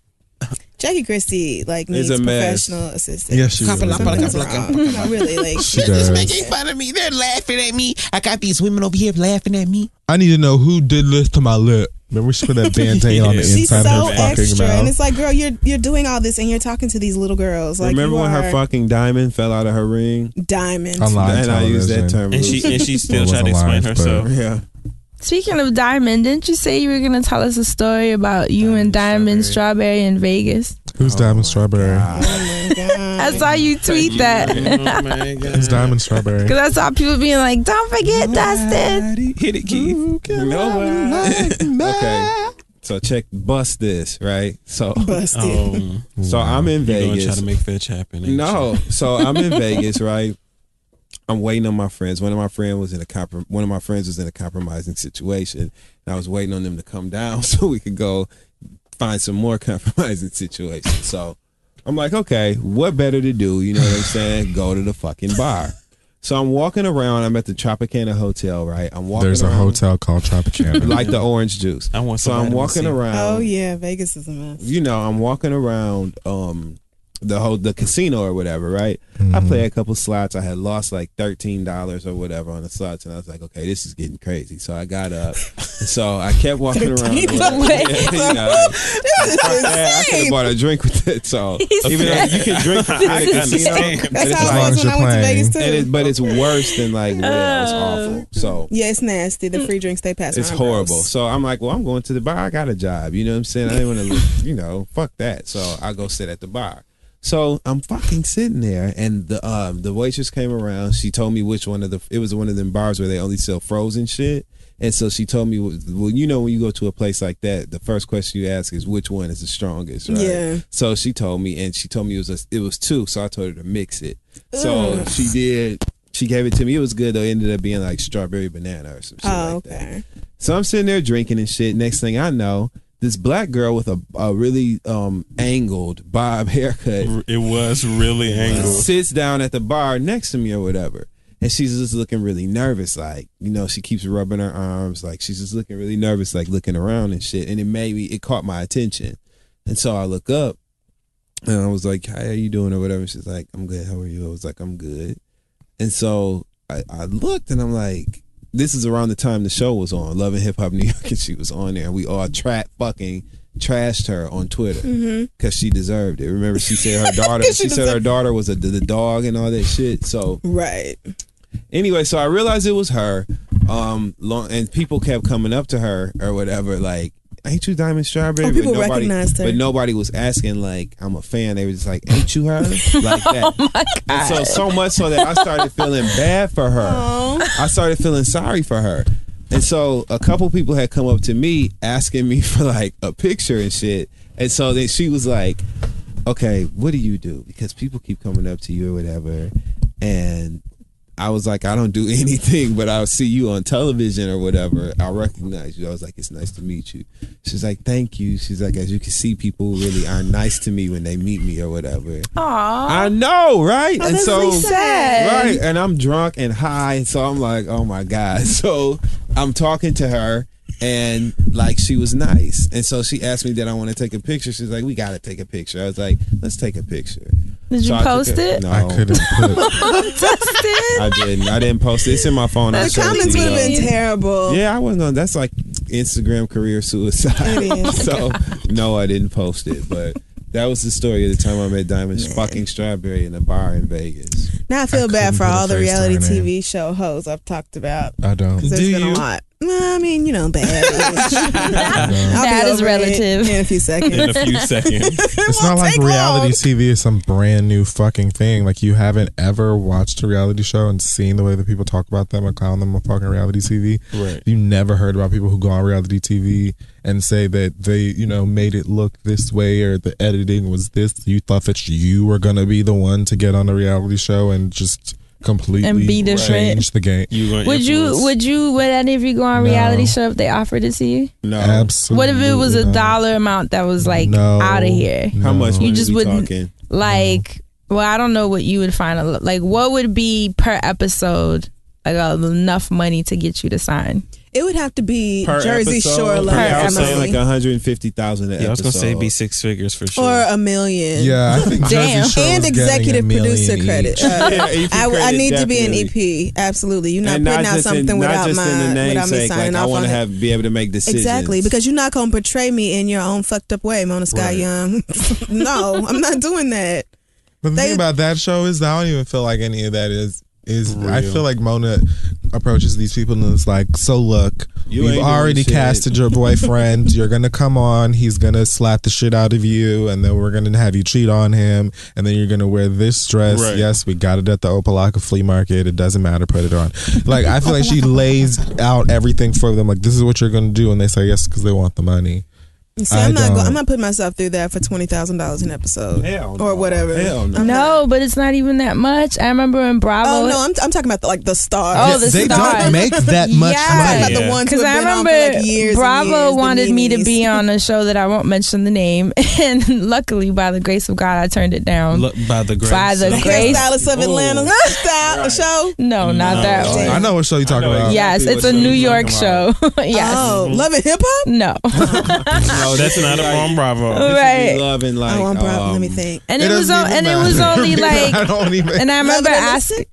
Speaker 4: Jackie Christie like
Speaker 3: It's
Speaker 4: needs
Speaker 3: a mess.
Speaker 4: professional assistance. Oh,
Speaker 1: Yes, she
Speaker 2: Couple
Speaker 1: really
Speaker 2: of-
Speaker 1: does.
Speaker 4: Something's wrong. No, really, like
Speaker 1: She does.
Speaker 2: fun of me. They're laughing at me. I got these women over here laughing at me.
Speaker 1: I need to know who did this to my lip. Remember, she put that band aid on the
Speaker 4: She's
Speaker 1: inside
Speaker 4: so
Speaker 1: of her fucking
Speaker 4: extra,
Speaker 1: mouth.
Speaker 4: and it's like, girl, you're you're doing all this, and you're talking to these little girls. Like,
Speaker 3: Remember
Speaker 4: you
Speaker 3: when
Speaker 4: are
Speaker 3: her fucking diamond fell out of her ring?
Speaker 4: diamond.
Speaker 3: and I used that term.
Speaker 11: And she- and she still tried
Speaker 3: tried
Speaker 11: to explain herself.
Speaker 3: Yeah.
Speaker 8: Speaking of Diamond, didn't you say you were gonna tell us a story about you and Diamond Strawberry in Vegas?
Speaker 3: Oh
Speaker 1: Who's Diamond Strawberry?
Speaker 8: I saw you tweet that.
Speaker 1: It's Diamond Strawberry.
Speaker 8: Cause I saw people being like, "Don't forget Dustin."
Speaker 11: Hit it, Keith.
Speaker 3: okay. So check bust this, right? So
Speaker 11: Bust it. Oh,
Speaker 3: so I'm in
Speaker 11: You're gonna
Speaker 3: Vegas.
Speaker 11: try to make fetch happen, ain't
Speaker 3: No.
Speaker 11: you?
Speaker 3: So I'm in Vegas, right? I'm waiting on my friends. One of my friend was in a comprom- one of my friends was in a compromising situation. And I was waiting on them to come down so we could go find some more compromising situations. So I'm like, okay, what better to do? You know what I'm saying? Go to the fucking bar. So I'm walking around. I'm at the Tropicana Hotel, right? I'm walking.
Speaker 1: There's a
Speaker 3: around-
Speaker 1: hotel called Tropicana.
Speaker 3: like the orange juice. I want. So I'm walking around.
Speaker 4: Oh yeah, Vegas is a mess.
Speaker 3: You know, I'm walking around um the whole the casino or whatever, right? I play a couple slots. I had lost like thirteen dollars or whatever on the slots, and I was like, okay, this is getting crazy. So I got up. so I kept walking around.
Speaker 15: $13?
Speaker 3: you know,
Speaker 15: This is
Speaker 3: I could have
Speaker 15: insane.
Speaker 3: bought a drink with that. So
Speaker 15: He
Speaker 3: even though
Speaker 15: said-
Speaker 3: you can drink for free at a
Speaker 15: This is
Speaker 3: casino,
Speaker 15: insane.
Speaker 3: but
Speaker 4: That's
Speaker 3: it's
Speaker 4: how it
Speaker 3: like-
Speaker 4: was when I went to Vegas, too.
Speaker 3: And it- but it's worse than like well, it's awful. So
Speaker 4: Yeah, it's nasty.
Speaker 8: Mm.
Speaker 4: The free drinks they pass.
Speaker 3: it's
Speaker 4: around,
Speaker 3: horrible.
Speaker 4: gross.
Speaker 3: So I'm like, well, I'm going to the bar. I got a job. You know what I'm saying? I didn't want to, you know, fuck that. So I go sit at the bar. So I'm fucking sitting there, and the um the waitress came around. She told me which one of the it was one of them bars where they only sell frozen shit. And so she told me, well, you know, when you go to a place like that, the first question you ask is which one is the strongest, right?
Speaker 15: Yeah.
Speaker 3: So she told me, and she told me it was a, it was two. So I told her to mix it. So
Speaker 15: Ugh.
Speaker 3: she did. She gave it to me. It was good though. It ended up being like strawberry banana or some shit
Speaker 4: Oh,
Speaker 3: like that. So I'm sitting there drinking and shit. Next thing I know, this black girl with a, a really um, angled bob haircut. It was really
Speaker 11: angled.
Speaker 3: Sits down at the bar next to me or whatever. And she's just looking really nervous. Like, you know, she keeps rubbing her arms. Like, she's just looking really nervous, like looking around and shit. And it made me, it caught my attention. And so I look up and I was like, "How are you doing?" or whatever. She's like, "I'm good. How are you?" I was like, "I'm good." And so I, I looked, and I'm like, "This is around the time the show was on, Love and Hip Hop New York," and she was on there, and we all trap fucking trashed her on Twitter
Speaker 15: Mhm.
Speaker 3: because she deserved it. Remember, she said her daughter.
Speaker 15: She
Speaker 3: she said her
Speaker 15: deserved-
Speaker 3: daughter was a the the dog and all that shit. So
Speaker 4: right.
Speaker 3: Anyway, so I realized it was her. Um, long, and people kept coming up to her or whatever, like. Ain't you Diamond Strawberry?
Speaker 4: Oh,
Speaker 3: But
Speaker 4: people
Speaker 3: nobody-
Speaker 4: recognized her.
Speaker 3: But nobody was asking like I'm a fan. They were just like, "Ain't you her?"
Speaker 4: Oh
Speaker 3: Like that. And so so much so that I started feeling bad for her.
Speaker 4: Oh.
Speaker 3: I started feeling sorry for her. And so a couple people had come up to me asking me for like a picture and shit. And so then she was like, "Okay, what do you do?" Because people keep coming up to you or whatever. And I was like, I don't do anything, but I'll see you on television or whatever. I recognize you. I was like, it's nice to meet you. She's like, thank you. She's like, as you can see, people really are nice to me when they meet me or whatever. I know, right?
Speaker 15: Oh, that's really sad.
Speaker 3: right, and I'm drunk and high, and so I'm like, oh my god. So I'm talking to her, and like she was nice, and so she asked me that I want to take a picture. She's like, we gotta take a picture. I was like, let's take a picture.
Speaker 8: Did
Speaker 3: So
Speaker 8: you
Speaker 3: I took
Speaker 8: post
Speaker 3: a-
Speaker 8: it?
Speaker 3: No, I couldn't.
Speaker 8: Dustin.
Speaker 3: I didn't. I didn't post it. It's in my phone. I'll
Speaker 4: The
Speaker 3: show it to
Speaker 4: comments
Speaker 3: you,
Speaker 4: would have been
Speaker 3: though.
Speaker 4: terrible.
Speaker 3: Yeah, I wasn't on. That's like Instagram career suicide.
Speaker 4: It is.
Speaker 3: so no, I didn't post it, but. That was the story of the time I met Diamond fucking Strawberry in a bar in Vegas.
Speaker 4: Now I feel bad for
Speaker 3: put a
Speaker 4: all the
Speaker 3: face Uh, to
Speaker 4: reality
Speaker 3: her name.
Speaker 4: TV show hoes I've talked about.
Speaker 1: I don't.
Speaker 4: 'Cause There's been a lot. Well, I mean, you know, bad.
Speaker 8: That is relative.
Speaker 4: In a few seconds.
Speaker 1: In a few
Speaker 11: seconds.
Speaker 1: It's not like reality TV is some brand new fucking thing. Like you haven't ever watched a reality show and seen the way that people talk about them and clown them on fucking reality TV.
Speaker 15: Right.
Speaker 1: You never heard about people who go on reality TV and say that they, you know, made it look this way or the editing was this. You thought that you were gonna be the one to get on a reality show and just completely
Speaker 8: And be different.
Speaker 1: change the game.
Speaker 8: Would you? Would you? Would any of you go on
Speaker 1: No.
Speaker 8: reality show if they offered it to you?
Speaker 3: No.
Speaker 8: What if it was a
Speaker 1: Absolutely not.
Speaker 8: dollar amount that was like
Speaker 1: No.
Speaker 8: out of here?
Speaker 3: How much
Speaker 8: You
Speaker 3: money
Speaker 8: just
Speaker 3: we
Speaker 8: wouldn't
Speaker 3: talking?
Speaker 8: like. Well, I don't know what you would find. a uh, lo- Like, what would be per episode like enough money to get you to sign?
Speaker 4: It would have to be
Speaker 3: Per
Speaker 4: Jersey
Speaker 3: episode,
Speaker 4: Shore
Speaker 3: per
Speaker 4: level.
Speaker 3: I was saying like uh,
Speaker 4: Emily.
Speaker 3: 150,000
Speaker 2: Yeah, I was gonna say it'd be six figures for sure.
Speaker 4: or a million.
Speaker 2: Yeah, I think Jersey
Speaker 4: damn.
Speaker 2: Shore was
Speaker 4: and
Speaker 2: getting a
Speaker 4: executive
Speaker 2: million
Speaker 4: producer
Speaker 2: each.
Speaker 4: credit.
Speaker 2: Yeah, E
Speaker 4: Uh,
Speaker 2: EP
Speaker 4: I, I
Speaker 2: credit,
Speaker 4: need to be
Speaker 3: E definitely.
Speaker 4: an EP. Absolutely, you're not
Speaker 3: And
Speaker 4: putting out
Speaker 3: just in-
Speaker 4: something
Speaker 3: not
Speaker 4: without
Speaker 3: just in the
Speaker 4: my without me
Speaker 3: namesake,
Speaker 4: signing
Speaker 3: like,
Speaker 4: off
Speaker 3: I
Speaker 4: on
Speaker 3: want to
Speaker 4: it.
Speaker 3: have be able to make decisions.
Speaker 4: Exactly, because you're not gonna portray me in your own fucked up way, Mona Sky Young. no, I'm not doing that.
Speaker 1: But the thing about that show is I don't even feel like any of that is is I
Speaker 3: Real.
Speaker 1: feel like Mona approaches these people and it's like, so look,
Speaker 3: You ain't
Speaker 1: we've
Speaker 3: doing
Speaker 1: already
Speaker 3: shit."
Speaker 1: casted your boyfriend. You're gonna come on. He's gonna slap the shit out of you, and then we're gonna have you cheat on him, and then you're gonna wear this dress.
Speaker 3: Right.
Speaker 1: Yes, we got it at the Opalaka flea market. It doesn't matter. Put it on. Like I feel like she lays out everything for them. Like this is what you're gonna do, and they say yes because they want the money.
Speaker 4: See,
Speaker 1: I
Speaker 4: I'm not. Go-
Speaker 1: don't.
Speaker 4: I'm not putting myself through that for twenty thousand dollars an episode, or whatever.
Speaker 1: Hell no.
Speaker 4: I'm not-
Speaker 8: No, but it's not even that much. I remember in Bravo.
Speaker 4: Oh no, I'm, I'm talking about the, like the stars.
Speaker 8: Oh, the
Speaker 1: they
Speaker 8: stars.
Speaker 1: don't make that much
Speaker 8: Yeah.
Speaker 1: money.
Speaker 4: Talking about the ones who
Speaker 8: Because I
Speaker 4: have been on
Speaker 8: remember
Speaker 4: for, like, years and
Speaker 8: Bravo
Speaker 4: years, the
Speaker 8: wanted me to
Speaker 4: meanies.
Speaker 8: be on a show that I won't mention the name, and luckily, by the grace of God, I turned it down.
Speaker 2: Look, by the grace.
Speaker 8: by the grace
Speaker 4: Hairstylist of Atlanta style show.
Speaker 8: No, not that one.
Speaker 1: I know what show you're talking about.
Speaker 8: yes, it's a New York show. yes.
Speaker 4: Oh,
Speaker 1: Mm-hmm.
Speaker 4: Love and Hip Hop?
Speaker 8: No.
Speaker 2: No, that's not a on Bravo.
Speaker 8: Right.
Speaker 3: Loving like.
Speaker 4: Oh, I'm proud.
Speaker 3: um,
Speaker 4: Let me think.
Speaker 8: And it, was on, and it was only like and I remember asking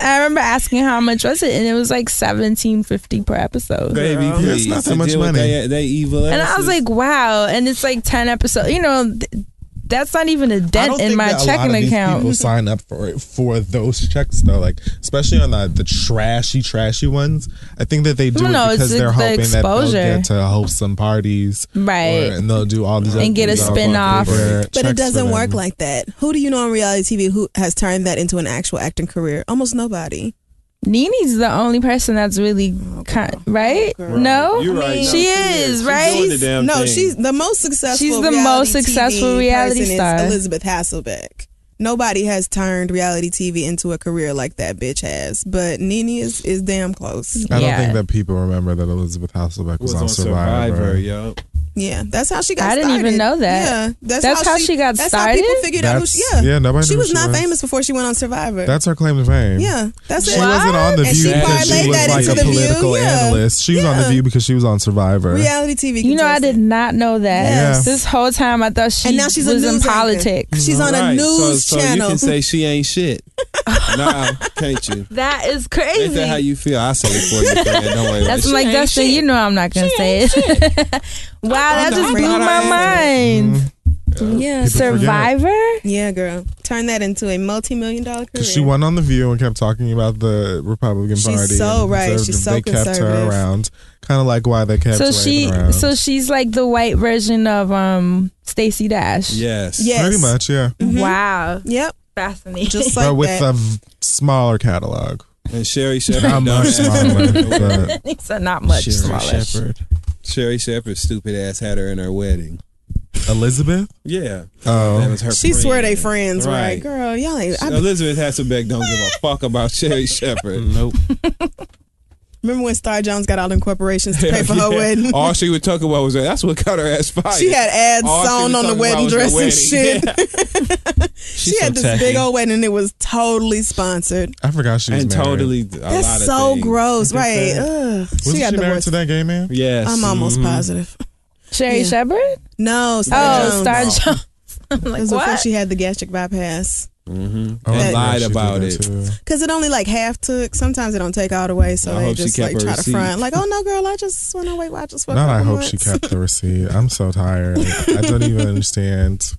Speaker 8: I remember asking how much was it and it was like seventeen fifty per episode.
Speaker 3: Baby, please.
Speaker 1: not that
Speaker 3: to
Speaker 1: much
Speaker 3: deal with
Speaker 1: money.
Speaker 3: They, they evil.
Speaker 8: And I was
Speaker 3: asses.
Speaker 8: like, wow. And it's like ten episodes. You know, th- that's not even a
Speaker 1: I don't
Speaker 8: dent in
Speaker 1: think
Speaker 8: my
Speaker 1: that a lot
Speaker 8: checking
Speaker 1: of these People
Speaker 8: account.
Speaker 1: sign up for it for those checks though, like especially on the, the trashy, trashy ones. I think that they do
Speaker 8: No, no,
Speaker 1: it
Speaker 8: it's
Speaker 1: because
Speaker 8: the-
Speaker 1: they're
Speaker 8: the
Speaker 1: hoping that they'll
Speaker 8: exposure.
Speaker 1: get to host some parties,
Speaker 8: Right.
Speaker 1: or- and they'll do all these
Speaker 8: And
Speaker 1: other
Speaker 8: get a
Speaker 1: things on
Speaker 8: spin-off.
Speaker 1: paper,
Speaker 4: But
Speaker 1: checks for
Speaker 4: it doesn't
Speaker 1: them.
Speaker 4: work like that. Who do you know on reality TV who has turned that into an actual acting career? Almost nobody.
Speaker 8: Nene's the only person that's really kind, right? No,
Speaker 3: You're right. No,
Speaker 8: she,
Speaker 3: she
Speaker 8: is,
Speaker 3: is. She's
Speaker 8: right?
Speaker 3: doing the damn
Speaker 4: no,
Speaker 3: thing.
Speaker 4: she's the most successful.
Speaker 8: She's the
Speaker 4: reality
Speaker 8: most
Speaker 4: TV
Speaker 8: successful reality
Speaker 4: person is
Speaker 8: star.
Speaker 4: Elizabeth Hasselbeck. Nobody has turned reality TV into a career like that bitch has. But Nene is is damn close.
Speaker 1: I don't
Speaker 8: Yeah.
Speaker 1: think that people remember that Elizabeth Hasselbeck was,
Speaker 3: was
Speaker 1: on
Speaker 3: on
Speaker 1: Survivor.
Speaker 3: Survivor. Yup.
Speaker 4: Yeah, that's how she got.
Speaker 8: I didn't
Speaker 4: started.
Speaker 8: even know that.
Speaker 4: Yeah,
Speaker 8: That's how she got
Speaker 4: that's
Speaker 8: started?
Speaker 4: How people figured out who she. Yeah,
Speaker 1: That's- yeah, nobody
Speaker 4: She
Speaker 1: knew
Speaker 4: was
Speaker 1: who she
Speaker 4: not
Speaker 1: was.
Speaker 4: famous before she went on Survivor.
Speaker 1: That's her claim to fame.
Speaker 4: yeah, that's
Speaker 1: She
Speaker 4: it.
Speaker 1: wasn't on The
Speaker 4: and
Speaker 1: View
Speaker 4: she
Speaker 1: because
Speaker 4: parlayed
Speaker 1: she was
Speaker 4: that
Speaker 1: like
Speaker 4: into
Speaker 1: a
Speaker 4: the
Speaker 1: political
Speaker 4: view. Yeah.
Speaker 1: analyst. She was on The
Speaker 4: Yeah.
Speaker 1: View because she was on Survivor.
Speaker 4: Reality TV.
Speaker 8: You know, I did not know that.
Speaker 1: Yeah.
Speaker 8: This whole time, I thought she
Speaker 4: And now she's a
Speaker 8: was in
Speaker 4: news anchor.
Speaker 8: politics.
Speaker 4: She's on a
Speaker 3: Right, so-
Speaker 4: news
Speaker 3: so
Speaker 4: channel.
Speaker 3: You can say she ain't shit. nah, can't you?
Speaker 8: That is
Speaker 3: Is that how
Speaker 8: crazy.
Speaker 3: you feel? I say it for you. Fran. Don't worry.
Speaker 8: That's
Speaker 3: about
Speaker 8: like
Speaker 3: it.
Speaker 8: that's the, you know I'm not gonna say it. wow, that just blew my mind.
Speaker 4: yeah,
Speaker 8: Survivor.
Speaker 4: yeah, girl. Turn that into a multi-million dollar career.
Speaker 1: Because she went on the View and kept talking about the Republican
Speaker 4: She's
Speaker 1: Party.
Speaker 4: so
Speaker 1: and
Speaker 4: right. She's so
Speaker 1: They kept her
Speaker 4: conservative.
Speaker 1: around, kind of like why they kept.
Speaker 8: So
Speaker 1: Reagan
Speaker 8: she,
Speaker 1: around.
Speaker 8: so she's like the white version of um Stacey Dash.
Speaker 3: Yes.
Speaker 4: yes,
Speaker 1: pretty much, yeah,
Speaker 8: Wow,
Speaker 4: Mm-hmm. Yep,
Speaker 8: fascinating.
Speaker 4: just like
Speaker 1: but with um,
Speaker 4: that.
Speaker 1: a v- smaller catalog.
Speaker 3: And Sherry
Speaker 1: Not
Speaker 3: Shepard.
Speaker 1: much smaller. but
Speaker 8: so not much
Speaker 2: Sherry
Speaker 8: smaller.
Speaker 2: Shepherd.
Speaker 3: Sherry Shepard's stupid ass had her in her wedding.
Speaker 1: Elizabeth.
Speaker 3: Yeah. That
Speaker 1: Oh,
Speaker 3: was her
Speaker 4: she
Speaker 3: friend.
Speaker 4: swear they friends, right?
Speaker 3: Right.
Speaker 4: Girl, y'all ain't. I
Speaker 3: Elizabeth Hasselbeck don't give a fuck about Sherry Shepard.
Speaker 2: Nope.
Speaker 4: remember when Star Jones got all them corporations to pay for her
Speaker 3: Yeah.
Speaker 4: wedding?
Speaker 3: All she would talk about was that. That's what got her ass fired.
Speaker 4: She had ads
Speaker 3: All she
Speaker 4: sewn
Speaker 3: was
Speaker 4: on the
Speaker 3: talking
Speaker 4: wedding
Speaker 3: about was
Speaker 4: dress
Speaker 3: the
Speaker 4: and shit.
Speaker 3: wedding.
Speaker 4: She had this big old wedding and it was totally sponsored.
Speaker 1: I forgot she was
Speaker 3: and
Speaker 1: married.
Speaker 3: totally a lot
Speaker 4: That's
Speaker 3: of
Speaker 4: so
Speaker 3: things.
Speaker 4: gross, right? Ugh.
Speaker 1: Wasn't
Speaker 4: She
Speaker 1: she, married
Speaker 4: got
Speaker 1: to
Speaker 4: divorced.
Speaker 1: that gay man?
Speaker 3: Yes. Mm-hmm.
Speaker 4: I'm almost positive.
Speaker 8: Sherry
Speaker 4: Yeah.
Speaker 8: Shepherd.
Speaker 4: No, Star
Speaker 8: Oh,
Speaker 4: Jones.
Speaker 8: Star Jones. I'm
Speaker 4: It
Speaker 8: like
Speaker 4: was before
Speaker 8: what?
Speaker 4: she had the gastric bypass.
Speaker 3: Mm-hmm.
Speaker 1: Oh, I
Speaker 3: and
Speaker 1: forgot
Speaker 3: lied
Speaker 1: she did
Speaker 3: about
Speaker 1: that
Speaker 3: it.
Speaker 1: too.
Speaker 4: Cause it only like half took. Sometimes it don't take all the way, so
Speaker 3: I
Speaker 4: they
Speaker 3: hope she
Speaker 4: just
Speaker 3: kept
Speaker 4: like
Speaker 3: her
Speaker 4: try to
Speaker 3: receipt.
Speaker 4: front. Like, oh no, girl, I just went away. I just went.
Speaker 1: Not I hope she kept the receipt. I'm so tired. I don't even understand.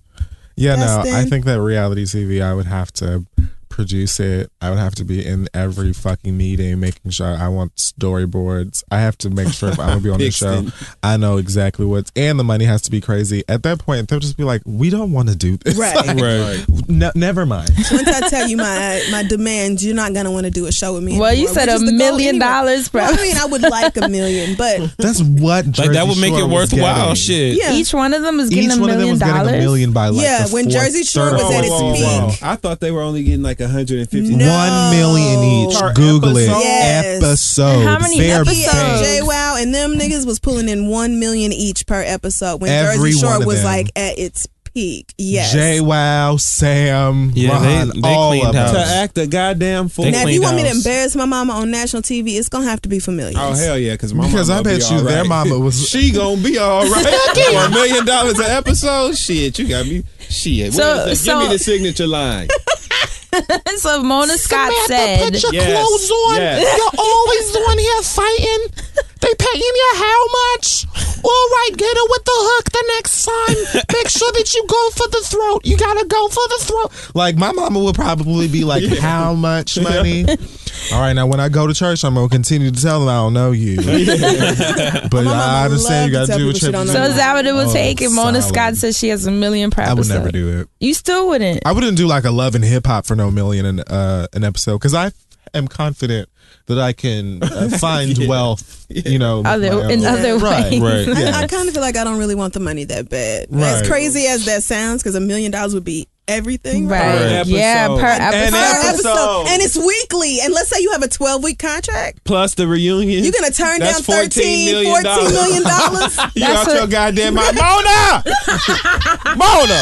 Speaker 1: Yeah, no, I
Speaker 4: Destin.
Speaker 1: think that reality TV, I would have to produce it. I would have to be in every fucking meeting making sure I want storyboards. I have to make sure if I'm going to be on the show,
Speaker 3: Pixton.
Speaker 1: I know exactly what's, and the money has to be crazy. At that point, they'll just be like, we don't want to do this.
Speaker 4: Right.
Speaker 1: Like,
Speaker 3: Right.
Speaker 1: no, never mind.
Speaker 4: Once I tell you my my demands, you're not gonna want to do a show with me.
Speaker 8: Well, you
Speaker 4: anymore,
Speaker 8: said
Speaker 4: which
Speaker 8: a
Speaker 4: is the goal
Speaker 8: million
Speaker 4: anyway.
Speaker 8: dollars, bro.
Speaker 4: Well, I mean, I would like a million, but
Speaker 1: That's what
Speaker 2: Like that
Speaker 1: Jersey
Speaker 2: would make
Speaker 1: Shore
Speaker 2: it
Speaker 1: was
Speaker 2: worthwhile.
Speaker 1: getting.
Speaker 2: Shit.
Speaker 4: yeah,
Speaker 8: Each one of them is getting
Speaker 1: Each
Speaker 8: a
Speaker 1: one of them
Speaker 8: million
Speaker 1: was getting
Speaker 8: dollars.
Speaker 1: a million by like
Speaker 4: Yeah,
Speaker 1: the
Speaker 4: when
Speaker 1: fourth,
Speaker 4: Jersey Shore
Speaker 1: third
Speaker 4: was
Speaker 1: or
Speaker 4: at its
Speaker 1: fourth
Speaker 4: peak.
Speaker 1: season.
Speaker 3: I thought they were only getting like 150.
Speaker 4: No.
Speaker 1: One million each.
Speaker 3: Per
Speaker 1: Google
Speaker 3: episode?
Speaker 1: it.
Speaker 4: Yes.
Speaker 1: Episode.
Speaker 8: How many
Speaker 1: Fair
Speaker 8: episodes?
Speaker 1: pay.
Speaker 4: Jay Wow and them niggas was pulling in one million each per episode when
Speaker 1: Every
Speaker 4: Jersey
Speaker 1: one
Speaker 4: Shore
Speaker 1: of
Speaker 4: was
Speaker 1: them.
Speaker 4: like at its peak. peak. Yes.
Speaker 1: J Wow, Sam,
Speaker 2: Yeah, they-
Speaker 1: Ron,
Speaker 2: they
Speaker 1: all
Speaker 2: cleaned
Speaker 1: of them.
Speaker 2: house. To act
Speaker 1: a goddamn fool.
Speaker 4: now, if you want me to embarrass my mama on national TV, it's gonna have to be familiar.
Speaker 3: Oh hell yeah! Because my
Speaker 1: Because
Speaker 3: mama
Speaker 1: I
Speaker 3: be
Speaker 1: bet you
Speaker 3: all
Speaker 1: their
Speaker 3: right.
Speaker 1: mama was-
Speaker 3: she gonna be all right
Speaker 4: Cookie.
Speaker 3: for a million dollars an episode. Shit, you got me. Shit,
Speaker 8: So-
Speaker 3: Where is that?
Speaker 8: so-
Speaker 3: give me the signature line.
Speaker 8: so Mona Scott said,
Speaker 3: put your Yes, clothes on. yes.
Speaker 13: You're always the one here fighting. They paying you how much? All right, get her with the hook the next time. Make sure that you go for the throat. You gotta go for the throat.
Speaker 1: Like my mama would probably be like, "How much money?" All right, now when I go to church, I'm gonna continue to tell them I don't know you, but I understand you
Speaker 8: So
Speaker 1: gotta do what you have to do. Oh,
Speaker 8: is that what it will take? And Mona Scott says she has a million per
Speaker 1: I would never
Speaker 8: episode.
Speaker 1: do it.
Speaker 8: You still wouldn't.
Speaker 1: I wouldn't do like a love and hip hop for no million in, uh, an episode because I am confident that I can uh, find wealth. You know, with
Speaker 8: Other-
Speaker 1: my own-
Speaker 8: in other
Speaker 1: right,
Speaker 8: ways.
Speaker 1: right,
Speaker 4: I-
Speaker 1: yeah.
Speaker 4: I, kind of feel like I don't really want the money that bad.
Speaker 1: Right.
Speaker 4: As crazy as that sounds, because a million dollars would be everything,
Speaker 8: Right.
Speaker 4: right?
Speaker 3: episode. Yeah, per episode. An episode.
Speaker 4: and it's weekly. And let's say you have a twelve week contract.
Speaker 3: Plus the reunion.
Speaker 4: You're gonna turn
Speaker 3: That's
Speaker 4: down 13, 14 million dollars.
Speaker 3: you out your goddamn mind, Mona. Mona.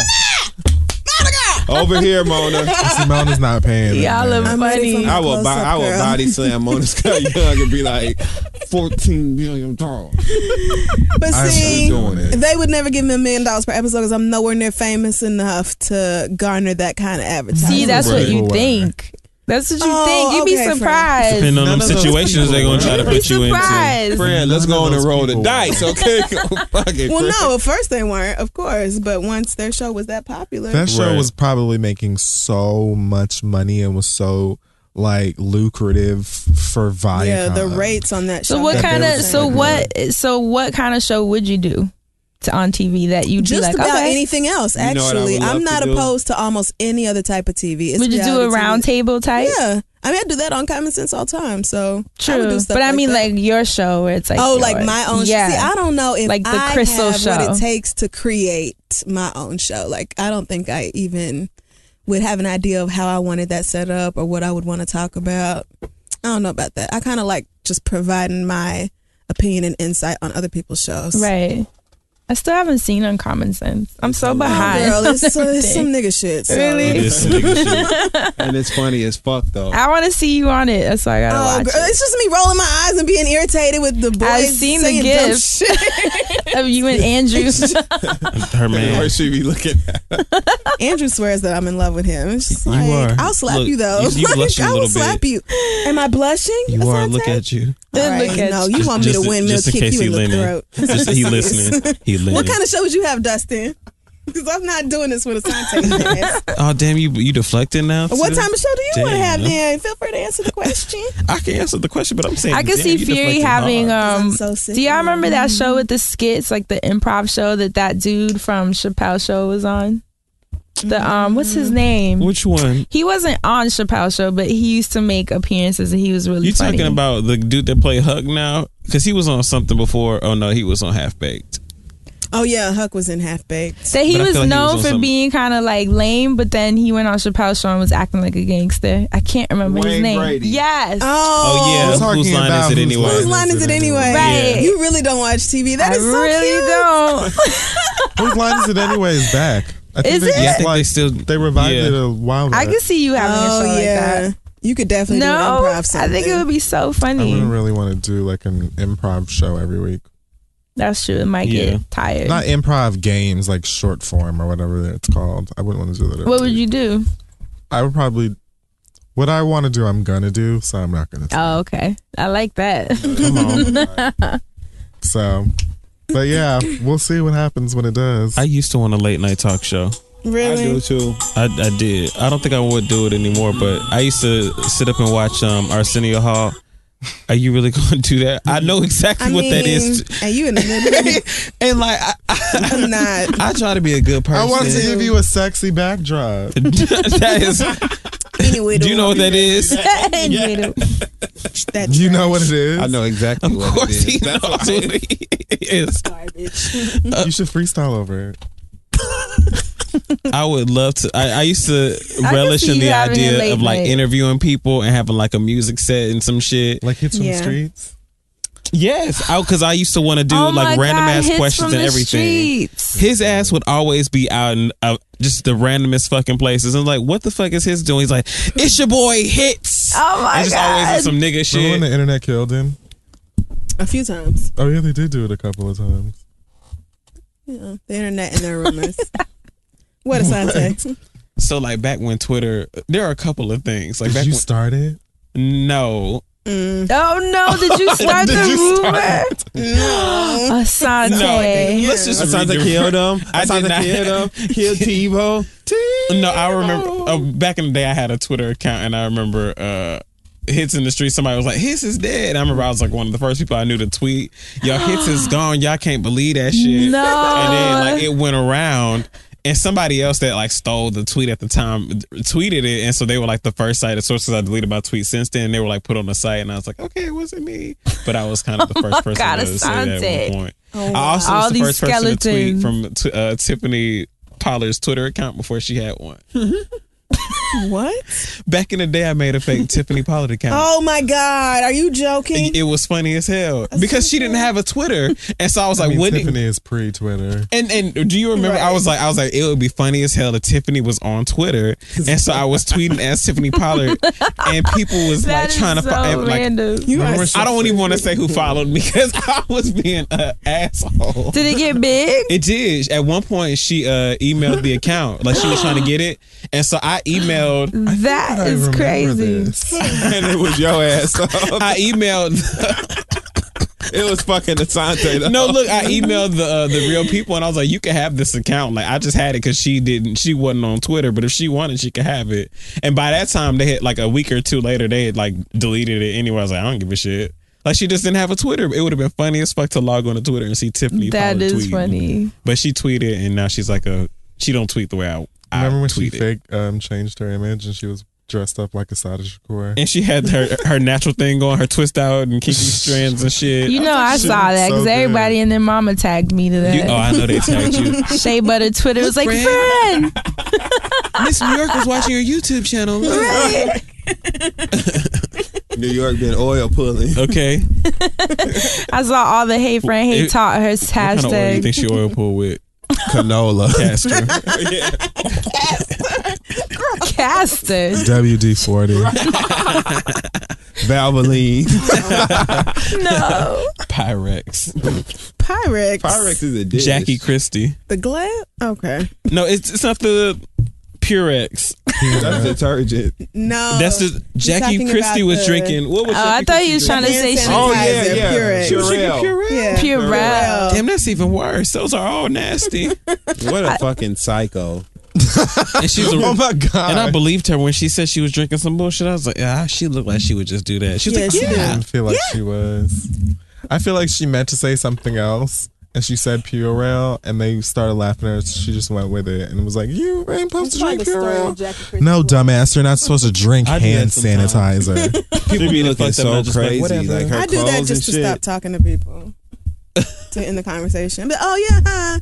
Speaker 3: Over here, Mona.
Speaker 1: Simona's not paying. it,
Speaker 8: Y'all
Speaker 1: man.
Speaker 8: are funny.
Speaker 3: I will, bo- I will body slam Mona Scott Young and be like, fourteen million dollars.
Speaker 4: But
Speaker 3: I
Speaker 4: see,
Speaker 3: see doing it.
Speaker 4: they would never give me a million dollars per episode because I'm nowhere near famous enough to garner that kind of advertising.
Speaker 8: See, that's what you
Speaker 4: Right.
Speaker 8: think. That's what you
Speaker 4: Oh,
Speaker 8: think. You'd
Speaker 4: okay,
Speaker 8: be
Speaker 4: friend.
Speaker 8: surprised.
Speaker 2: Depending on them situations they're gonna try to put you
Speaker 8: surprised.
Speaker 2: into. Friend, let's go on and roll the
Speaker 3: people
Speaker 2: dice,
Speaker 3: were.
Speaker 2: okay? Fuck it,
Speaker 4: Well,
Speaker 2: friend.
Speaker 4: no, at first they weren't, of course. But once their show was that popular,
Speaker 1: That show
Speaker 2: Right.
Speaker 1: was probably making so much money and was so like lucrative for Viacom.
Speaker 4: yeah, the rates on that show.
Speaker 8: So what
Speaker 4: that
Speaker 8: kind
Speaker 4: they were
Speaker 8: of so
Speaker 4: saying.
Speaker 8: what so what kind of show would you do to on TV that you'd
Speaker 4: Just
Speaker 8: be like
Speaker 4: about
Speaker 8: okay.
Speaker 4: anything else.
Speaker 8: You know what I
Speaker 4: Actually,
Speaker 8: would love
Speaker 4: I'm
Speaker 8: to
Speaker 4: not
Speaker 8: do?
Speaker 4: opposed to almost any other type of TV. It's
Speaker 8: Would you do a
Speaker 4: reality
Speaker 8: round
Speaker 4: TV.
Speaker 8: table type?
Speaker 4: Yeah, I mean I do that on Common Sense all the time. So I would
Speaker 8: True,
Speaker 4: do stuff
Speaker 8: but I
Speaker 4: like
Speaker 8: mean
Speaker 4: that.
Speaker 8: like your show where it's like
Speaker 4: oh, like
Speaker 8: yours.
Speaker 4: my own.
Speaker 8: Yeah,
Speaker 4: Yeah. See, I don't know if
Speaker 8: like the
Speaker 4: I
Speaker 8: Crystal
Speaker 4: have
Speaker 8: show.
Speaker 4: what it takes to create my own show. Like I don't think I even would have an idea of how I wanted that set up or what I would want to talk about. I don't know about that. I kind of like just providing my opinion and insight on other people's shows.
Speaker 8: Right. I still haven't seen Uncommon Sense. I'm so behind.
Speaker 4: Girl, it's,
Speaker 8: on
Speaker 4: it's some
Speaker 8: everything.
Speaker 4: nigga shit. so-
Speaker 8: Really?
Speaker 3: It is some nigga shit. And it's funny as fuck though.
Speaker 8: I want to see you on it. That's why I gotta
Speaker 4: Oh,
Speaker 8: watch.
Speaker 4: girl, it's just me rolling my eyes and being irritated with the boys.
Speaker 8: I've seen the
Speaker 4: saying dumb shit.
Speaker 8: gift of you and Andrew.
Speaker 2: Her man.
Speaker 3: Or she be looking at
Speaker 4: Andrew swears that I'm in love with him. It's just like,
Speaker 2: are.
Speaker 4: I'll slap
Speaker 2: Look,
Speaker 4: you though.
Speaker 2: you- you
Speaker 4: Like,
Speaker 2: blushing a
Speaker 4: I will
Speaker 2: little bit.
Speaker 4: slap you. Am I blushing?
Speaker 2: You are. Look at you.
Speaker 4: All right,
Speaker 8: look at
Speaker 4: no,
Speaker 8: you.
Speaker 4: you want me to windmill
Speaker 2: just in
Speaker 4: kick
Speaker 2: case
Speaker 4: you
Speaker 2: he
Speaker 4: in the
Speaker 2: listening.
Speaker 4: throat.
Speaker 2: Just he listening. He listening.
Speaker 4: What kind of show would you have, Dustin? Because I'm not doing this with a Asante. ass.
Speaker 2: Oh damn, you you deflecting now.
Speaker 4: what
Speaker 2: too?
Speaker 4: time of show do you want to
Speaker 2: Damn.
Speaker 4: have then? Feel free to answer the question.
Speaker 2: I can answer the question, but I'm saying
Speaker 8: I can
Speaker 2: damn,
Speaker 8: see
Speaker 2: you
Speaker 8: Fury
Speaker 2: deflecting
Speaker 8: having
Speaker 2: hard.
Speaker 8: um.
Speaker 4: sick
Speaker 8: do y'all
Speaker 4: of
Speaker 8: remember that show with the skits, like the improv show that that dude from Chappelle Show was on? The um, what's his name?
Speaker 2: Which one?
Speaker 8: He wasn't on Chappelle Show, but he used to make appearances, and he was really.
Speaker 2: You
Speaker 8: funny.
Speaker 2: talking about the dude that played Huck now? Because he was on something before. Oh no, he was on Half Baked.
Speaker 4: Oh yeah, Huck was in Half Baked.
Speaker 8: That he
Speaker 2: But I
Speaker 8: was
Speaker 2: feel like he was
Speaker 8: known
Speaker 2: on
Speaker 8: for
Speaker 2: some-
Speaker 8: being kind of like lame, but then he went on Chappelle's show and was acting like a gangster. I can't remember his
Speaker 3: Wayne
Speaker 8: name.
Speaker 3: Brady.
Speaker 8: Yes.
Speaker 4: Oh,
Speaker 2: Oh, yeah,
Speaker 1: Talking
Speaker 2: whose line
Speaker 1: about
Speaker 2: is it
Speaker 1: whose
Speaker 2: anyway?
Speaker 4: whose line is it anyway?
Speaker 8: Right.
Speaker 4: You really don't watch TV. That
Speaker 8: I
Speaker 4: is so
Speaker 8: really
Speaker 4: cute.
Speaker 8: don't.
Speaker 1: Whose line is it anyways? Back. I
Speaker 8: Is
Speaker 1: they,
Speaker 8: it?
Speaker 1: just,
Speaker 8: Yeah, I
Speaker 2: think
Speaker 1: like,
Speaker 2: they still-
Speaker 1: they revived
Speaker 2: yeah.
Speaker 1: it a while back.
Speaker 8: I can see you having a show
Speaker 4: Oh yeah,
Speaker 8: like
Speaker 4: you could
Speaker 8: that.
Speaker 4: definitely do
Speaker 8: No,
Speaker 4: an
Speaker 8: I
Speaker 4: improv. Something.
Speaker 8: think it would be so
Speaker 1: I
Speaker 8: funny.
Speaker 1: wouldn't really want to do like an improv show every week.
Speaker 8: That's true. It might
Speaker 2: Yeah.
Speaker 8: get tired.
Speaker 1: Not improv games, like short form or whatever it's called. I wouldn't want to do that. Every
Speaker 8: what
Speaker 1: week.
Speaker 8: would you do?
Speaker 1: I would probably. What I want to do, I'm gonna do. So I'm not gonna.
Speaker 8: Oh, okay. I like that.
Speaker 1: So, but yeah, we'll see what happens when it does.
Speaker 2: I used to want a late night talk show.
Speaker 4: really.
Speaker 3: too.
Speaker 2: I, I did. I don't think I would do it anymore, but I used to sit up and watch um, Arsenio Hall. Are you really going to do that? I know exactly
Speaker 4: I
Speaker 2: what
Speaker 4: mean,
Speaker 2: that is.
Speaker 4: and you in the middle?
Speaker 2: And like, I,
Speaker 4: I'm not.
Speaker 2: I try to be a good person.
Speaker 1: I wanted to give you a sexy backdrop.
Speaker 2: that is.
Speaker 4: Anyway,
Speaker 2: Do you know what that is?
Speaker 4: that
Speaker 1: You know what it is.
Speaker 3: I know exactly
Speaker 2: Of
Speaker 3: what
Speaker 2: course,
Speaker 3: it
Speaker 2: he
Speaker 3: is.
Speaker 2: knows
Speaker 3: That's
Speaker 2: what it is.
Speaker 4: garbage.
Speaker 1: you should freestyle over it.
Speaker 2: I would love to. I, I used to
Speaker 8: I can
Speaker 2: relish
Speaker 8: see
Speaker 2: in
Speaker 8: you
Speaker 2: the
Speaker 8: having a late
Speaker 2: idea of like
Speaker 8: night.
Speaker 2: interviewing people and having like a music set and some shit.
Speaker 1: Like hits from the
Speaker 4: Yeah.
Speaker 1: streets.
Speaker 2: Yes, because I, used to want to do
Speaker 8: Oh my
Speaker 2: like random
Speaker 8: God,
Speaker 2: ass
Speaker 8: hits
Speaker 2: questions
Speaker 8: from
Speaker 2: and
Speaker 8: the
Speaker 2: everything.
Speaker 8: streets.
Speaker 2: His ass would always be out in uh, just the randomest fucking places. And like, what the fuck is his doing? He's like, it's your boy hits.
Speaker 8: Oh my
Speaker 2: I just always
Speaker 8: God.
Speaker 2: in some nigga shit.
Speaker 1: Remember when the internet killed him?
Speaker 4: A few times.
Speaker 1: Oh yeah, they did do it a couple of times.
Speaker 4: You know, the internet and their rumors. what a scientist.
Speaker 8: Oh,
Speaker 2: So like back when Twitter, there are a couple of things like
Speaker 1: Did
Speaker 2: back
Speaker 1: you
Speaker 2: when,
Speaker 1: start it?
Speaker 2: No,
Speaker 8: Oh no! Did you start
Speaker 2: Did
Speaker 8: the
Speaker 2: you
Speaker 8: rumor?
Speaker 2: start?
Speaker 8: No. Asante.
Speaker 2: No, let's just
Speaker 3: Asante
Speaker 2: read the-
Speaker 3: killed him.
Speaker 2: I did
Speaker 3: Asante
Speaker 2: not-
Speaker 3: killed him. Killed Tebow.
Speaker 2: No, I remember uh, back in the day I had a Twitter account and I remember uh hits in the street. Somebody was like, "Hits is dead." And I remember I was like one of the first people I knew to tweet, "Y'all hits is gone. Y'all can't believe that shit."
Speaker 8: No.
Speaker 2: and then like it went around. And somebody else that like stole the tweet at the time tweeted it, and so they were like the first site of sources I deleted my tweet since then. They were like put on the site, and I was like, okay, it wasn't me, but I was kind of the
Speaker 8: Oh my
Speaker 2: first person
Speaker 8: God,
Speaker 2: to say that at
Speaker 8: Asante.
Speaker 2: one point.
Speaker 8: Oh,
Speaker 2: I
Speaker 8: wow.
Speaker 2: also
Speaker 8: All
Speaker 2: was the
Speaker 8: these
Speaker 2: first person to tweet
Speaker 8: skeletons.
Speaker 2: from t- uh, Tiffany Pollard's Twitter account before she had one.
Speaker 4: what?
Speaker 2: Back in the day, I made a fake Tiffany Pollard account.
Speaker 4: Oh my God. Are you joking?
Speaker 2: It was funny as hell because she didn't have a Twitter, and so I was like,
Speaker 1: mean,
Speaker 2: "Wouldn't?"
Speaker 1: Tiffany is pre-Twitter.
Speaker 2: And and do you remember? I was like, I was like, it would be funny as hell if Tiffany was on Twitter, and so I was tweeting as Tiffany Pollard, and people was
Speaker 8: That
Speaker 2: like
Speaker 8: is
Speaker 2: trying to
Speaker 8: so
Speaker 2: find like.
Speaker 8: random. You are
Speaker 2: remember- I don't
Speaker 8: so
Speaker 2: even want to say who followed because I was being an asshole.
Speaker 8: Did it get big?
Speaker 2: It did. At one point, she uh, emailed the account like she was trying to get it, and so I emailed.
Speaker 8: That is crazy.
Speaker 3: and it was your ass. I
Speaker 2: emailed.
Speaker 3: it was fucking Asante. though.
Speaker 2: No, look, I emailed the uh, the real people and I was like, you can have this account. Like, I just had it because she didn't, she wasn't on Twitter, but if she wanted, she could have it. And by that time, they had like a week or two later, they had like deleted it anyway. I was like, I don't give a shit. Like, she just didn't have a Twitter. It would have been funny as fuck to log on to Twitter and see Tiffany.
Speaker 8: That
Speaker 2: Pollard
Speaker 8: is
Speaker 2: tweeting.
Speaker 8: funny.
Speaker 2: But she tweeted, and now she's like a she don't tweet the way I. I
Speaker 1: Remember when she
Speaker 2: tweeted.
Speaker 1: fake um, changed her image and she was dressed up like a Asada Shakur?
Speaker 2: And she had her her natural thing going, her twist out and kinky strands and shit.
Speaker 8: You know, I saw that because everybody and their mama tagged me to that.
Speaker 2: You- oh, I know they tagged you.
Speaker 8: Shea Butter Twitter was like,
Speaker 2: Friend.
Speaker 8: friend.
Speaker 2: Miss New York is watching your YouTube channel.
Speaker 3: New York been oil pulling.
Speaker 2: Okay.
Speaker 8: I saw all the hate friend hate
Speaker 2: It-
Speaker 8: taught her
Speaker 2: What kind of oil you
Speaker 8: hashtag.
Speaker 2: think she oil pool with?
Speaker 3: Canola.
Speaker 2: Castor.
Speaker 8: Caster.
Speaker 1: WD forty.
Speaker 3: Valvoline.
Speaker 4: No.
Speaker 2: Pyrex.
Speaker 4: Pyrex.
Speaker 3: is a
Speaker 2: Jackie Christie.
Speaker 4: The glad? Okay.
Speaker 2: No, it's it's not the Purex.
Speaker 3: That's detergent.
Speaker 4: No.
Speaker 2: That's the
Speaker 4: You're
Speaker 2: Jackie
Speaker 4: talking
Speaker 2: Christie
Speaker 4: about
Speaker 2: was
Speaker 4: the-
Speaker 2: drinking. What was?
Speaker 8: Oh, I
Speaker 2: Jackie
Speaker 8: thought you
Speaker 2: Christie
Speaker 8: was trying to say
Speaker 2: drinking?
Speaker 8: she Oh, yeah,
Speaker 3: yeah. Purex.
Speaker 2: She was drinking
Speaker 3: Purell.
Speaker 4: Yeah.
Speaker 8: Purell. Purell.
Speaker 2: Damn, that's even worse. Those are all nasty.
Speaker 3: What a fucking psycho.
Speaker 2: And she's a,
Speaker 3: Oh, my God.
Speaker 2: And I believed her when she said she was drinking some bullshit. I was like, yeah, she looked like she would just do that. She's
Speaker 4: Yeah,
Speaker 2: like,
Speaker 4: she
Speaker 2: yeah.
Speaker 1: I feel like she was. I feel like she meant to say something else, and she said Purell, and they started laughing at her. So she just went with it and was like, "You ain't supposed to drink Purell." No, dumbass, you're not supposed to drink
Speaker 3: I do
Speaker 1: hand
Speaker 3: that sometimes.
Speaker 1: sanitizer.
Speaker 3: People be
Speaker 2: fucked
Speaker 3: looking
Speaker 2: up
Speaker 3: so
Speaker 2: and just like,
Speaker 3: crazy. Like,
Speaker 2: whatever.
Speaker 3: her
Speaker 4: I do that
Speaker 3: clothes
Speaker 4: just to
Speaker 3: and shit.
Speaker 4: stop talking to people. to end the conversation. But oh yeah, huh?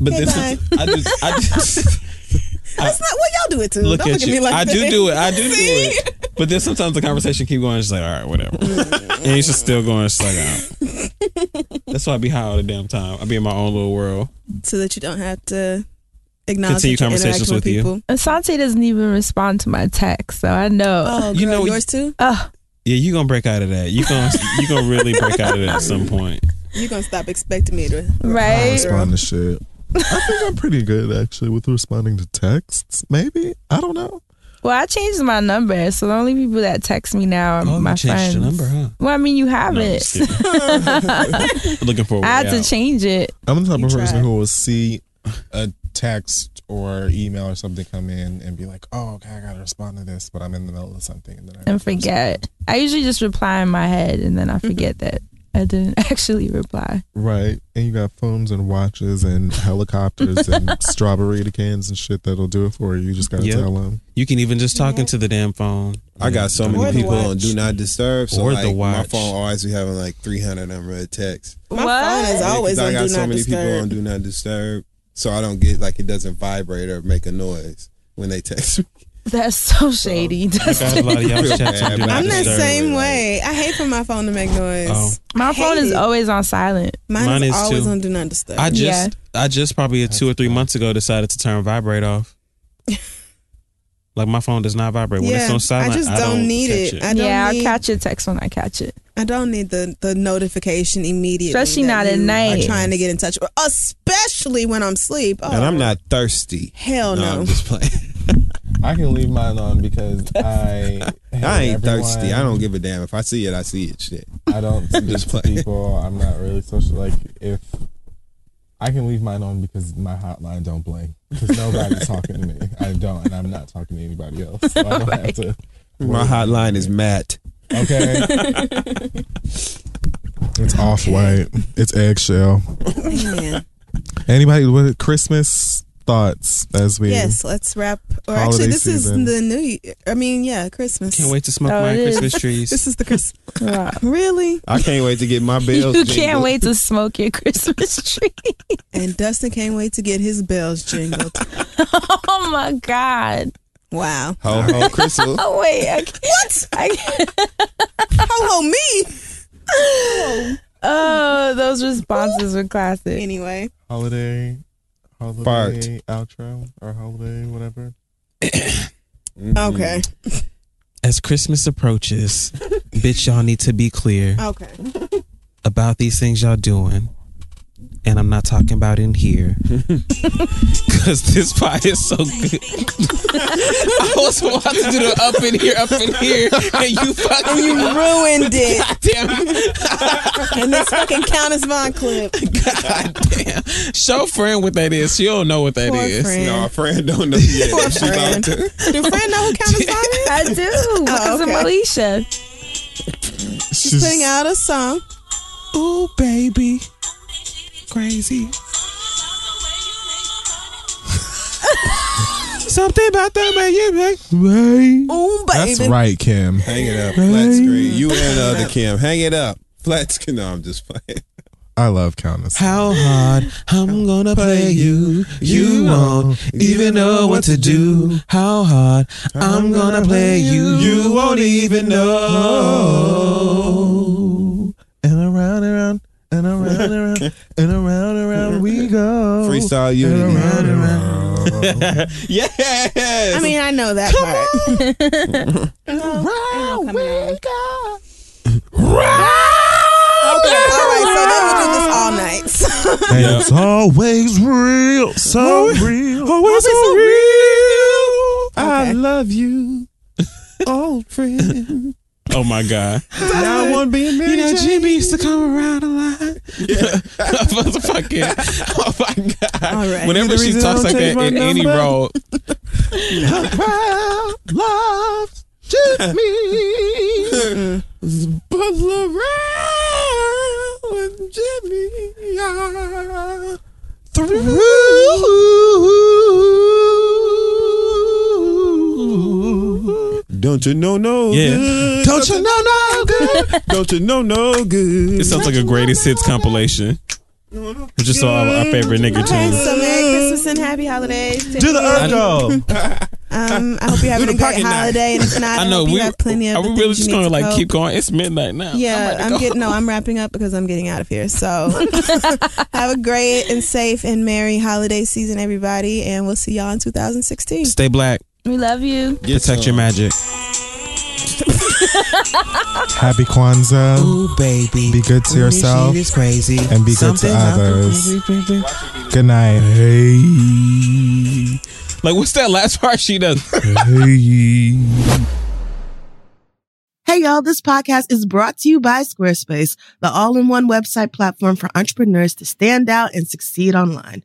Speaker 2: But
Speaker 4: Hey,
Speaker 2: this,
Speaker 4: bye.
Speaker 2: I just, I just.
Speaker 4: That's not what y'all do it to.
Speaker 2: look
Speaker 4: Don't
Speaker 2: at
Speaker 4: look at
Speaker 2: you.
Speaker 4: me like
Speaker 2: I
Speaker 4: that.
Speaker 2: do do it. I do do it. But then sometimes the conversation keep going. It's just like, all right, whatever. and it's just still going. It's like, all right. that's why I be high all the damn time. I be in my own little world.
Speaker 4: so that you don't have to acknowledge
Speaker 2: Continue
Speaker 4: that you're interacting
Speaker 2: conversations with you.
Speaker 4: people.
Speaker 8: Asante doesn't even respond to my text, so I know.
Speaker 4: Oh,
Speaker 2: You
Speaker 4: girl,
Speaker 2: know-
Speaker 4: yours too.
Speaker 8: Ugh.
Speaker 2: Yeah, you gonna break out of that. You gonna you gonna really break out of that at some point.
Speaker 4: You gonna stop expecting me to
Speaker 1: I
Speaker 8: right?
Speaker 1: respond to shit. I think I'm pretty good actually with responding to texts. Maybe I don't know.
Speaker 8: Well, I changed my number, so the only people that text me now are
Speaker 2: Oh, you
Speaker 8: my
Speaker 2: changed your
Speaker 8: friends.
Speaker 2: number, huh?
Speaker 8: Well, I mean, you have
Speaker 2: No, I'm
Speaker 8: it.
Speaker 2: just kidding. Looking for a
Speaker 8: I
Speaker 2: way
Speaker 8: had to
Speaker 2: out.
Speaker 8: change it.
Speaker 1: I'm the type
Speaker 8: You
Speaker 1: of person
Speaker 8: tried.
Speaker 1: who will see a text or email or something come in and be like, "Oh, okay, I gotta respond to this," but I'm in the middle of something and then I
Speaker 8: and forget. I usually just reply in my head, and then I
Speaker 4: Mm-hmm.
Speaker 8: forget that I didn't actually reply.
Speaker 1: Right. And you got phones and watches and helicopters and strawberry cans and shit that'll do it for you. You just gotta
Speaker 2: Yep.
Speaker 1: tell 'em. tell them.
Speaker 2: You can even just talking to the damn phone.
Speaker 3: I got so many
Speaker 2: Or the
Speaker 3: people
Speaker 2: watch.
Speaker 3: on Do Not Disturb. So
Speaker 2: Or the
Speaker 3: like, My
Speaker 2: watch.
Speaker 3: phone always be having like 300 unread texts.
Speaker 4: My phone is
Speaker 3: Yeah, 'cause
Speaker 4: always
Speaker 3: I
Speaker 4: on
Speaker 3: got
Speaker 4: do
Speaker 3: so
Speaker 4: not
Speaker 3: many people
Speaker 4: disturb.
Speaker 3: on Do Not Disturb. So I don't get like it doesn't vibrate or make a noise when they text me.
Speaker 8: That's so
Speaker 2: Oh.
Speaker 8: shady.
Speaker 2: I got a lot of y'all chats I'm doing.
Speaker 4: I'm the
Speaker 2: Disturbed.
Speaker 4: same way. I hate for my phone to make noise.
Speaker 2: Oh.
Speaker 8: My phone is always on silent.
Speaker 4: Mine,
Speaker 2: Mine
Speaker 4: is,
Speaker 2: is
Speaker 4: always
Speaker 2: too.
Speaker 4: on do not disturb.
Speaker 2: I just I just probably two or three months ago decided to turn vibrate off. like my phone does not vibrate when it's
Speaker 4: Yeah,
Speaker 2: on silent.
Speaker 4: I just don't, need
Speaker 2: catch
Speaker 4: it. I don't
Speaker 8: Yeah, I'll
Speaker 4: catch
Speaker 8: a text when I catch it.
Speaker 4: I don't need the the notification immediately.
Speaker 8: Especially
Speaker 4: that
Speaker 8: not at
Speaker 4: you
Speaker 8: night.
Speaker 4: Are trying to get in touch, especially when I'm asleep. Oh,
Speaker 3: And I'm not thirsty.
Speaker 4: Hell no.
Speaker 3: I'm just playing.
Speaker 1: I can leave mine on because I
Speaker 3: I
Speaker 1: hate
Speaker 3: ain't
Speaker 1: everyone.
Speaker 3: thirsty. I don't give a damn. If I see it, I see it. Shit.
Speaker 1: I don't speak
Speaker 3: Just
Speaker 1: to
Speaker 3: playing.
Speaker 1: people. I'm not really social. Like if I can leave mine on because my hotline don't blink because nobody's talking to me. I don't, and I'm not talking to anybody else. So I don't have to.
Speaker 3: My hotline is Matt.
Speaker 1: Okay. It's off white. It's eggshell.
Speaker 4: Man.
Speaker 1: Anybody with Christmas thoughts as we
Speaker 4: Yes, let's wrap. Or
Speaker 1: Holiday
Speaker 4: actually, this
Speaker 1: season.
Speaker 4: is the new. Year. I mean, yeah, Christmas.
Speaker 2: Can't wait to smoke Oh, my it is. Christmas trees.
Speaker 4: this is the Christmas. really?
Speaker 3: I can't wait to get my bills.
Speaker 8: You
Speaker 3: jingled.
Speaker 8: can't wait to smoke your Christmas tree.
Speaker 4: And Dustin can't wait to get his bells jingled.
Speaker 8: oh my God.
Speaker 4: Wow.
Speaker 3: Ho ho, Crystal.
Speaker 8: Oh, wait. I can't, what? I can't.
Speaker 4: Hello, me.
Speaker 8: Oh, those responses were classic.
Speaker 4: Anyway.
Speaker 1: holiday holiday outro or holiday whatever.
Speaker 4: Okay.
Speaker 2: As Christmas approaches, bitch, y'all need to be clear
Speaker 4: Okay.
Speaker 2: about these things y'all doing. And I'm not talking about in here. Cause this pie is so good.
Speaker 15: I was about to do the up in here, up in here, and you fucking
Speaker 4: And you ruined it.
Speaker 15: God damn it.
Speaker 4: and this fucking Countess Von clip.
Speaker 11: Show friend what that is. She don't know what that
Speaker 4: Poor
Speaker 11: is.
Speaker 4: friend.
Speaker 3: No, friend don't know
Speaker 4: Poor
Speaker 3: yet. She
Speaker 4: friend.
Speaker 3: about to.
Speaker 4: Do friend know who Countess Von is?
Speaker 8: I do. Because
Speaker 4: okay.
Speaker 8: of Alicia.
Speaker 4: She's putting out a song.
Speaker 2: Ooh, baby. Crazy. Something about that man, you make
Speaker 1: Right.
Speaker 4: Oh,
Speaker 1: That's right, Kim.
Speaker 3: Hang it up. Flat screen. You and uh, the other Kim. Hang it up. Flat screen. No, I'm just playing.
Speaker 1: I love Countess.
Speaker 2: How hard I'm gonna play you. You won't even know what to do. How hard I'm gonna play you. You won't even know.
Speaker 1: And around, around, and around, around, and around, around we go.
Speaker 3: Freestyle unity.
Speaker 1: And around,
Speaker 3: yes.
Speaker 4: I mean, I know that part. okay, all right. So they will do this all night.
Speaker 1: And it's always real, so real.
Speaker 2: Always so real.
Speaker 3: I love you, old friend.
Speaker 11: Oh my god.
Speaker 3: I want to be a
Speaker 2: You
Speaker 3: Mary
Speaker 2: know,
Speaker 3: Jane.
Speaker 2: Jimmy used to come around a lot.
Speaker 11: Motherfucking. Oh my god.
Speaker 4: All right.
Speaker 11: Whenever
Speaker 2: You're the
Speaker 11: she
Speaker 2: reason
Speaker 11: talks
Speaker 2: I
Speaker 11: like
Speaker 2: don't
Speaker 11: that
Speaker 2: change
Speaker 11: in
Speaker 2: my
Speaker 11: any
Speaker 2: number.
Speaker 11: role,
Speaker 13: Love, love, just me. But Lorraine and Jimmy are through.
Speaker 3: Don't you know Oh, no
Speaker 11: Yeah.
Speaker 3: good?
Speaker 13: Don't you know no good?
Speaker 3: Don't you know no good?
Speaker 11: it sounds like a greatest hits compilation. Just all our favorite nigga
Speaker 4: Okay,
Speaker 11: tunes.
Speaker 4: so Merry
Speaker 8: Mm.
Speaker 4: Christmas and Happy Holidays. to
Speaker 11: Do the
Speaker 4: everyone.
Speaker 11: herb dog.
Speaker 4: Um, I hope you're having a great holiday. And if not,
Speaker 11: I know
Speaker 4: hope you
Speaker 11: we
Speaker 4: have plenty of.
Speaker 11: Are
Speaker 4: the
Speaker 11: we
Speaker 4: things
Speaker 11: really
Speaker 4: you
Speaker 11: just
Speaker 4: need
Speaker 11: gonna
Speaker 4: to
Speaker 11: like
Speaker 4: cope.
Speaker 11: keep Oh going? It's midnight now.
Speaker 4: Yeah, I'm,
Speaker 11: go.
Speaker 4: getting. No, I'm wrapping up because I'm getting out of here. So have a great and safe and merry holiday season, everybody, and we'll see y'all in 2016.
Speaker 2: Stay black.
Speaker 8: We love you.
Speaker 2: Protect your magic.
Speaker 1: Happy Kwanzaa.
Speaker 2: Ooh, baby.
Speaker 1: Be good to
Speaker 2: Ooh,
Speaker 1: yourself.
Speaker 2: she is crazy.
Speaker 1: And be good to
Speaker 2: Something happened.
Speaker 1: others. Good night. Hey.
Speaker 11: Like what's that last part she does?
Speaker 1: Hey.
Speaker 16: Hey y'all, this podcast is brought to you by Squarespace, the all-in-one website platform for entrepreneurs to stand out and succeed online.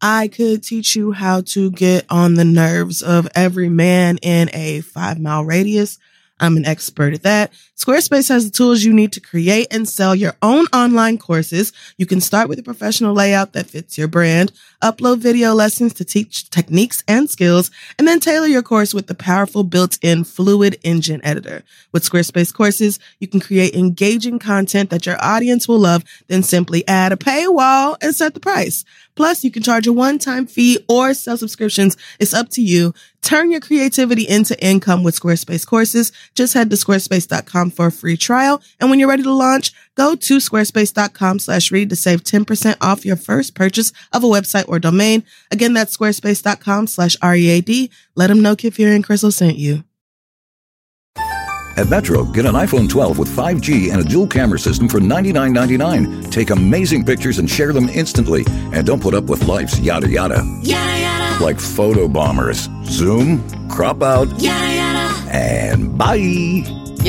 Speaker 16: I could teach you how to get on the nerves of every man in a five mile radius.
Speaker 4: I'm an expert at that. Squarespace has the tools you need to create and sell your own online courses. You can start with a professional layout that fits your brand, upload video lessons to teach techniques and skills, and then tailor your course with the powerful built-in Fluid Engine editor. With Squarespace courses, you can create engaging content that your audience will love, then simply add a paywall and set the price. Plus, you can charge a one-time fee or sell subscriptions. It's up to you. Turn your creativity into income with Squarespace courses. Just head to squarespace.com for a free trial. And when you're ready to launch, go to squarespace.com slash read to save 10% off your first purchase of a website or domain. Again, that's squarespace.com slash R-E-A-D. Let them know Kid Fury and Crystal sent you.
Speaker 12: At Metro, get an iPhone 12 with 5G and a dual camera system for $99.99. Take amazing pictures and share them instantly. And don't put up with life's yada yada.
Speaker 17: Yada yada,
Speaker 12: Like photo bombers. Zoom, crop out,
Speaker 17: yada yada.
Speaker 12: and bye.
Speaker 1: You